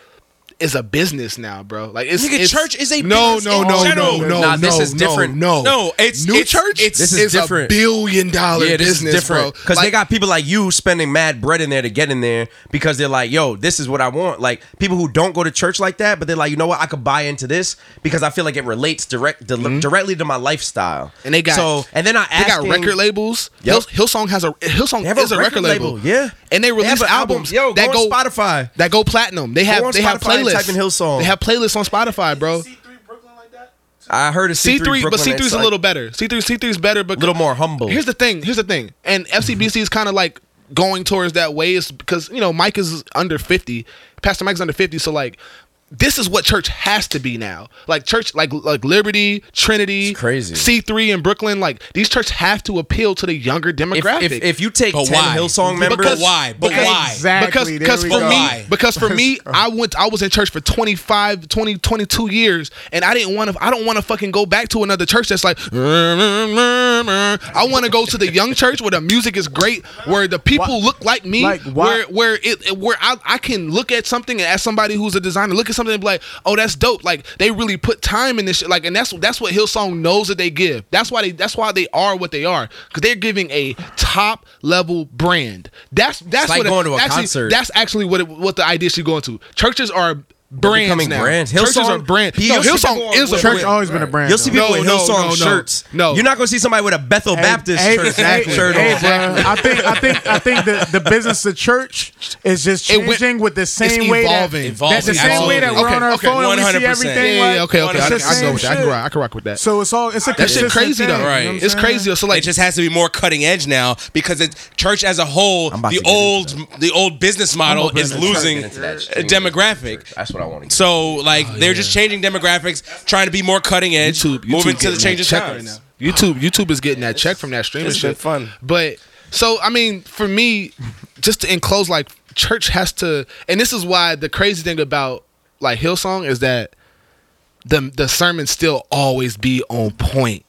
Speaker 5: Is a business now, bro. Like it's,
Speaker 4: Nigga,
Speaker 5: it's-
Speaker 4: church is a
Speaker 5: no,
Speaker 4: business
Speaker 5: no,
Speaker 4: in
Speaker 5: no,
Speaker 4: general.
Speaker 5: no, no,
Speaker 1: Nah,
Speaker 5: no.
Speaker 1: this is
Speaker 5: no,
Speaker 1: different.
Speaker 5: No,
Speaker 4: No, it's-
Speaker 5: new
Speaker 4: it's-
Speaker 5: church.
Speaker 4: it's-
Speaker 1: This is
Speaker 5: is
Speaker 1: different.
Speaker 5: a billion dollar
Speaker 1: Yeah, this
Speaker 5: business,
Speaker 1: is different
Speaker 5: bro.
Speaker 1: because they
Speaker 5: Like,
Speaker 1: got people like you spending mad bread in there to get in there because they're like, "Yo, this is what I want." Like people who don't go to church like that, but they're like, "You know what? I could buy into this because I feel like it relates direct di- directly to my lifestyle."
Speaker 5: Mm-hmm. and they got
Speaker 1: so, and then I
Speaker 5: they got record labels. Hill, Hillsong has a Hillsong
Speaker 1: They have
Speaker 5: is a record label.
Speaker 1: yeah,
Speaker 5: and they release
Speaker 1: have an album.
Speaker 5: albums
Speaker 1: Yo,
Speaker 5: that
Speaker 1: go,
Speaker 5: go
Speaker 1: on Spotify.
Speaker 5: that go platinum. They have
Speaker 1: on
Speaker 5: they have
Speaker 1: Spotify and
Speaker 5: playlists.
Speaker 1: type in Hillsong.
Speaker 5: They have playlists on Spotify, bro.
Speaker 8: C three Brooklyn like that.
Speaker 1: I heard a
Speaker 5: C
Speaker 1: C3,
Speaker 5: three, but
Speaker 1: Brooklyn
Speaker 5: C three's a
Speaker 1: Nets,
Speaker 5: little
Speaker 1: like,
Speaker 5: better. C three, C three's better, but
Speaker 1: little more humble.
Speaker 5: Here's the thing. Here's the thing. And FCBC is kind of like going towards that way is because you know Mike is under fifty. Pastor Mike's under fifty, so like this is what church has to be now. Like church, like like Liberty, Trinity,
Speaker 1: It's crazy.
Speaker 5: C three in Brooklyn. Like these church have to appeal to the younger
Speaker 1: if,
Speaker 5: demographic.
Speaker 1: if, if you take
Speaker 4: But
Speaker 1: 10
Speaker 4: why?
Speaker 1: Hillsong members,
Speaker 5: Because-
Speaker 4: why? But
Speaker 5: because-
Speaker 4: why?
Speaker 6: Exactly. there
Speaker 5: because
Speaker 6: we
Speaker 5: because for
Speaker 6: go.
Speaker 5: me
Speaker 4: Why?
Speaker 5: because for me I went I was in church for 25 20 22 years and I didn't want to I don't want to fucking go back to another church that's like I want to go to the young church where the music is great where the people look like me
Speaker 6: like, why-
Speaker 5: where where it where I, I can look at something and ask somebody who's a designer look at something and be like oh that's dope like they really put time in this shit like and that's that's what Hillsong knows that they give that's why they that's why they are what they are because they're giving a top level brand that's that's
Speaker 1: It's like
Speaker 5: what it-
Speaker 1: going to a
Speaker 5: actually,
Speaker 1: concert.
Speaker 5: That's actually what it, what the idea should go into. Churches are brands
Speaker 1: becoming
Speaker 5: now.
Speaker 1: brands.
Speaker 5: Churches
Speaker 1: Hillsong-
Speaker 5: are brands.
Speaker 1: You
Speaker 5: No,
Speaker 1: see
Speaker 5: Hillsong
Speaker 1: people
Speaker 5: is a
Speaker 1: with-
Speaker 6: Church
Speaker 5: brand.
Speaker 6: always been a brand.
Speaker 1: You'll see
Speaker 6: though.
Speaker 1: people
Speaker 5: No,
Speaker 1: with
Speaker 5: no,
Speaker 1: Hillsong
Speaker 5: no, no.
Speaker 1: shirts.
Speaker 5: No.
Speaker 1: You're not going to see somebody with a Bethel Baptist
Speaker 6: Hey,
Speaker 1: church,
Speaker 6: hey,
Speaker 1: shirt
Speaker 6: hey,
Speaker 1: on.
Speaker 6: bruh, I think I think I think the, the business of church is just
Speaker 5: It went-
Speaker 6: changing with the same
Speaker 5: it's
Speaker 6: way
Speaker 5: evolving.
Speaker 6: that,
Speaker 4: Evolving,
Speaker 6: that's the same way that we're
Speaker 5: absolutely.
Speaker 6: on our
Speaker 5: Okay,
Speaker 6: phone and we see
Speaker 2: 100%.
Speaker 5: Yeah,
Speaker 6: everything.
Speaker 5: yeah, yeah,
Speaker 6: like,
Speaker 5: okay, okay. I,
Speaker 6: it's
Speaker 5: can, I
Speaker 6: the
Speaker 5: can go
Speaker 6: same
Speaker 5: with that. I can,
Speaker 6: shit.
Speaker 5: rock, I can rock with that.
Speaker 6: So it's all it's a
Speaker 5: that shit
Speaker 6: consistent
Speaker 5: crazy
Speaker 6: thing,
Speaker 5: though.
Speaker 6: you know what I'm
Speaker 5: It's
Speaker 6: saying?
Speaker 5: crazy. So like
Speaker 2: it just has to be more cutting edge now because it's church as a whole,
Speaker 1: about
Speaker 2: the
Speaker 1: to get
Speaker 2: old the old business model is
Speaker 1: I'm trying to
Speaker 2: losing
Speaker 1: get into that Oh, shit.
Speaker 2: a demographic.
Speaker 1: That's what I want to get.
Speaker 2: So like they're just changing demographics, trying to be more cutting edge,
Speaker 5: YouTube, YouTube
Speaker 2: moving to the
Speaker 5: getting
Speaker 2: changes
Speaker 5: that check right
Speaker 2: times.
Speaker 5: now. YouTube, YouTube is getting that check from that streaming
Speaker 2: it's
Speaker 5: shit.
Speaker 2: been fun.
Speaker 5: but so I mean, for me, just to enclose, like church has to, and this is why the crazy thing about like Hillsong is that the the sermon still always be on point,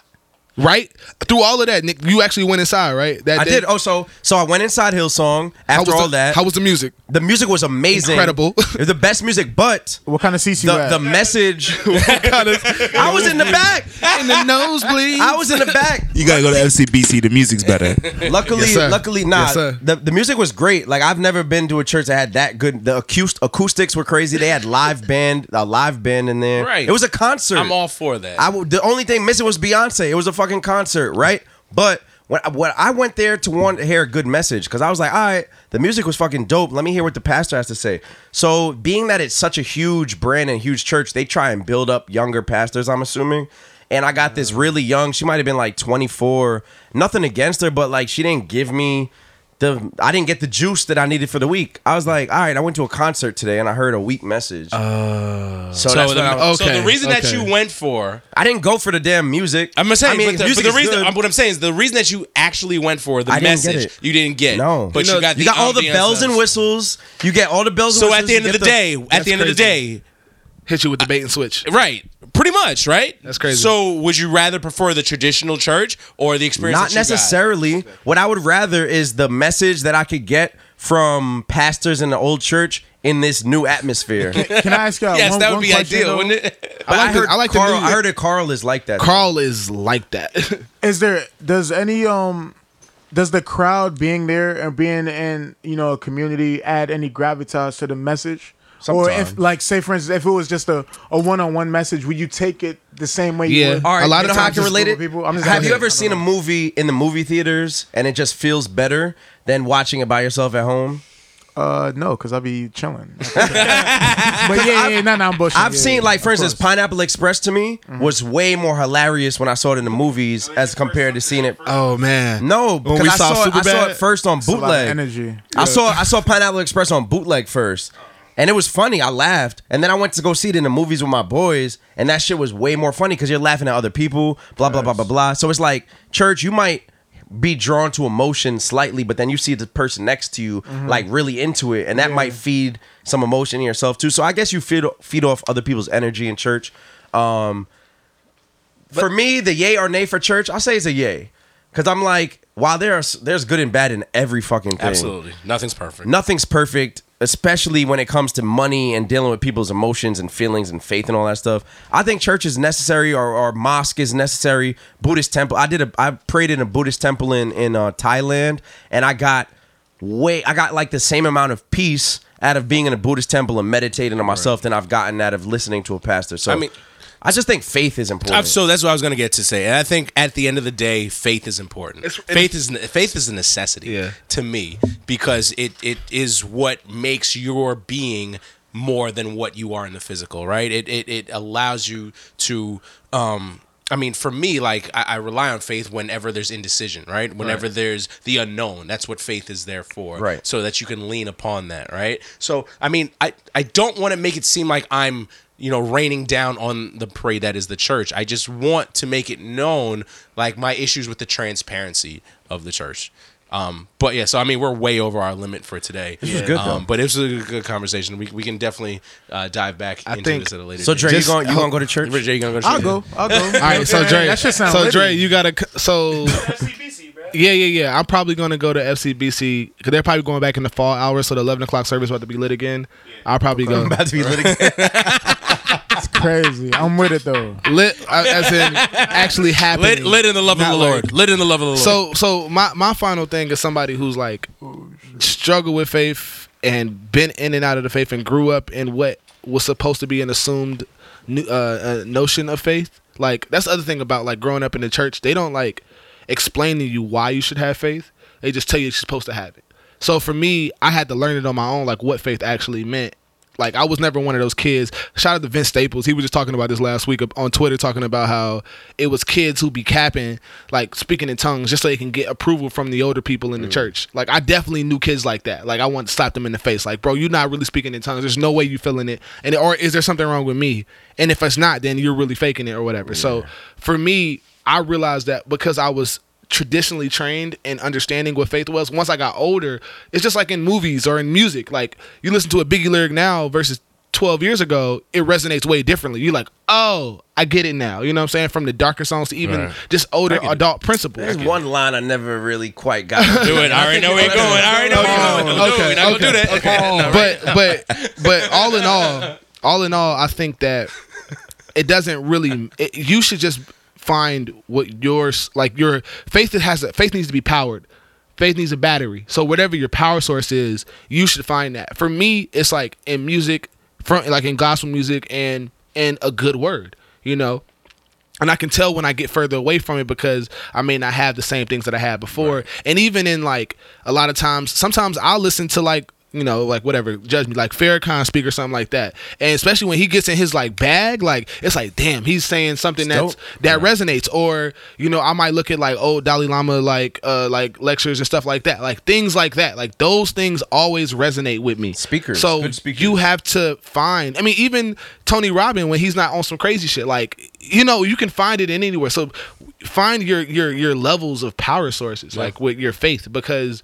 Speaker 5: right? Through all of that, Nick, you actually went inside, right? That
Speaker 1: I
Speaker 5: day?
Speaker 1: did. Oh, so so I went inside Hillsong
Speaker 5: How
Speaker 1: after
Speaker 5: was
Speaker 1: all
Speaker 5: the,
Speaker 1: that.
Speaker 5: how was the music?
Speaker 1: the music was amazing,
Speaker 5: Incredible.
Speaker 1: It was the best music, but
Speaker 6: What kind of CC you
Speaker 1: the
Speaker 6: at?
Speaker 1: the message. I was in the back.
Speaker 5: In the nosebleed.
Speaker 1: I was in the back.
Speaker 7: You gotta go to FCBC. The music's better.
Speaker 1: Luckily,
Speaker 5: Yes, sir.
Speaker 1: luckily, nah.
Speaker 5: Yes, sir.
Speaker 1: the, the music was great. Like I've never been to a church that had that good. The acoust- acoustics were crazy. They had live band, a live band in there.
Speaker 4: Right.
Speaker 1: It was a concert.
Speaker 4: I'm all for that.
Speaker 1: I w- the only thing missing was Beyonce. It was a fucking concert, right? But when when I went there to want to hear a good message, because I was like, all right, the music was fucking dope. Let me hear what the pastor has to say. So being that it's such a huge brand and huge church, they try and build up younger pastors. I'm assuming. And I got
Speaker 4: Uh-huh.
Speaker 1: this really young. She might have been like 24. Nothing against her, but like she didn't give me the I didn't get the juice that I needed for the week. I was like, all right, I went to a concert today and I heard a weak message. so
Speaker 4: Uh, so,
Speaker 1: that's
Speaker 4: the, oh,
Speaker 1: what I was,
Speaker 4: so the
Speaker 5: okay,
Speaker 4: reason that
Speaker 5: okay.
Speaker 4: you went for
Speaker 1: I didn't go for the damn music.
Speaker 4: I'm saying,
Speaker 1: I mean,
Speaker 4: but the, but
Speaker 1: music
Speaker 4: the
Speaker 1: is
Speaker 4: reason
Speaker 1: good.
Speaker 4: I'm, what I'm saying is the reason that you actually went for the
Speaker 1: I didn't
Speaker 4: message
Speaker 1: get it.
Speaker 4: you didn't get.
Speaker 1: No.
Speaker 4: but
Speaker 1: You
Speaker 4: you,
Speaker 1: know,
Speaker 4: got the
Speaker 1: you got all the
Speaker 4: ambiance
Speaker 1: bells and
Speaker 4: of-
Speaker 1: whistles. You get all the bells.
Speaker 4: So
Speaker 1: and
Speaker 4: at
Speaker 1: whistles,
Speaker 4: the end
Speaker 1: you
Speaker 4: of the,
Speaker 1: get
Speaker 4: day, at
Speaker 5: That's
Speaker 4: the end of the day,
Speaker 5: crazy. Hit you with the bait and switch.
Speaker 4: right? Pretty much, right?
Speaker 5: That's crazy.
Speaker 4: So would you rather prefer the traditional church or the experience?
Speaker 1: not
Speaker 4: that you got?
Speaker 1: necessarily. What I would rather is the message that I could get from pastors in the old church in this new atmosphere. but
Speaker 6: Can I ask y'all?
Speaker 4: Yes,
Speaker 6: one,
Speaker 4: that
Speaker 6: one
Speaker 4: would be
Speaker 6: question,
Speaker 4: ideal,
Speaker 6: though?
Speaker 4: wouldn't it?
Speaker 1: I,
Speaker 5: like the-
Speaker 1: heard
Speaker 5: I like the
Speaker 1: Carl.
Speaker 5: new-
Speaker 1: I heard that Carl is like that.
Speaker 5: Carl is like that.
Speaker 6: Is there does any um does the crowd being there and being in you know a community add any gravitas to the message? Or if
Speaker 1: Sometimes.
Speaker 6: like say for instance if it was just a a one on one message, would you take it the same way?
Speaker 5: Yeah.
Speaker 6: You would?
Speaker 1: All right,
Speaker 5: A lot
Speaker 1: you
Speaker 5: of
Speaker 1: know how I
Speaker 6: times
Speaker 1: can
Speaker 6: it's
Speaker 1: relate it.
Speaker 6: cool people. I'm just
Speaker 1: Have
Speaker 6: gonna
Speaker 1: you
Speaker 6: hit.
Speaker 1: ever
Speaker 6: I don't
Speaker 1: seen a movie in the movie theaters and it just feels better than watching it by yourself at home?
Speaker 6: Uh, no, because I'll be chilling. but yeah, yeah, no, no, I'm bullshit.
Speaker 1: I've
Speaker 6: Yeah,
Speaker 1: seen
Speaker 6: yeah,
Speaker 1: like for
Speaker 6: of
Speaker 1: instance,
Speaker 6: course. Mm-hmm.
Speaker 1: Pineapple Express to me was way more hilarious when I saw it in the movies as compared to seeing it.
Speaker 5: oh man.
Speaker 1: No,
Speaker 5: When
Speaker 1: because
Speaker 5: we
Speaker 1: I
Speaker 5: saw
Speaker 1: saw, it, I saw
Speaker 5: Superbad,
Speaker 1: it first on
Speaker 6: It's a lot of
Speaker 1: bootleg.
Speaker 6: energy.
Speaker 1: I saw I saw Pineapple Express on bootleg first, and it was funny. I laughed, and then I went to go see it in the movies with my boys, and that shit was way more funny because you're laughing at other people. Blah blah blah blah blah. So it's like church, you might be drawn to emotion slightly, but then you see the person next to you
Speaker 6: Mm-hmm.
Speaker 1: like really into it, and that might feed some emotion in yourself too. So I guess you feed feed off other people's energy in church. Um, for me, the yay or nay for church, I say it's a yay, because I'm like, wow, there's there's good and bad in every fucking thing.
Speaker 4: Absolutely, nothing's perfect.
Speaker 1: Nothing's perfect, especially when it comes to money and dealing with people's emotions and feelings and faith and all that stuff. I think church is necessary, or, or mosque is necessary. Buddhist temple. I did a I prayed in a Buddhist temple in in uh, Thailand, and I got way I got like the same amount of peace out of being in a Buddhist temple and meditating on myself than I've gotten out of listening to a pastor. So I
Speaker 4: I
Speaker 1: mean.
Speaker 4: mean-
Speaker 1: I just think faith is important.
Speaker 4: Uh, So that's what I was going to get to say, and I think at the end of the day, faith is important. faith is faith is a necessity
Speaker 5: Yeah.
Speaker 4: to me because it it is what makes your being
Speaker 2: more than what you are in the physical, right? It it, it allows you to um I mean, for me, like I, I rely on faith whenever there's indecision, right? Whenever there's the unknown, that's what faith is there for,
Speaker 1: Right.
Speaker 2: So that you can lean upon that, right? So, I mean, I I don't want to make it seem like I'm, you know, raining down on the prey that is the church. I just want to make it known, like my issues with the transparency of the church. Um, but yeah, so I mean, we're way over our limit for today. This
Speaker 1: was good, though.
Speaker 2: um, but it was a good conversation. We, we can definitely uh, dive back
Speaker 5: I
Speaker 2: into
Speaker 5: think-
Speaker 2: this at a later.
Speaker 1: So
Speaker 2: date.
Speaker 1: Dre, you going you gonna go to church?
Speaker 2: Jay, you gonna go?
Speaker 6: I'll go. I'll go.
Speaker 5: All right, so Dre,
Speaker 6: that shit sound
Speaker 5: so
Speaker 6: lit.
Speaker 5: Dre, you gotta c- so. Yeah, yeah, yeah. I'm probably gonna go to FCBC because they're probably going back in the fall hours, so the 11 o'clock service about to be lit again. I'll probably go
Speaker 1: About to be lit again.
Speaker 6: It's crazy. I'm with it though.
Speaker 5: lit uh, as in actually happening.
Speaker 4: Lit, lit in the love of
Speaker 5: Not
Speaker 4: the Lord.
Speaker 5: like-
Speaker 4: lit in the love of the Lord.
Speaker 5: So, so my my final thing is somebody who's like struggled with faith and been in and out of the faith and grew up in what was supposed to be an assumed nu- uh, uh, notion of faith. Like that's the other thing about like growing up in the church. They don't like explain to you why you should have faith. They just tell you you're supposed to have it. So for me, I had to learn it on my own, like what faith actually meant. Like I was never one of those kids. Shout out to Vince Staples. He was just talking about this last week up- on Twitter, talking about how it was kids who be capping, like speaking in tongues, just so they can get approval from the older people in the church. Like I definitely knew kids like that. Like I wanted to slap them in the face. Like, bro, you're not really speaking in tongues. There's no way you feeling it. And or is there something wrong with me? And if it's not, then you're really faking it or whatever. So for me, I realized that because I was traditionally trained in understanding what faith was. Once I got older, it's just like in movies or in music. Like you listen to a Biggie lyric now versus 12 years ago, it resonates way differently. You're like, oh, I get it now. You know what I'm saying? From the darker songs to even just older adult principles.
Speaker 1: There's one line I never really quite got.
Speaker 4: do it. I already know where you're going. I already know where you're going. Don't do it. I don't do that.
Speaker 5: Um, but but but all in all, all in all, I think that it doesn't really. It, you should just find what yours like your faith that has a, faith needs to be powered. Faith needs a battery. So whatever your power source is, you should find that. For me, it's like in music, from like in gospel music, and and a good word. You know, and I can tell when I get further away from it because I may not have the same things that I had before. And even in like a lot of times, sometimes I'll listen to like you know like whatever judge me like Farrakhan speak or something like that. And especially when he gets in his like bag, like it's like damn, he's saying something that's that resonates. Or you know I might look at like old Dalai Lama like uh like lectures and stuff like that, like things like that. Like those things always resonate with me.
Speaker 1: Speakers,
Speaker 5: So
Speaker 1: good speakers.
Speaker 5: you have to find. I mean, even Tony Robbins when he's not on some crazy shit, like you know, you can find it in anywhere. So find your your your levels of power sources, like with your faith, because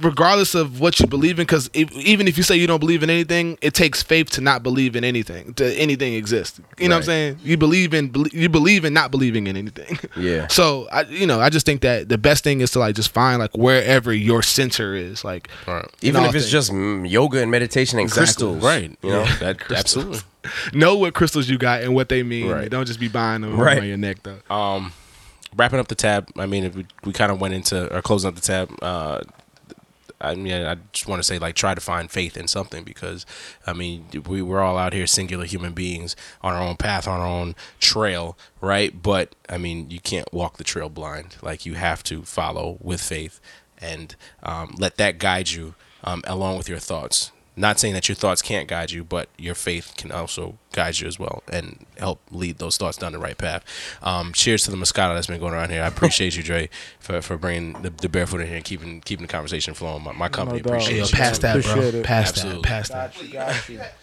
Speaker 5: regardless of what you believe in, because even if you say you don't believe in anything, it takes faith to not believe in anything, to anything exist. You know what I'm
Speaker 1: Right.
Speaker 5: saying? You believe in belie- you believe in not believing in anything.
Speaker 1: Yeah.
Speaker 5: So I, you know, I just think that the best thing is to like just find like wherever your center is, like in
Speaker 1: Even
Speaker 5: all
Speaker 1: if it's
Speaker 5: things.
Speaker 1: just mm, yoga and meditation and crystals,
Speaker 4: Right.
Speaker 1: You know,
Speaker 4: that, absolutely.
Speaker 5: know what crystals you got and what they mean.
Speaker 4: Right.
Speaker 5: Don't just be buying them
Speaker 1: Right.
Speaker 5: around your neck though.
Speaker 4: Wrapping up the tab, I mean, if we, we kind of went into, or closing up the tab, uh, I mean, I just want to say, like, try to find faith in something because, I mean, we, we're all out here singular human beings on our own path, on our own trail, right? But, I mean, you can't walk the trail blind. Like, you have to follow with faith and um, let that guide you um, along with your thoughts. Not saying that your thoughts can't guide you, but your faith can also guide you as well and help lead those thoughts down the right path. Um, cheers to the Moscato that's been going around here. I appreciate you, Dre, for, for bringing the, the barefoot in here and keeping keeping the conversation flowing. My, my company
Speaker 6: doubt.
Speaker 4: appreciates you.
Speaker 5: Pass that, bro.
Speaker 6: Appreciate it.
Speaker 5: Pass
Speaker 4: Absolutely.
Speaker 5: that. Pass that.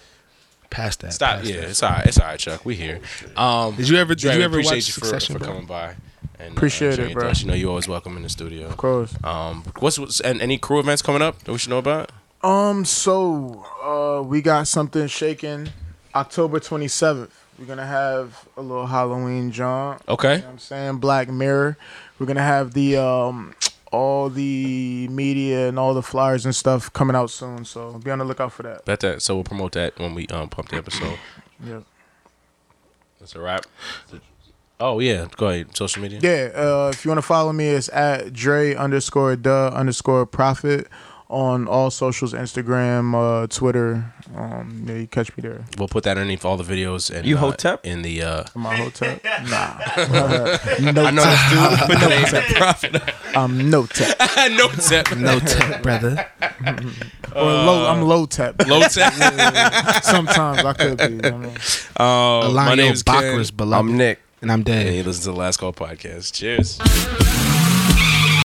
Speaker 5: Pass that.
Speaker 4: Stop.
Speaker 5: pass
Speaker 4: Yeah,
Speaker 5: that.
Speaker 4: it's all right. It's all right, Chuck. We here. Um,
Speaker 5: Did you ever? Did
Speaker 4: Dre,
Speaker 5: you ever
Speaker 4: appreciate
Speaker 5: watch
Speaker 4: you for,
Speaker 5: Succession?
Speaker 4: for
Speaker 5: bro?
Speaker 4: coming by. And, uh,
Speaker 6: Appreciate
Speaker 4: sharing
Speaker 6: it,
Speaker 4: your
Speaker 6: bro.
Speaker 4: thoughts. You know, you're always welcome in the studio.
Speaker 6: Of course.
Speaker 4: Um, what's, what's and any crew events coming up that we should know about?
Speaker 6: Um, so uh, we got something shaking. October 27th. We're gonna have a little Halloween jaunt.
Speaker 4: Okay.
Speaker 6: You know what I'm saying Black Mirror. We're gonna have the um all the media and all the flyers and stuff coming out soon. So be on the lookout for that.
Speaker 4: Bet that. So we'll promote that when we um, pump the episode.
Speaker 6: Yeah.
Speaker 4: That's a wrap. Oh yeah, go ahead. Social media.
Speaker 6: Yeah. Uh, if you wanna follow me, it's at Dre underscore duh underscore profit on all socials, Instagram, uh, Twitter. Um, yeah, you catch me there.
Speaker 4: We'll put that underneath all the videos and
Speaker 1: You
Speaker 4: uh,
Speaker 1: Hotep?
Speaker 4: in the uh,
Speaker 6: My hotel? Nah. no I know tech.
Speaker 4: but no,
Speaker 6: I'm no tech.
Speaker 4: no tip,
Speaker 5: No tech, brother.
Speaker 6: Or low, I'm low tech.
Speaker 4: low tip.
Speaker 6: Sometimes I could be. You know what I mean?
Speaker 4: Uh, my
Speaker 5: Lionel
Speaker 4: name's Ken.
Speaker 5: Bacchus, beloved.
Speaker 1: I'm Nick.
Speaker 5: and I'm dead.
Speaker 4: And you listen to the Last Call podcast. Cheers.